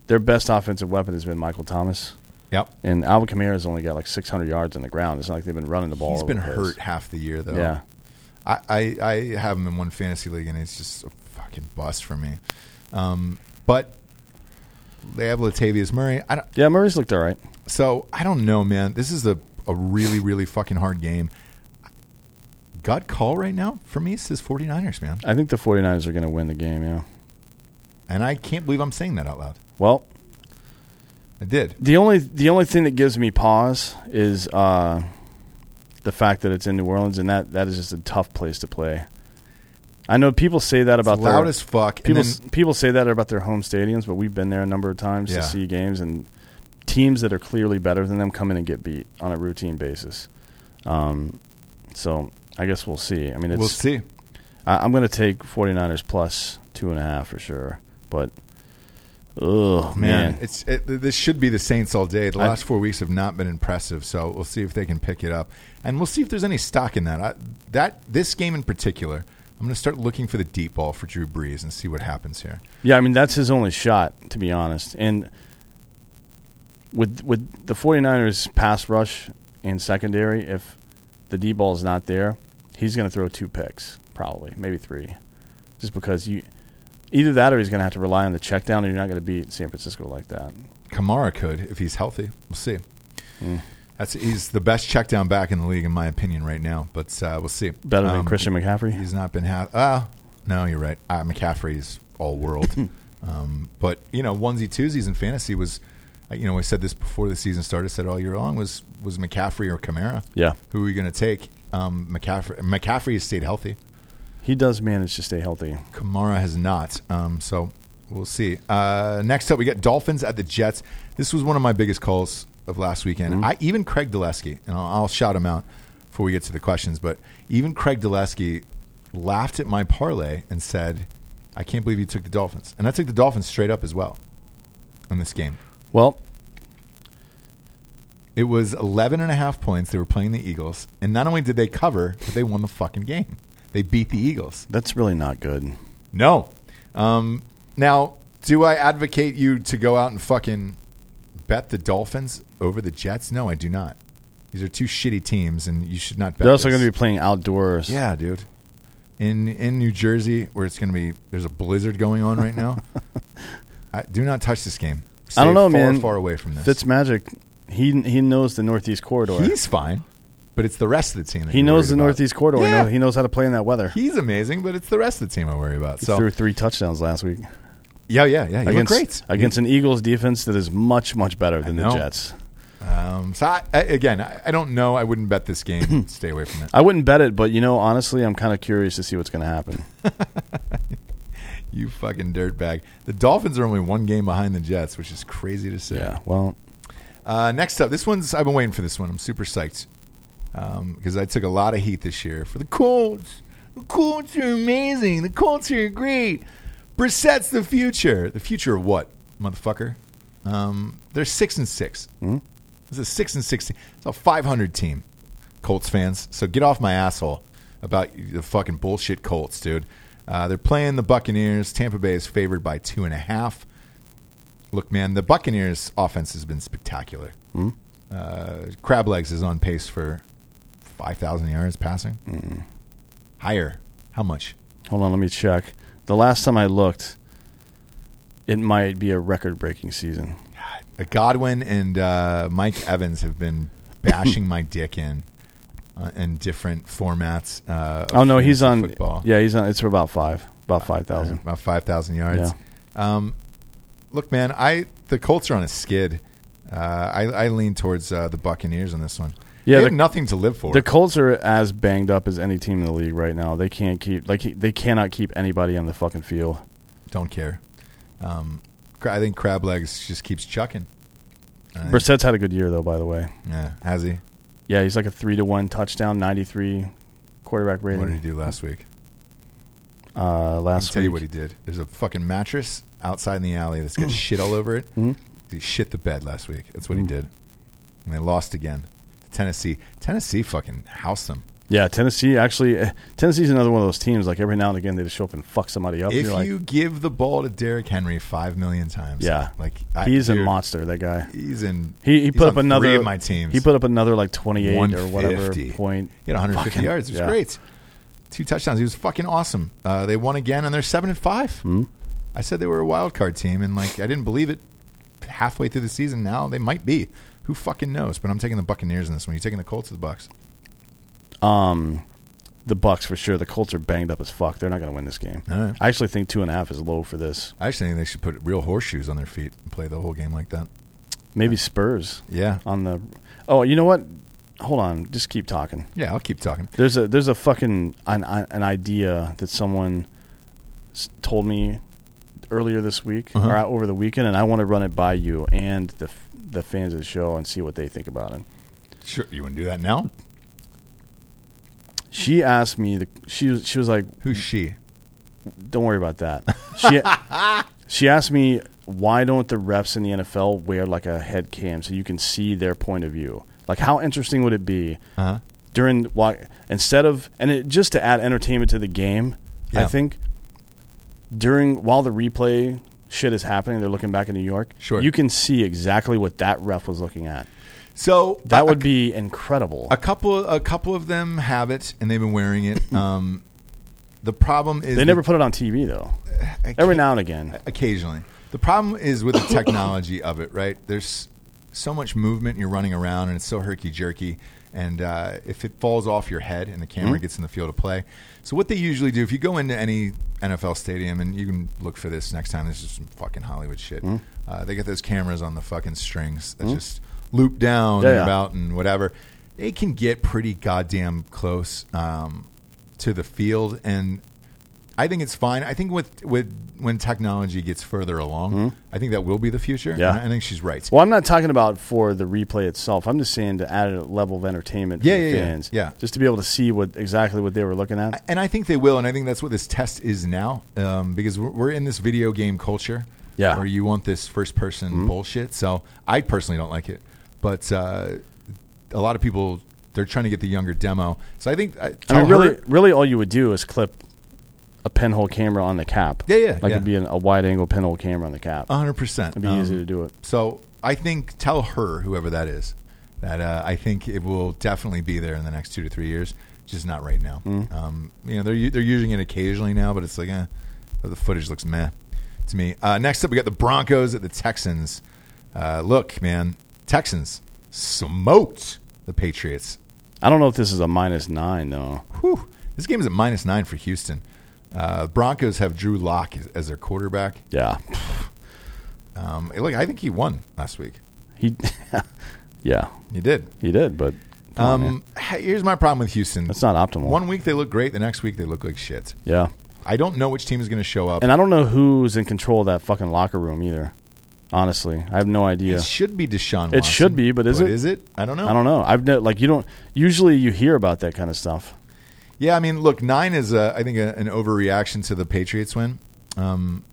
their best offensive weapon has been Michael Thomas,
yep.
and Alvin Kamara's only got like 600 yards on the ground. It's not like they've been running the ball.
He's
over
been
the place.
hurt half the year though.
Yeah,
I, I, I have him in one fantasy league and it's just a fucking bust for me. Um, but they have Latavius Murray. I don't,
yeah. Murray's looked all right.
So I don't know, man. This is a, a really, really fucking hard game. Gut call right now for me says 49ers, man.
I think the 49ers are going to win the game. Yeah.
And I can't believe I'm saying that out loud.
Well,
I did.
the only the only thing that gives me pause is uh, the fact that it's in New Orleans, and that that is just a tough place to play. I know people say that about
It's loud
their,
as fuck. And
People
then-
people say that about their home stadiums, but we've been there a number of times
Yeah.
to see games and teams that are clearly better than them come in and get beat on a routine basis. Um, so I guess we'll see. I mean, it's,
we'll see.
I, I'm going to take 49ers plus two and a half for sure, but Oh man,
It's it, this should be the Saints all day. The last four weeks have not been impressive, so we'll see if they can pick it up, and we'll see if there's any stock in that. I, that this game in particular, I'm going to start looking for the deep ball for Drew Brees and see what happens here.
yeah. I mean, that's his only shot, to be honest. And with with the 49ers pass rush and secondary, if the D ball is not there, he's going to throw two picks, probably maybe three, just because you either that or he's going to have to rely on the check down, and you're not going to beat San Francisco like that.
Kamara could if he's healthy. We'll see.
Hmm.
That's he's the best check down back in the league in my opinion right now, but uh, we'll see.
Better than
Um,
Christian McCaffrey.
He's not been ha Uh, no, you're right. Uh, McCaffrey's all world. um, but you know, onesie twosies in fantasy was, uh, you know, I said this before the season started. Said all year long was was McCaffrey or Kamara.
Yeah.
Who are you going to take? Um, McCaffrey. McCaffrey has stayed healthy.
He does manage to stay healthy.
Kamara has not. Um, so we'll see. Uh, next up, we got Dolphins at the Jets. This was one of my biggest calls of last weekend. I even Craig Dulesky, and I'll, I'll shout him out before we get to the questions. But even Craig Dulesky laughed at my parlay and said, "I can't believe you took the Dolphins," and I took the Dolphins straight up as well in this game.
Well,
It was 11 and a half points. They were playing the Eagles, and not only did they cover, but they won the fucking game. They beat the Eagles.
that's really not good.
No. Um, now, do I advocate you to go out and fucking bet the Dolphins over the Jets? No, I do not. These are two shitty teams, and you should not bet.
They're also
this.
going to be playing outdoors.
yeah, dude. In in New Jersey, where it's going to be, there's a blizzard going on right now. I, do not touch this game.
I don't
Stay
know,
far,
man.
Far away from this.
Fitzmagic, he he knows the Northeast corridor.
He's fine, but it's the rest of the team. That
he
you're
knows
worried
the
about.
Northeast corridor. He
Yeah.
know- He knows how to play in that weather.
He's amazing, but it's the rest of the team I worry about.
He
So
threw three touchdowns last week
yeah, yeah, yeah. You look
against
great
against an Eagles defense that is much much better than the
know.
Jets.
Um, so I, I, again, I, I don't know. I wouldn't bet this game. Stay away from it.
I wouldn't bet it, but you know, honestly, I'm kind of curious to see what's going to happen.
You fucking dirtbag. The Dolphins are only one game behind the Jets, which is crazy to say.
Yeah. Well,
Uh, next up, this one's. I've been waiting for this one. I'm super psyched because I took a lot of heat this year for the Colts. The Colts are amazing. The Colts are great. Brissett's the future. The future of what, motherfucker? Um, they're six and six. It's a six and six. team. It's a 500 team, Colts fans. So get off my asshole about the fucking bullshit Colts, dude. Uh, they're playing the Buccaneers. Tampa Bay is favored by two and a half. Look, man, the Buccaneers' offense has been spectacular.
mm,
Uh, Crab Legs is on pace for 5,000 yards passing. Higher. How much?
mm. hold on, let me check. The last time I looked, it might be a record-breaking season.
Uh, Godwin and uh, Mike Evans have been bashing my dick in uh, in different formats. Uh, of
Oh no, he's
fantasy
on.
football.
Yeah, he's on. It's for about five, about five thousand.
about five thousand yards. Um, look, man, I the Colts are on a skid. Uh, I, I lean towards uh, the Buccaneers on this one.
Yeah,
they
the-
have nothing to live for.
The Colts are as banged up as any team in the league right now. They can't keep like they cannot keep anybody on the fucking field.
Don't care. Um, Cra- I think Crab Legs just keeps chucking. I think-
Brissett's had a good year though, by the way.
yeah, has he?
Yeah, he's like a three to one touchdown, ninety three quarterback
What did he
rating.
do last week?
Uh,
I'll
last
tell you
week. Mm.
what he did. There's a fucking mattress outside in the alley that's got shit all over it.
Mm-hmm.
He shit the bed last week. That's what he did. And they lost again. Tennessee. Tennessee fucking housed them.
yeah, Tennessee actually. eh, Tennessee's another one of those teams. Like every now and again, they just show up and fuck somebody up.
If
You're like,
you give the ball to Derrick Henry five million times,
Yeah.
like
he's a
dude,
monster. That guy.
He's in.
He he
he's
put up
on
another.
Three of my teams.
He put up another like twenty eight or whatever
150.
point.
He had 150
Fucking-
yards. It was
yeah.
great. Two touchdowns. He was fucking awesome. Uh, they won again, and they're seven and 5
Hmm?
I said they were a wild card team, and like I didn't believe it. Halfway through the season now, they might be. Who fucking knows? But I'm taking the Buccaneers in this one. You taking the Colts or the Bucks?
Um, the Bucks for sure. The Colts are banged up as fuck. They're not going to win this game.
All right.
I actually think two and a half is low for this.
I actually think they should put real horseshoes on their feet and play the whole game like that.
Maybe Spurs
Yeah,
on the. Oh, you know what? Hold on. Just keep talking.
yeah. I'll keep talking.
There's a there's a fucking an an idea that someone s- told me earlier this week or over the weekend, and I want to run it by you and the f- the fans of the show and see what they think about it.
Sure, you want to do that now?
She asked me. The, she was she was like,
Who's she?
"Don't worry about that." She she asked me why don't the refs in the NFL wear like a head cam so you can see their point of view? Like, how interesting would it be
Uh-huh.
during why instead of and it, just to add entertainment to the game? I
Yeah.
think during while the replay shit is happening, they're looking back in New York.
Sure.
you can see exactly what that ref was looking at.
So
That
a-
would be incredible.
a couple. A couple of them have it, and they've been wearing it. Um, the problem is
they never put it on TV though.
I
Every
can't-
now and again,
occasionally. The problem is with the technology of it, right? There's so much movement, and you're running around, and it's so herky jerky. And uh, if it falls off your head and the
Mm-hmm.
camera gets in the field of play. So, what they usually do, if you go into any NFL stadium, and you can look for this next time, this is some fucking Hollywood shit.
Mm-hmm.
Uh, they get those cameras on the fucking strings that just loop down
Yeah,
and
yeah.
about and whatever. They can get pretty goddamn close um, to the field. And I think it's fine. I think with with when technology gets further along, I think that will be the future.
Hmm? Yeah.
And I think she's right.
Well, I'm not talking about for the replay itself. I'm just saying to add a level of entertainment
Yeah,
for
yeah,
the
yeah.
fans.
Yeah.
Just to be able to see what exactly what they were looking at.
And I think they will, and I think that's what this test is now, um, because we're, we're in this video game culture,
Yeah. Hmm?
where you want this first person bullshit. So I personally don't like it, but uh, a lot of people they're trying to get the younger demo. So I think uh, I,
I mean, really, really, all you would do is clip a pinhole camera on the cap.
Yeah, yeah,
Like
yeah. Um,
it'd be an, a wide angle pinhole camera on the cap.
hundred percent.
it'd be easy to do it.
So I think tell her whoever that is that uh, I think it will definitely be there in the next two to three years. Just not right now. Um, you know they're u- they're using it occasionally now, but it's like eh, the footage looks meh to me. Uh, next up, we got the Broncos at the Texans. Uh, look, man, Texans smoked the Patriots.
I don't know if this is a minus nine though.
Whew. This game is at minus nine for Houston. Uh, Broncos have Drew Lock as their quarterback.
Yeah.
Um, look, I think he won last week.
He, yeah,
He did.
he did, but come on, man.
Um, here's my problem with Houston.
that's not optimal.
One week they look great, the next week they look like shit.
yeah.
I don't know which team is going to show up.
And I don't know who's in control of that fucking locker room either. Honestly, I have no idea.
It should be Deshaun.
It should
Watson,
be, but is it?
Is it? I don't know.
I don't know. I've ne- like you don't usually you hear about that kind of stuff.
Yeah, I mean, look, nine is uh, I think a, an overreaction to the Patriots win. Um,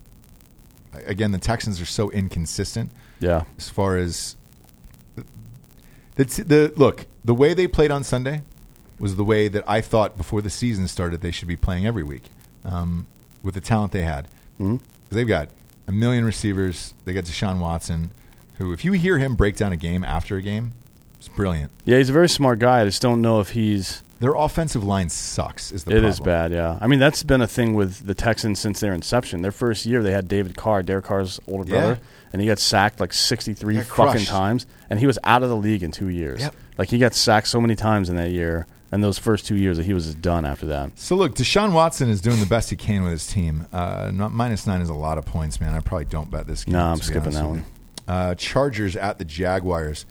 again, the Texans are so inconsistent
Yeah.
as far as the, the, the look. The way they played on Sunday was the way that I thought before the season started they should be playing every week um, with the talent they had.
Mhm.
They've got a million receivers. They got Deshaun Watson, who, if you hear him break down a game after a game, it's brilliant.
Yeah, he's a very smart guy. I just don't know if he's
Their offensive line sucks. Is the
It is
problem.
bad, yeah. I mean, that's been a thing with the Texans since their inception. Their first year, they had David Carr, Derek Carr's older
Yeah.
brother, and he got sacked like 63
Got
fucking
crushed.
times, and he was out of the league in two years.
Yep.
Like, he got sacked so many times in that year, and those first two years that he was just done after that.
So look, Deshaun Watson is doing the best he can with his team. Uh, not, minus nine is a lot of points, man. I probably don't bet this game.
No, I'm
to be
skipping
honest
that
with you. Uh, Chargers at the Jaguars.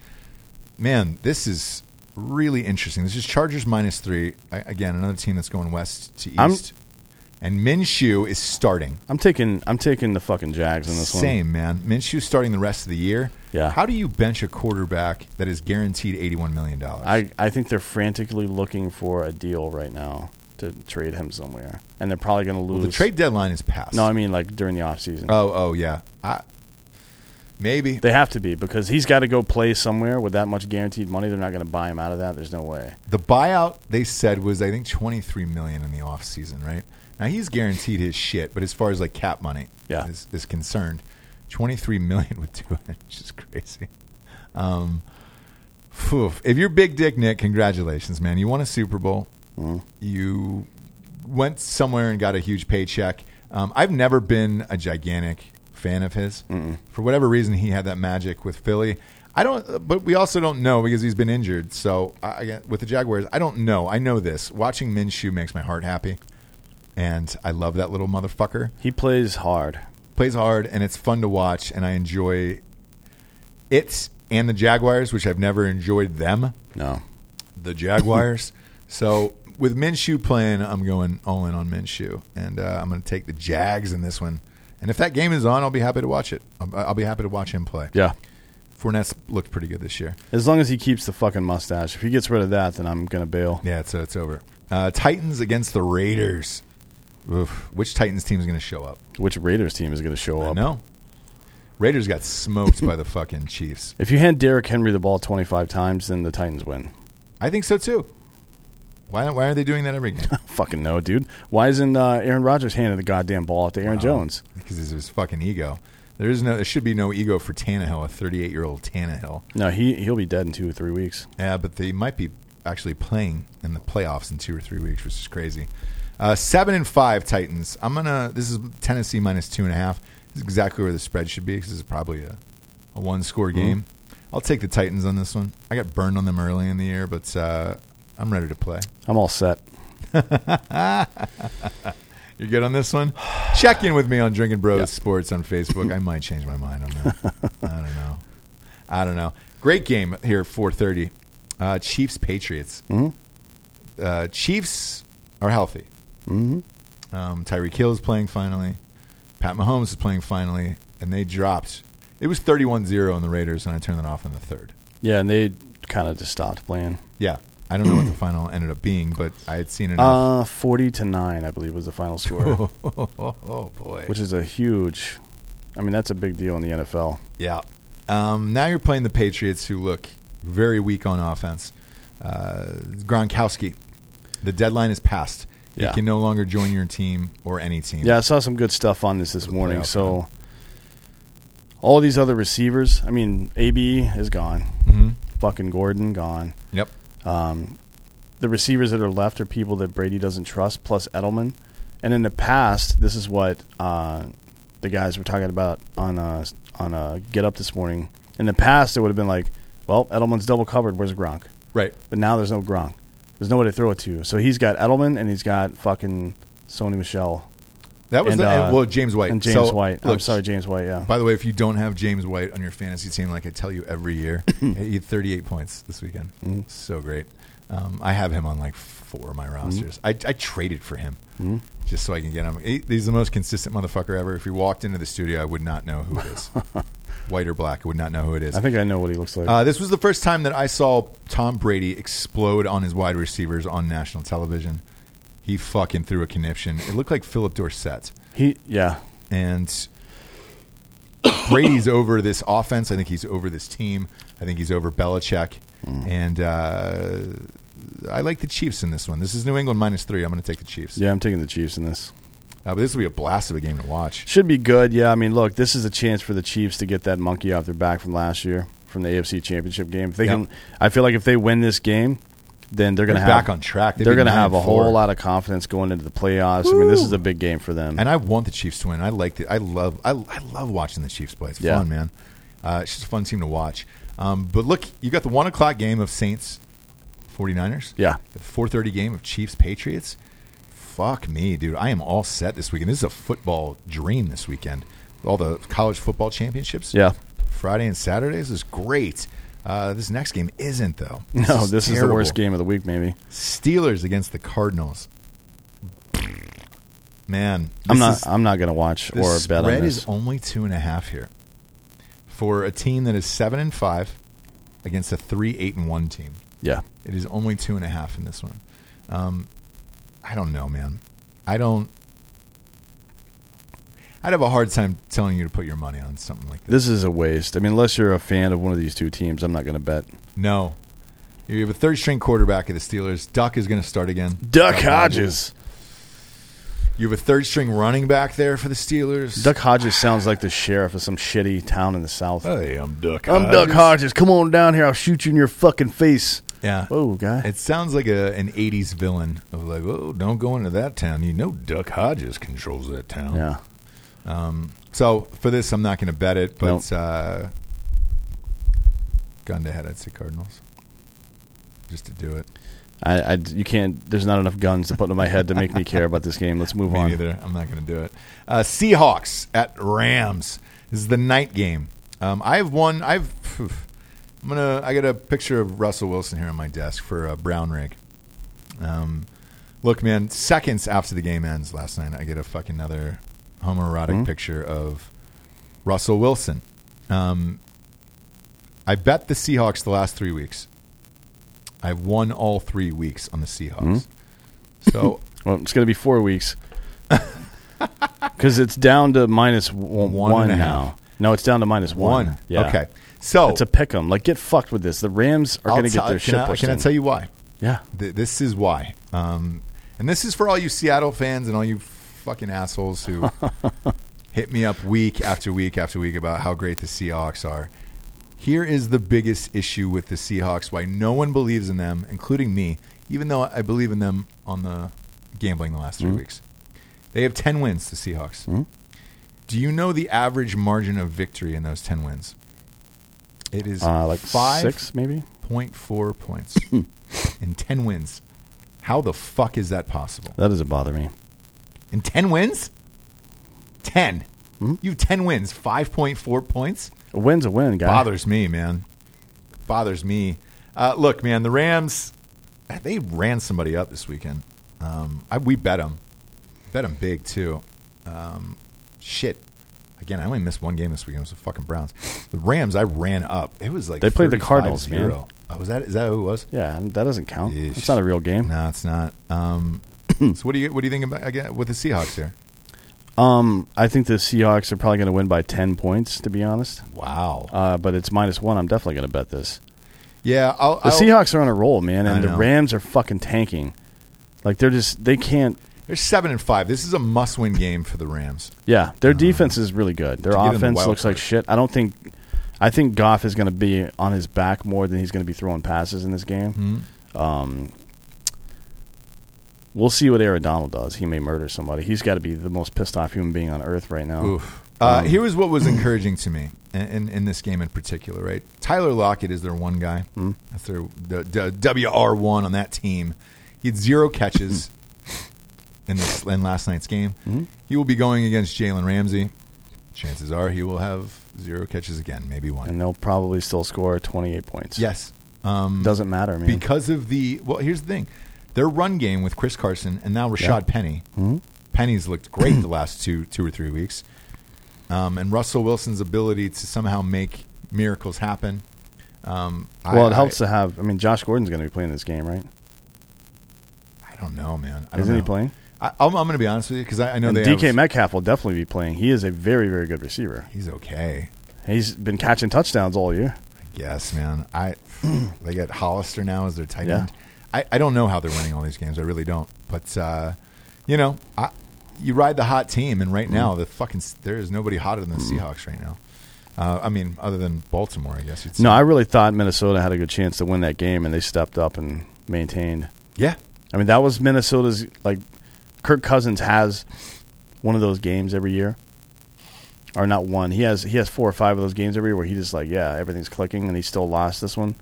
Man, this is really interesting. This is Chargers minus three. I, again, another team that's going west to
I'm-
east. and Minshew is starting.
I'm taking I'm taking the fucking Jags in this one.
Same, man. Minshew's starting the rest of the year.
Yeah.
How do you bench a quarterback that is guaranteed $81 million?
I, I think they're frantically looking for a deal right now to trade him somewhere, and they're probably going to lose.
the trade deadline is passed.
No, I mean like during the offseason.
oh, oh, yeah. I, maybe.
They have to be because he's got to go play somewhere with that much guaranteed money. They're not going to buy him out of that. There's no way.
The buyout they said was I think twenty three million in the offseason, right? Now he's guaranteed his shit, but as far as like cap money
Yeah.
is, is concerned, twenty three million would do it, which is crazy. Um, phew. if you're big dick Nick, congratulations, man! You won a Super Bowl. You went somewhere and got a huge paycheck. Um, I've never been a gigantic fan of his. For whatever reason, he had that magic with Philly. I don't, but we also don't know because he's been injured. So I, again, with the Jaguars, I don't know. I know this. Watching Minshew makes my heart happy, and I love that little motherfucker.
He plays hard.
Plays hard, and it's fun to watch, and I enjoy it and the Jaguars, which I've never enjoyed them
No.
the Jaguars. so with Minshew playing, I'm going all in on Minshew, and uh, I'm going to take the Jags in this one. And if that game is on, I'll be happy to watch it. I'll, I'll be happy to watch him play.
Yeah.
Fournette's looked pretty good this year.
As long as he keeps the fucking mustache. If he gets rid of that, then I'm going to bail.
Yeah, it's it's over. Uh, Titans against the Raiders. Oof. Which Titans team is going to show up?
Which Raiders team is going to show
I
up?
know. Raiders got smoked by the fucking Chiefs.
If you hand Derrick Henry the ball 25 times, then the Titans win.
I think so too. Why don't, why are they doing that every game?
Fucking no, dude. Why isn't uh, Aaron Rodgers handing the goddamn ball off to Aaron Jones?
because it's his fucking ego. There is no there should be no ego for Tannehill, a 38 year old Tannehill.
No, he he'll be dead in two or three weeks.
Yeah, but they might be actually playing in the playoffs in two or three weeks, which is crazy. Uh, seven and five Titans. I'm gonna. This is Tennessee minus two and a half. This is exactly where the spread should be because this is probably a, a one score game. I'll take the Titans on this one. I got burned on them early in the year, but uh, I'm ready to play.
I'm all set.
You good on this one? Check in with me on Drinking Bros Sports on Facebook. I might change my mind on that. I don't know. I don't know. Great game here at 4:30. Uh, Chiefs Patriots. Uh, Chiefs are healthy. Mm-hmm. Um, Tyreek Hill is playing finally. Pat Mahomes is playing finally, and they dropped. It was 31-0 on the Raiders, and I turned it off in the third.
Yeah, and they kind of just stopped playing.
Yeah, I don't know what the final ended up being, but I had seen enough.
Uh, 40 to 9, I believe, was the final score,
oh, boy.
which is a huge. I mean, that's a big deal in the NFL.
Yeah. Um, now you're playing the Patriots, who look very weak on offense. Uh, Gronkowski, the deadline is passed.
Yeah.
He can no longer join your team or any team.
Yeah, I saw some good stuff on this this morning.
playoff
So, all these other receivers, I mean, AB is gone.
Mhm.
Fucking Gordon gone.
Yep.
the receivers that are left are people that Brady doesn't trust, plus Edelman. And in the past, this is what uh, the guys were talking about on uh, on uh, Get Up this morning. In the past, it would have been like, well, Edelman's double covered. Where's Gronk?
Right.
But now there's no Gronk. There's nobody to throw it to. So he's got Edelman and he's got fucking Sony Michelle
That was
And,
the,
uh,
well James White.
and James
So,
White. I'm
look,
sorry, James White. Yeah.
By the way, if you don't have James White on your fantasy team, like I tell you every year, he had 38 points this weekend.
Mm-hmm.
So great. Um, I have him on like four of my rosters. I, I traded for him
Mm-hmm.
just so I can get him. He- he's the most consistent motherfucker ever. If he walked into the studio, I would not know who it is. White or black, I would not know who it is.
I think I know what he looks like.
Uh, this was the first time that I saw Tom Brady explode on his wide receivers on national television. He fucking threw a conniption. It looked like Philip Dorsett
he, yeah.
and Brady's over this offense. I think he's over this team. I think he's over Belichick.
Mm.
And uh, I like the Chiefs in this one. This is New England minus three. I'm going to take the Chiefs.
Yeah, I'm taking the Chiefs in this.
Uh, but this will be a blast of a game to watch.
Should be good. Yeah, I mean, look, this is a chance for the Chiefs to get that monkey off their back from last year from the AFC Championship game. If they
Yep.
can, I feel like if they win this game, then they're going to
They're
have
back on track. They've
They're going
been
to
nine
have a
and four.
whole lot of confidence going into the playoffs. I mean, this is a big game for them.
And I want the Chiefs to win. I like it. I love. I, I love watching the Chiefs play. It's
Yeah.
fun, man. Uh, it's just a fun team to watch. Um, but look, you got the one o'clock game of Saints, 49ers.
Yeah.
The four thirty game of Chiefs Patriots. Fuck me, dude. I am all set this weekend. This is a football dream this weekend. All the college football championships.
Yeah.
Friday and Saturdays is great. Uh, this next game isn't though.
No, this is the
terrible.
worst game of the week, maybe.
Steelers against the Cardinals. Man,
I'm
this
not.
is-
I'm not going to watch
the
or bet
spread
on this.
is only two and a half here for a team that is seven and five against a three eight and one team.
yeah,
It is only two and a half in this one. Um, I don't know, man. I don't. I'd have a hard time telling you to put your money on something like this.
this is a waste. I mean, unless you're a fan of one of these two teams, I'm not going to bet.
No, you have a third string quarterback of the Steelers. Duck is going to start again.
Duck Hodges.
You have a third string running back there for the Steelers.
Duck Hodges sounds like the sheriff of some shitty town in the south.
Hey, I'm Duck.
I'm Duck Hodges. Come on down here. I'll shoot you in your fucking face.
Yeah.
Whoa, guy.
It sounds like a an '80s villain of like, oh, don't go into that town. You know, Duck Hodges controls that town.
yeah.
Um, So for this, I'm not going to bet it, but
Nope.
uh, gun to head, I'd say Cardinals, just to do it.
I, I- you can't. There's not enough guns to put in my head to make me care about this game. Let's move
Me
on.
neither. I'm not going to do it. Uh, Seahawks at Rams. This is the night game. Um, I have one. I've. phew. I'm gonna. I got a picture of Russell Wilson here on my desk for a brown rig. Um, look, man. Seconds after the game ends last night, I get a fucking another homoerotic
Hmm?
picture of Russell Wilson. Um, I bet the Seahawks the last three weeks. I've won all three weeks on the Seahawks.
Hmm?
So
Well, it's going to be four weeks because it's down to minus w- one,
one and a
now.
half.
No, it's down to minus one.
One.
Yeah.
Okay. So
It's a pick 'em. Like, get fucked with this. The Rams are
Oh. I'll
going to
tell-
get their
can
shit
I,
pushed
Can I
in.
tell you why?
Yeah.
Th- this is why. Um, and this is for all you Seattle fans and all you fucking assholes who hit me up week after week after week about how great the Seahawks are. Here is the biggest issue with the Seahawks why no one believes in them, including me, even though I believe in them on the gambling the
Hmm?
last 3 weeks. They have 10 wins, the Seahawks. Do you know the average margin of victory in those 10 wins? It is
Uh, like
five,
six, maybe?
0.4 points
Hmm.
in 10 wins. How the fuck is that possible?
That doesn't bother me.
In 10 wins? 10.
Hmm?
You have 10 wins, 5.4 points?
A win's a win, guy.
Bothers me, man. Bothers me. Uh, look, man, the Rams, uh, they ran somebody up this weekend. Um, I, we bet them. Bet them big, too. Um, shit. Again, I only missed one game this weekend. It was the fucking Browns. The Rams, I ran up. It was like
They played the Cardinals,
35-0.
man.
Oh, was that, is that who it was?
Yeah, that doesn't count.
Yeesh.
It's not a real game.
No, it's not. Um, so what do you what do you think about again with the Seahawks here?
Um, I think the Seahawks are probably going to win by 10 points, to be honest.
Wow.
Uh, but it's minus one. I'm definitely going to bet this.
yeah, I'll,
The
I'll,
Seahawks are on a roll, man,
I
and the
know.
Rams are fucking tanking. Like, they're just, they can't,
They're seven and five. This is a must win game for the Rams.
yeah, their defense is really good. Their
Uh-huh. to get in the
offense
wild
looks like
card.
shit. I don't think, I think Goff is going to be on his back more than he's going to be throwing passes in this game.
Hmm. Mm-hmm.
Um, we'll see what Aaron Donald does. He may murder somebody. He's got to be the most pissed off human being on earth right now.
Oof. Uh,
Um,
here was what was encouraging to me in, in, in this game in particular. Right, Tyler Lockett is their one guy. That's their the, the WR one on that team. He had zero catches in this in last night's game. He will be going against Jalen Ramsey. Chances are he will have zero catches again, maybe one.
and they'll probably still score 28 points.
yes. Um,
Doesn't matter, man.
because of the well. Here's the thing: their run game with Chris Carson and now Rashad Penny.
Hmm?
Penny's looked great the last two two or three weeks, um, and Russell Wilson's ability to somehow make miracles happen. Um, I-
well, it helps
I,
to have. I mean, Josh Gordon's going to be playing this game, right?
I don't know, man. I don't
Isn't he
know.
playing?
I, I'm, I'm going to be honest with you because I, I know
And
they
DK
have-
Metcalf will definitely be playing. He is a very, very good receiver.
he's okay.
He's been catching touchdowns all year.
Yes, man. I they got Hollister now as their tight
Yeah.
end. I, I don't know how they're winning all these games. I really don't. But uh, you know, I, you ride the hot team, and right
Mm-hmm.
now the fucking there is nobody hotter than the Seahawks right now. Uh, I mean, other than Baltimore, I guess. You'd say.
No, I really thought Minnesota had a good chance to win that game, and they stepped up and maintained.
yeah,
I mean, that was Minnesota's. Like, Kirk Cousins has one of those games every year, or not one. He has he has four or five of those games every year where he just like, yeah, everything's clicking, and he still lost this one.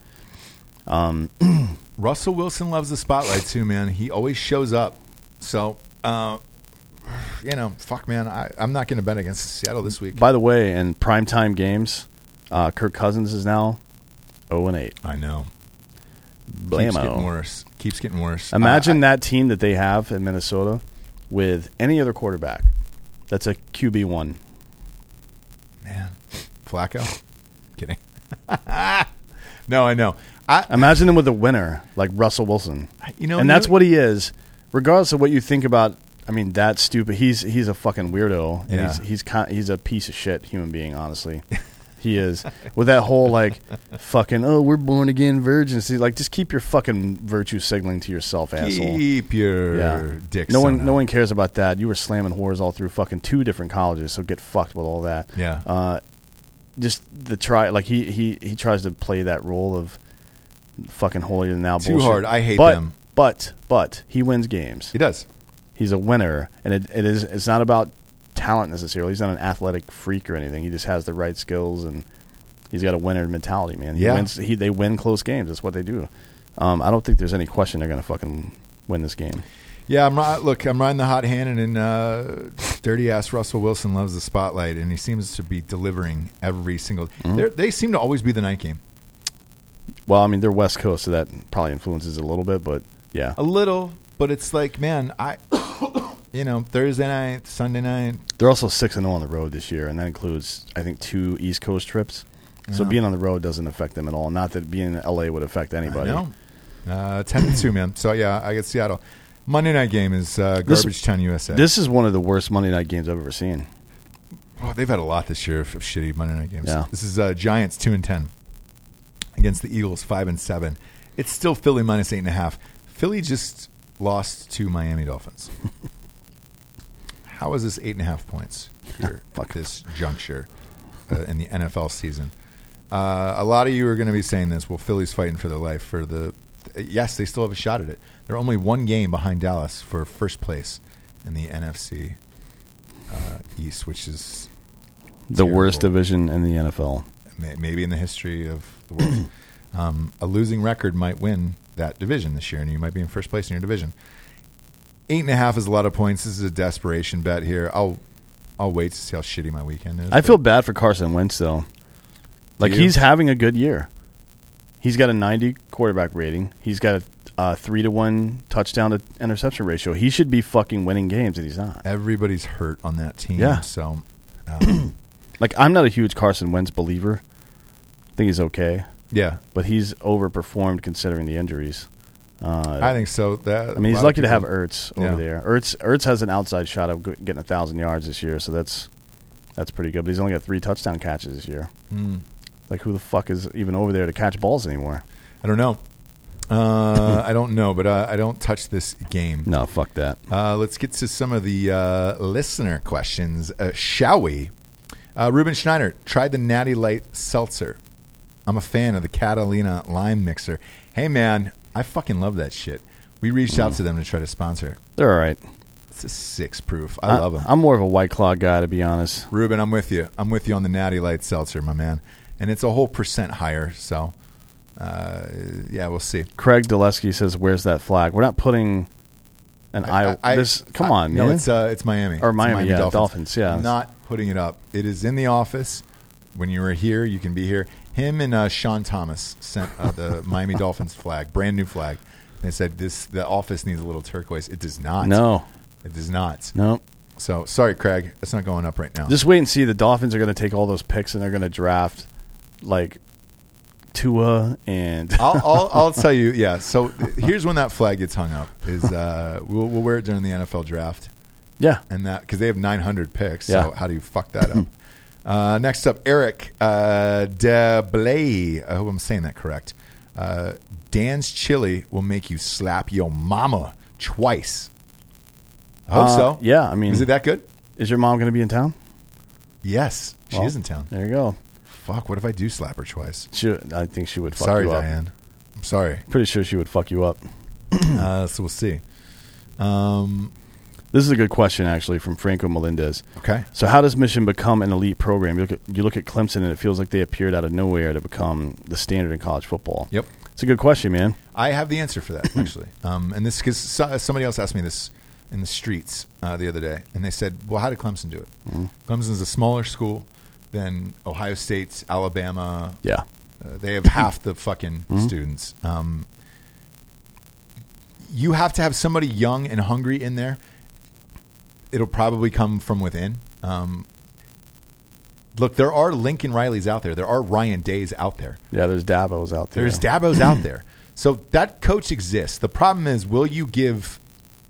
Russell Wilson loves the spotlight too, man. He always shows up. So, uh, you know, fuck, man. I, I'm not going to bet against Seattle this week.
By the way, in primetime games, uh, Kirk Cousins is now 0 and 8.
I know. Keeps getting Ah.
Blammo.
worse. Keeps getting worse.
Imagine
I-
that team that they have in Minnesota with any other quarterback. That's a QB one.
I- man, Flacco. Kidding. no, I know. I
Imagine them with a winner like Russell Wilson.
You know,
and
you-
that's what he is, regardless of what you think about. I mean, that's stupid. He's he's a fucking weirdo, and
Yeah.
he's he's kind, he's a piece of shit human being. Honestly, he is with that whole like fucking oh we're born again virgins. He's Like just keep your fucking virtue signaling to yourself, asshole.
keep your
Yeah,
dick.
no one
sewn
no
up.
one cares about that. You were slamming whores all through fucking two different colleges, so get fucked with all that.
Yeah.
Uh, just the try like he he he tries to play that role of fucking holier than thou
Too
bullshit.
hard. I hate
but,
them.
But but he wins games.
He does.
He's a winner, and it, it is it's not about talent necessarily. He's not an athletic freak or anything. He just has the right skills and he's got a winner mentality, man. He
Yeah.
wins, he, they win close games. That's what they do. Um, I don't think there's any question they're going to fucking win this game.
Yeah, I'm ri- look. I'm riding the hot hand, and, and uh, dirty ass Russell Wilson loves the spotlight, and he seems to be delivering every single.
Mm-hmm.
they're They seem to always be the night game.
Well, I mean, they're West Coast, so that probably influences it a little bit, but yeah.
A little, but it's like, man, I, you know, Thursday night, Sunday night.
They're also 6 and 0 on the road this year, and that includes, I think, two East Coast trips. So being on the road doesn't affect them at all. Not that being in LA would affect anybody.
No, uh, ten to two, man. So yeah, I get Seattle. Monday night game is uh,
This-
Garbage Town USA.
This is one of the worst Monday night games I've ever seen.
Oh, they've had a lot this year of of shitty Monday night games.
Yeah.
This is uh, Giants two and ten against the Eagles five and seven. It's still Philly minus eight and a half. Philly just lost to Miami Dolphins. How is this eight and a half points here at this juncture uh, in the NFL season? Uh, a lot of you are going to be saying this. Well, Philly's fighting for their life for the. Yes, they still have a shot at it. They're only one game behind Dallas for first place in the NFC uh, East, which is
The worst
Terrible.
division in the NFL.
may- maybe in the history of the world. um, a losing record might win that division this year, and you might be in first place in your division. Eight and a half is a lot of points. This is a desperation bet here. I'll I'll wait to see how shitty my weekend is.
I feel bad for Carson Wentz though. Like
Do you?
he's having a good year. He's got a 90 quarterback rating. He's got a, a three to one touchdown to interception ratio. He should be fucking winning games, and he's not.
everybody's hurt on that team.
Yeah.
So um,
Like I'm not a huge Carson Wentz believer. I think he's okay,
yeah,
but he's overperformed considering the injuries. Uh,
I think so. That
I mean, he's lucky to have Ertz over
Yeah.
there. Ertz Ertz has an outside shot of go- getting a thousand yards this year, so that's that's pretty good. But he's only got three touchdown catches this year.
Hmm.
Like, who the fuck is even over there to catch balls anymore?
I don't know. Uh, I don't know, but uh, I don't touch this game.
No, fuck that.
Uh, let's get to some of the uh, listener questions, uh, shall we? Uh, Ruben Schneider, try the Natty Light Seltzer. I'm a fan of the Catalina Lime Mixer. Hey, man, I fucking love that shit. We reached out to them to try to sponsor. it.
They're all right.
It's a six proof. I, love them.
Uh, I'm more of a white claw guy, to be honest.
Ruben, I'm with you. I'm with you on the Natty Light Seltzer, my man. And it's a whole percent higher. So, uh, yeah, we'll see.
Craig Dulesky says, "Where's that flag? We're not putting an I. this, come
I-
on,
no,
man.
it's uh, it's Miami
Or
It's
Miami, yeah, Dolphins, yeah.
not putting it up. It is in the office. When you were here, you can be here. Him and uh, Sean Thomas sent uh, the Miami Dolphins flag, brand new flag. They said this the office needs a little turquoise. It does not.
no,
it does not.
no.
So sorry, Craig, it's not going up right now.
Just wait and see. The Dolphins are going to take all those picks and they're going to draft like Tua and
I'll, I'll, I'll tell you, yeah. So here's when that flag gets hung up: is uh, we'll, we'll wear it during the NFL draft.
yeah,
and that because they have 900 picks. So
Yeah.
how do you fuck that up? uh, next up, Eric uh, DeBlay. I hope I'm saying that correct. Uh, Dan's chili will make you slap your mama twice. I hope
Uh,
so.
yeah, I mean-
is it that good?
Is your mom going to be in town?
Yes, she
Well,
is in town.
There you go.
Fuck. What if I do slap her twice?
She, I think she would fuck
Sorry,
you up.
Diane. I'm sorry.
Pretty sure she would fuck you up.
uh, so we'll see. Um,
This is a good question, actually, from Franco Melendez.
okay.
So, how does Mission become an elite program? You look, at, you look at Clemson, and it feels like they appeared out of nowhere to become the standard in college football.
Yep.
It's a good question, man.
I have the answer for that actually. um, and this because so, somebody else asked me this in the streets uh, the other day, and they said, "Well, how did Clemson do it? Clemson's a smaller school than Ohio State's, Alabama.
Yeah.
Uh, they have half the fucking students. Um, you have to have somebody young and hungry in there. It'll probably come from within. Um, look, there are Lincoln Rileys out there. There are Ryan Days out there.
Yeah, there's Dabo's out there.
There's Dabo's out there. So that coach exists. The problem is, will you give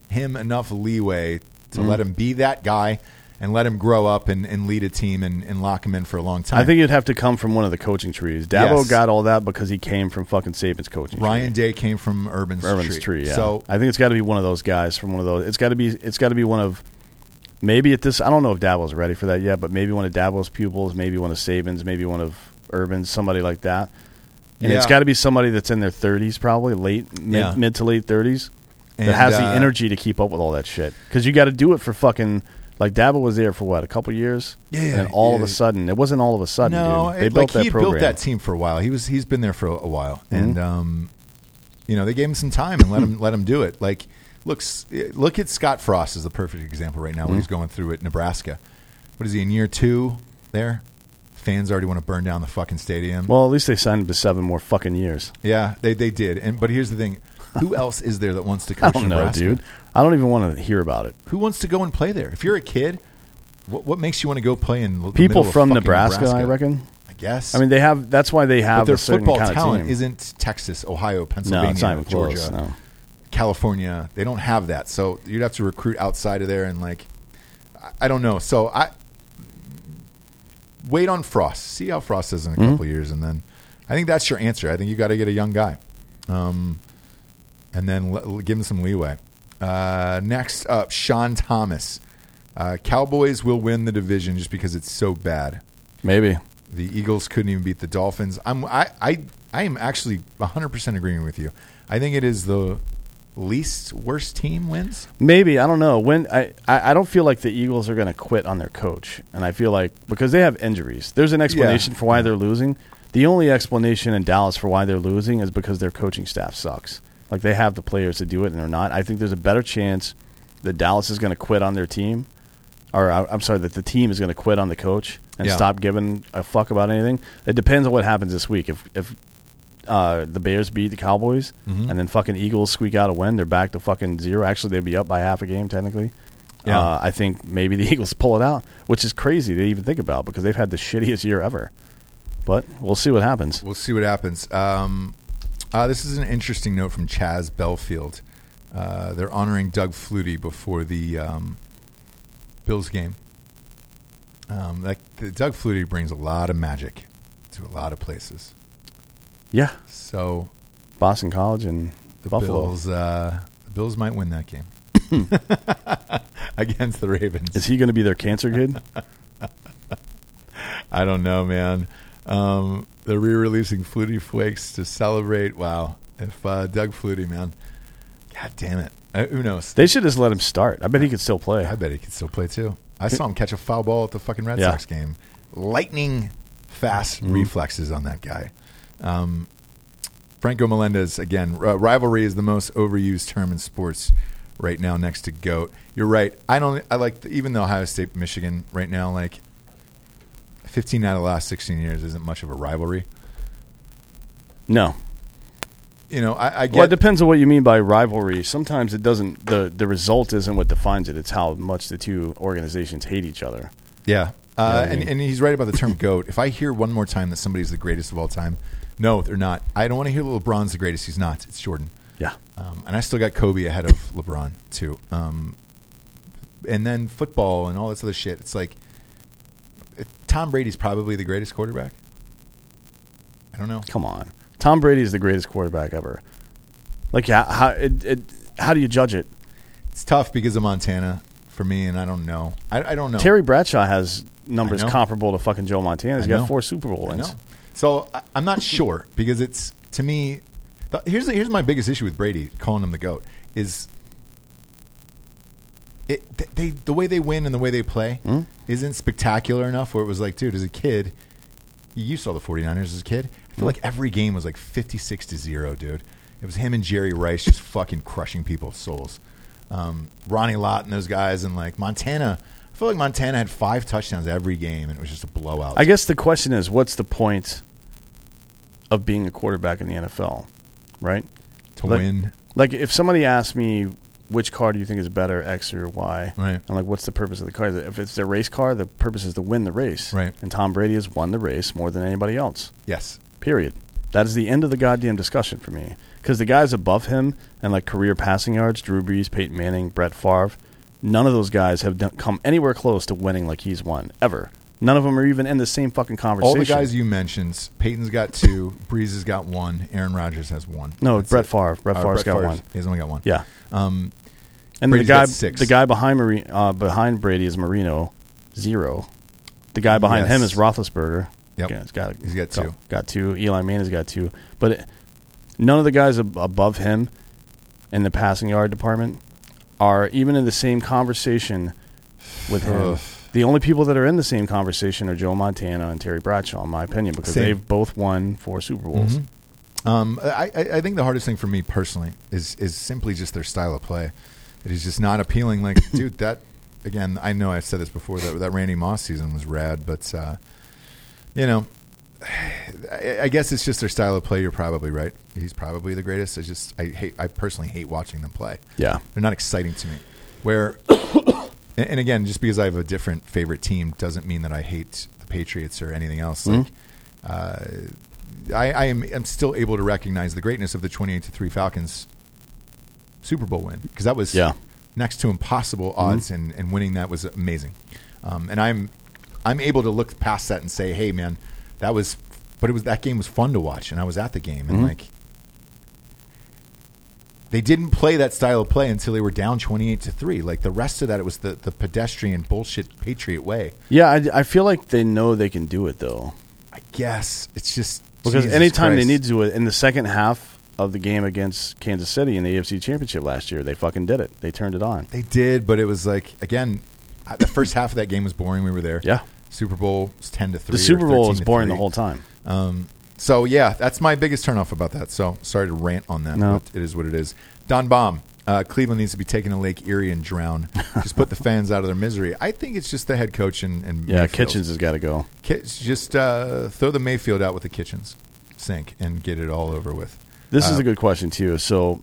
him enough leeway to
Mm-hmm.
let him be that guy and let him grow up and, and lead a team and, and lock him in for a long time?
I think it'd have to come from one of the coaching trees. Dabo
Yes.
got all that because he came from fucking Saban's coaching
Ryan
tree.
Day came from Urban's,
Urban's
tree.
tree, yeah.
So
I think it's got to be one of those guys from one of those. It's got to be. It's got to be one of. Maybe at this, I don't know if Dabo's ready for that yet, but maybe one of Dabo's pupils, maybe one of Saban's, maybe one of Urban's, somebody like that. And it's
Yeah.
got to be somebody that's in their 30s, probably late, mid,
Yeah.
mid to late 30s,
And,
that has
uh,
the energy to keep up with all that shit. Because you got to do it for fucking. Like Dabo was there for what a couple years,
Yeah,
And all of
yeah.
a sudden, it wasn't all of a sudden.
no,
dude.
it-
they
like
built that
he
program. Mm-hmm.
built that team for a while. He was he's been there for a, a while, and um, you know they gave him some time and let him let him do it. Like looks look at Scott Frost is the perfect example right now
Mm-hmm.
when he's going through at Nebraska. What is he in year two there? Fans already want to burn down the fucking stadium.
Well, at least they signed him to seven more fucking years.
yeah, they they did. And but here's the thing: who else is there that wants to
I
coach
don't know,
Nebraska?
dude. I don't even want to hear about it.
Who wants to go and play there? If you're a kid, what what makes you want to go play in the middle
People
of
from
fucking
Nebraska, I reckon.
I guess.
I mean, they have. That's why they have
but their
a certain
football
kind
talent
of team.
isn't Texas, Ohio, Pennsylvania,
no, it's not even
Georgia,
close. No.
California. They don't have that, so you'd have to recruit outside of there, and like, I- I don't know. So I, wait on Frost. See how Frost is in a
Mm-hmm.
couple years, and then I think that's your answer. I think you got to get a young guy, um, and then le- le- give him some leeway. Uh, next up, Sean Thomas. Uh, Cowboys will win the division just because it's so bad.
Maybe.
The Eagles couldn't even beat the Dolphins. I'm I I, I am actually 100% agreeing with you. I think it is the least worst team wins.
Maybe I don't know when I, I, I don't feel like the Eagles are going to quit on their coach, and I feel like because they have injuries, there's an explanation for why they're losing. The only explanation in Dallas for why they're losing is because their coaching staff sucks. Like they have the players to do it, and they're not. I think there's a better chance that Dallas is going to quit on their team, or I, I'm sorry, that the team is going to quit on the coach and
Yeah.
stop giving a fuck about anything. It depends on what happens this week. If if uh, the Bears beat the Cowboys,
Mm-hmm.
and then fucking Eagles squeak out a win. They're back to fucking zero. Actually, they'd be up by half a game technically.
Yeah.
Uh, I think maybe the Eagles pull it out, which is crazy to even think about because they've had the shittiest year ever. But we'll see what happens.
We'll see what happens. Um, uh, this is an interesting note from Chaz Belfield. Uh, they're honoring Doug Flutie before the um, Bills game. Um, like the Doug Flutie brings a lot of magic to a lot of places.
Yeah,
So
Boston College and
the
Buffalo.
Bills, uh, the Bills might win that game against the Ravens.
Is he going to be their cancer kid?
I don't know, man. Um, they're re-releasing Flutie Flakes to celebrate. Wow, if uh, Doug Flutie, man, God damn it, uh, who knows?
they should just let him start. I bet he could still play.
I bet he could still play too. I saw him catch a foul ball at the fucking Red
Hmm. Yeah. Hmm.
Sox game. Lightning fast reflexes on that guy. Um, Franco Melendez again. r- uh, rivalry is the most overused term in sports right now, next to goat. You're right. I don't. I like the, even though Ohio State, Michigan, right now, like 15 out of the last 16 years isn't much of a rivalry.
No.
You know, I, I get.
Well, it depends on what you mean by rivalry. Sometimes it doesn't. the The result isn't what defines it. It's how much the two organizations hate each other.
Yeah.
I
Uh, and,
mean?
and he's right about the term GOAT. If I hear one more time that somebody's the greatest of all time, no, they're not. I don't want to hear LeBron's the greatest. He's not. It's Jordan.
Yeah.
Um, and I still got Kobe ahead of LeBron, too. Um, and then football and all this other shit. It's like if Tom Brady's probably the greatest quarterback. I don't know.
Come on, Tom Brady is the greatest quarterback ever. Like, how how, it, it, how do you judge it?
It's tough because of Montana for me, and I don't know. I, I don't know.
Terry Bradshaw has numbers
I know.
comparable to fucking Joe Montana. He's
I know.
got four Super Bowl wins.
No. So I- I'm not sure because it's to me. th- Here's the- here's my biggest issue with Brady calling him the goat is it th- they the way they win and the way they play isn't spectacular enough where it was like dude as a kid you saw the 49ers as a kid I feel like every game was like 56 to 0 dude it was him and Jerry Rice just fucking crushing people's souls um, Ronnie Lott and those guys and like Montana I feel like Montana had five touchdowns every game and it was just a blowout
I guess the question is, what's the point of being a quarterback in the NFL, right?
to
like-
win
Like, if somebody asked me which car do you think is better, X or Y,
Right.
I'm like, what's the purpose of the car? If it's a race car, the purpose is to win the race.
Right.
And Tom Brady has won the race more than anybody else.
Yes.
Period. That is the end of the goddamn discussion for me. Because the guys above him and like career passing yards, Drew Brees, Peyton Manning, Brett Favre, none of those guys have done, come anywhere close to winning like he's won ever. None of them are even in the same fucking
All
conversation.
the guys you mentioned, Peyton's got two, Breeze has got one, Aaron Rodgers has one.
No,
That's
Brett
it.
Favre. Brett
Uh,
Favre's got
Favre's-
one.
He's only got one.
Yeah.
Um,
And
Brady's
the guy,
got six.
the guy behind Mari- uh, behind Brady is Marino, zero. The guy behind
Yes.
him is Roethlisberger.
Yep.
Yeah, he's got
He's got two.
Got two. Eli Manning's got two. But it, none of the guys ab- above him in the passing yard department are even in the same conversation with him.
Ugh.
The only people that are in the same conversation are Joe Montana and Terry Bradshaw, in my opinion, because
Same.
they've both won four Super Bowls.
Mhm. Um, I, I I think the hardest thing for me personally is is simply just their style of play. It is just not appealing. Like, dude, that again. I know I said this before that that Randy Moss season was rad, but uh, you know, I, I guess it's just their style of play. You're probably right. He's probably the greatest. I just I hate. I personally hate watching them play.
Yeah.
they're not exciting to me. Where, and and again, just because I have a different favorite team doesn't mean that I hate the Patriots or anything else. Like, uh, I, I am I'm still able to recognize the greatness of the 28 to three Falcons Super Bowl win because that was
Yeah. Mm-hmm.
next to impossible odds, and, and winning that was amazing. Um, and I'm I'm able to look past that and say, hey, man, that was, but it was that game was fun to watch, and I was at the game,
Mm-hmm.
and like, they didn't play that style of play until they were down 28 to 3 like the rest of that it was the, the pedestrian bullshit patriot way
Yeah, I, I feel like they know they can do it though,
i guess it's just
because
Jesus
anytime
Christ.
they need to do it in the second half of the game against Kansas City in the AFC Championship last year, they fucking did it. They turned it on.
they did but it was like again I- the first half of that game was boring we were there
Yeah.
super bowl was 10 to 3
The
or
Super Bowl
13
is
to
boring the
3.
whole time.
so yeah that's my biggest turnoff about that so sorry to rant on that
No.
but it is what it is don bomb uh, cleveland needs to be taken to lake erie and drown just put the fans out of their misery i think it's just the head coach and, and
Yeah,
Mayfield.
Kitchens has got to go.
Ki- Just uh, throw the Mayfield out with the kitchens sink and get it all over with.
This
Uh,
is a good question too. So,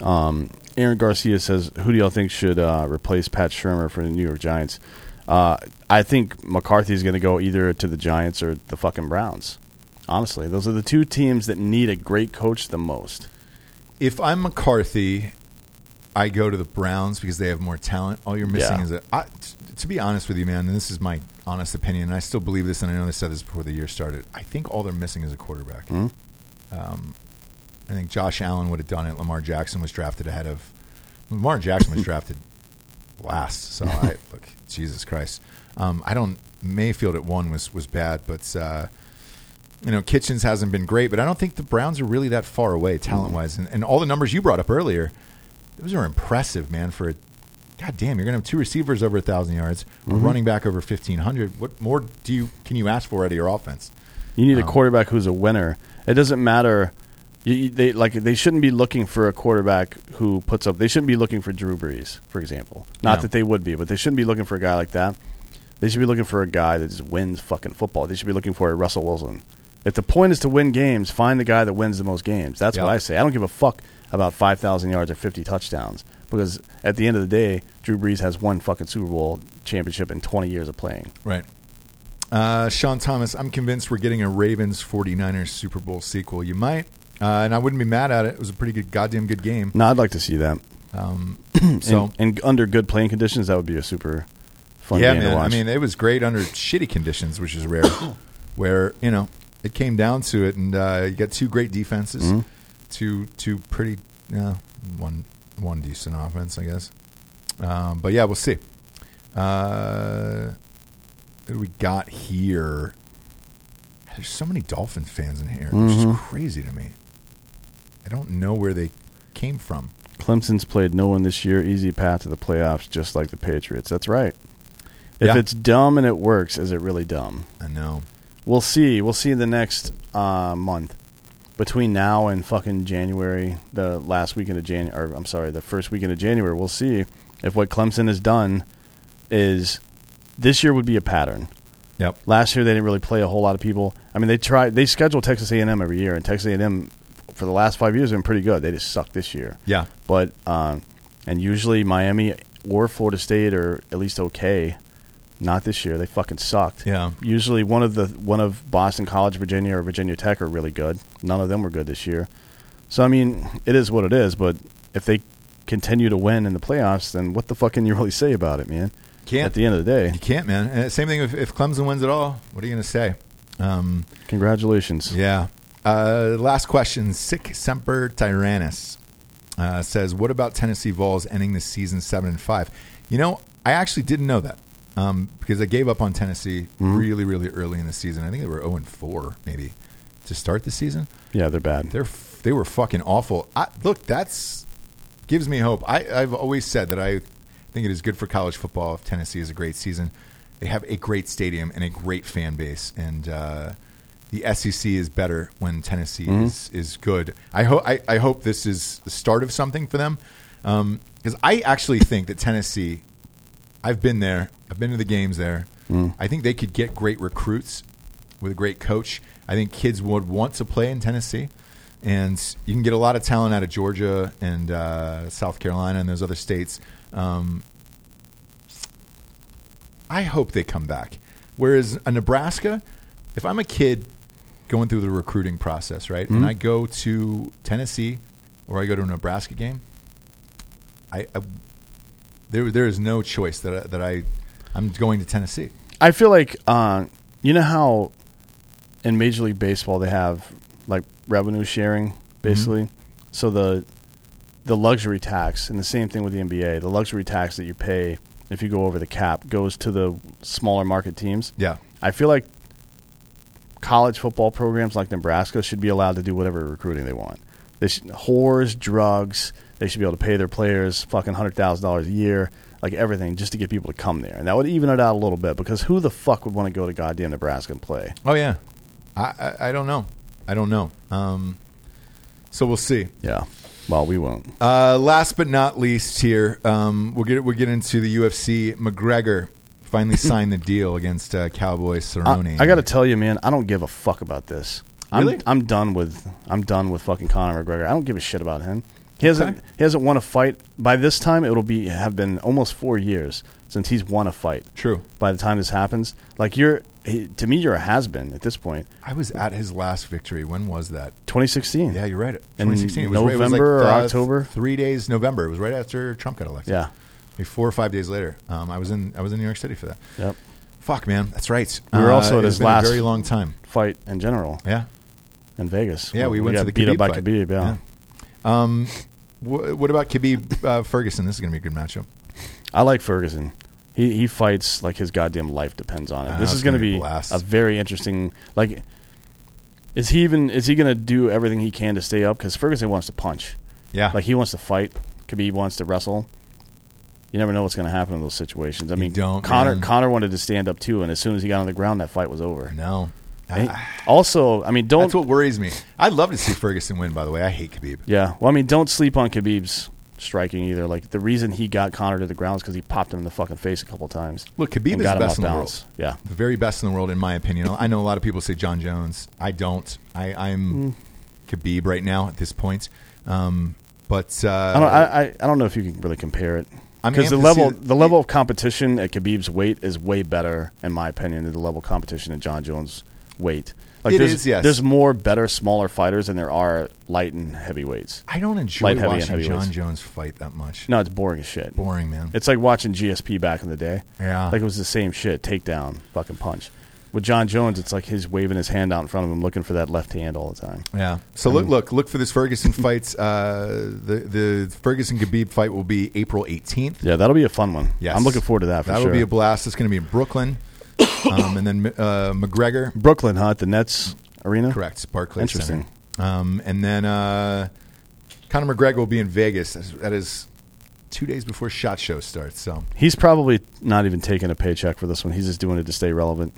um, Aaron Garcia says, "Who do y'all think should uh, replace Pat Shermer for the New York Giants?" Uh, I think McCarthy's going to go either to the Giants or the fucking Browns. Honestly, those are the two teams that need a great coach the most.
If I'm McCarthy, I go to the Browns because they have more talent. All you're missing
Yeah.
is a. I, t- to be honest with you, man, and this is my honest opinion, and I still believe this, and I know they said this before the year started. I think all they're missing is a quarterback. Um, I think Josh Allen would have done it. Lamar Jackson was drafted ahead of. Lamar Jackson was drafted last, so I look. Jesus Christ, um, I don't. Mayfield at one was was bad, but. Uh, you know, Kitchens hasn't been great, but I don't think the Browns are really that far away talent wise. And, and all the numbers you brought up earlier, those are impressive, man. For a god damn, you're gonna have two receivers over thousand yards, a running back over fifteen hundred. What more do you can you ask for out of your offense?
You need a quarterback who's a winner. It doesn't matter. You, you- they like they shouldn't be looking for a quarterback who puts up. They shouldn't be looking for Drew Brees, for example. Not
No.
that they would be, but they shouldn't be looking for a guy like that. They should be looking for a guy that just wins fucking football. They should be looking for a Russell Wilson. If the point is to win games, find the guy that wins the most games. That's
Yeah.
what I say. I don't give a fuck about five thousand yards or fifty touchdowns because at the end of the day, Drew Brees has one fucking Super Bowl championship in twenty years of playing.
Right. Uh, Sean Thomas, I'm convinced we're getting a Ravens 49ers Super Bowl sequel. You might, uh, and I wouldn't be mad at it. It was a pretty good, goddamn good game. Um,
No, I'd like to see that.
So
and, and under good playing conditions, that would be a super fun
yeah,
game
man.
to watch.
I mean, it was great under shitty conditions, which is rare. where you know it came down to it, and uh, you got two great defenses,
Mm-hmm.
two two pretty uh, one one decent offense, I guess. Um, but yeah, we'll see. Uh, what do we got here? There's so many Dolphin fans in here, which
Mm-hmm.
is crazy to me. I don't know where they came from.
Clemson's played no one this year. Easy path to the playoffs, just like the Patriots. That's right. If
Yeah.
it's dumb and it works, is it really dumb?
I know.
We'll see. We'll see in the next uh, month. Between now and fucking January, the last weekend of January, or I'm sorry, the first weekend of January, we'll see if what Clemson has done is this year would be a pattern.
Yep.
Last year they didn't really play a whole lot of people. I mean, they tried. They schedule Texas A and M every year, and Texas A and M for the last five years have been pretty good. They just suck this year.
Yeah.
but um, and usually Miami or Florida State are at least okay. Not this year. They fucking sucked.
Yeah.
Usually one of the one of Boston College, Virginia, or Virginia Tech are really good. None of them were good this year. So I mean, it is what it is. But if they continue to win in the playoffs, then what the fuck can you really say about it, man?
Can't.
At the end of the day,
You can't, man. And same thing if, if Clemson wins at all. What are you going to say? Um,
congratulations.
yeah. Uh, last question. Sick Semper Tyrannus uh, says, "What about Tennessee Vols ending the season seven and five? You know, I actually didn't know that um, because I gave up on Tennessee really, really early in the season. I think they were zero and four maybe to start the season.
Yeah, they're bad.
They're f- they were fucking awful. I, look, that's gives me hope. I, I've always said that I think it is good for college football if Tennessee is a great season. They have a great stadium and a great fan base, and uh, the SEC is better when Tennessee is, is good. I hope I, I hope this is the start of something for them because I actually think that Tennessee. I've been there. I've been to the games there. I think they could get great recruits with a great coach. I think kids would want to play in Tennessee, and you can get a lot of talent out of Georgia and uh, South Carolina and those other states. Um, I hope they come back. Whereas a Nebraska, if I'm a kid going through the recruiting process, right, and I go to Tennessee or I go to a Nebraska game, I, I there there is no choice that I, that I I'm going to Tennessee.
I feel like uh, you know how in Major League Baseball they have like revenue sharing basically. So the the luxury tax and the same thing with the NBA. The luxury tax that you pay if you go over the cap goes to the smaller market teams.
Yeah.
I feel like college football programs like Nebraska should be allowed to do whatever recruiting they want. They should, whores, drugs. They should be able to pay their players fucking hundred thousand dollars a year, like everything, just to get people to come there, and that would even it out a little bit because who the fuck would want to go to goddamn Nebraska and play?
Oh yeah, I I, I don't know. I don't know. Um, so we'll see.
Yeah. Well, we won't.
Uh, last but not least, here um, we'll get we'll get into the UFC. McGregor finally signed the deal against uh,
I,
Cowboy Cerrone.
I got to tell you, man, I don't give a fuck about this. I'm,
Really?
I'm done with I'm done with fucking Conor McGregor. I don't give a shit about him. He hasn't
Okay.
he hasn't won a fight by this time. It'll be have been almost four years since he's won a fight.
True.
By the time this happens, like you're he, to me, you're a has been at this point.
I was at his last victory. When was that?
2016.
Yeah, you're right. 2016.
2016.
It was, it was like,
November or
uh,
October?
Three days. November. It was right after Trump got elected.
Yeah.
Maybe four or five days later. Um, I was in I was in New York City for that.
Yep.
Fuck, man. That's right.
We were also at
it has
his
been
last-
a very long time.
Fight in general
Yeah.
in Vegas.
Yeah, we, went
got
to the
beat
Khabib
up by
fight.
Khabib. Yeah.
Yeah. Um, wh- what about Khabib uh, Ferguson? This is going to be a good matchup.
I like Ferguson. He he fights like his goddamn life depends on it.
Ah,
this
it's
is going to
gonna be
be
a blast.
a very interesting. Like, is he even is he going to do everything he can to stay up? Because Ferguson wants to punch.
Yeah.
Like he wants to fight. Khabib wants to wrestle. You never know what's going to happen in those situations. I mean,
don't,
Connor
man.
Connor wanted to stand up too, and as soon as he got on the ground, that fight was over.
no.
And he-
I,
also, I mean, don't
Ah. that's what worries me. I'd love to see Ferguson win. By the way, I hate Khabib.
Yeah. Well, I mean, don't sleep on Khabib's striking either. Like the reason he got Connor to the ground is because he popped him in the fucking face a couple times.
Look, Khabib
and
is
got
the
him
best
off
in the
balance. Yeah.
The very best in the world, in my opinion. I know a lot of people say John Jones. I don't. I,
Hmm.
I'm Khabib right now at this point. Um, but uh,
I don't. I, I, I don't know if you can really compare it
I'm amped
because the
to
level
see that-
the level of competition at Khabib's weight is way better, in my opinion, than the level of competition at John Jones' weight. Like
It
there's,
is, yes.
There's more better, smaller fighters than there are light and heavyweights.
I don't enjoy
Light heavy and
watching
heavyweights.
John Jones fight that much.
No, it's boring as shit.
Boring, man.
It's like watching GSP back in the day.
Yeah.
Like it was the same shit. Takedown, fucking punch. With John Jones, it's like he's waving his hand out in front of him, looking for that left hand all the time.
Yeah. So look, look, look for this Ferguson fights. Uh, the the Ferguson Khabib fight will be April 18th.
Yeah, that'll be a fun one.
Yes,
I'm looking forward to that for
That'll
sure.
be a blast. It's going to be in Brooklyn, um, and then uh, McGregor.
Brooklyn, huh? At the Nets Arena?
Correct, Barclays
Interesting.
Center. Um, and then uh, Conor McGregor will be in Vegas. That's- That is two days before Shot Show starts. So
He's probably not even taking a paycheck for this one. He's just doing it to stay relevant.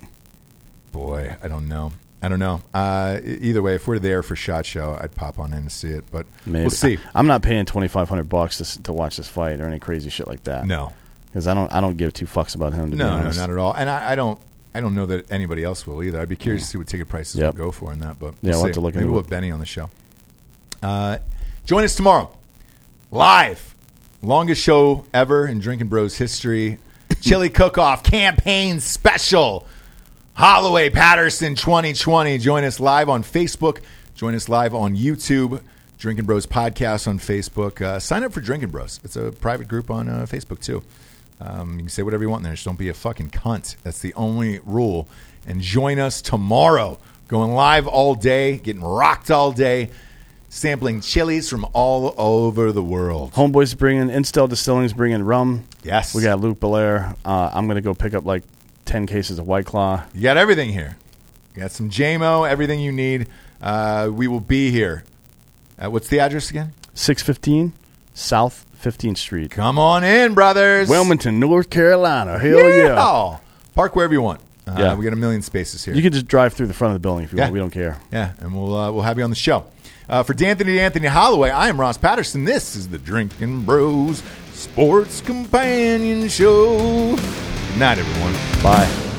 boy, I don't know. I don't know. Uh, e- either way, if we're there for Shot Show, I'd pop on in to see it. But
Maybe.
we'll see.
I, am not paying 2500 bucks to, s- to watch this fight or any crazy shit like that.
No,
Because I don't, I don't give two fucks about him, to be
No, no,
honest.
not at all. And I, I don't. I don't know that anybody else will either. I'd be curious to see what ticket prices
Yep.
will go for in that. But
Yeah,
we'll
we'll
see.
have to look
Maybe
into
we'll
it.
have Benny on the show. Uh, join us tomorrow, live, longest show ever in Drinking Bros history. Chili Cook Off campaign special. Holloway Patterson 2020. Join us live on Facebook. Join us live on YouTube. Drinking Bros podcast on Facebook. Uh, sign up for Drinking Bros. It's a private group on uh, Facebook too. Um, you can say whatever you want in there. Just don't be a fucking cunt. That's the only rule. And join us tomorrow. Going live all day, getting rocked all day, sampling chilies from all over the world.
Homeboys bringing, Instel Distilling's bringing rum.
Yes,
We got Luke Belair. Uh, I'm going to go pick up like 10 cases of White Claw.
You got everything here. You got some JMO, everything you need. Uh, we will be here. Uh, what's the address again?
615 South 15th Street.
Come on in, brothers.
Wilmington, North Carolina. Hell yeah.
Yeah. Park wherever you want. Uh,
Yeah.
We got a million spaces here.
You can just drive through the front of the building if you
Yeah.
want. We don't care.
yeah, and we'll uh, we'll have you on the show. Uh, for D'Anthony Anthony Holloway, I am Ross Patterson. This is the Drinking Bros Sports Companion Show. Good night, everyone.
Bye.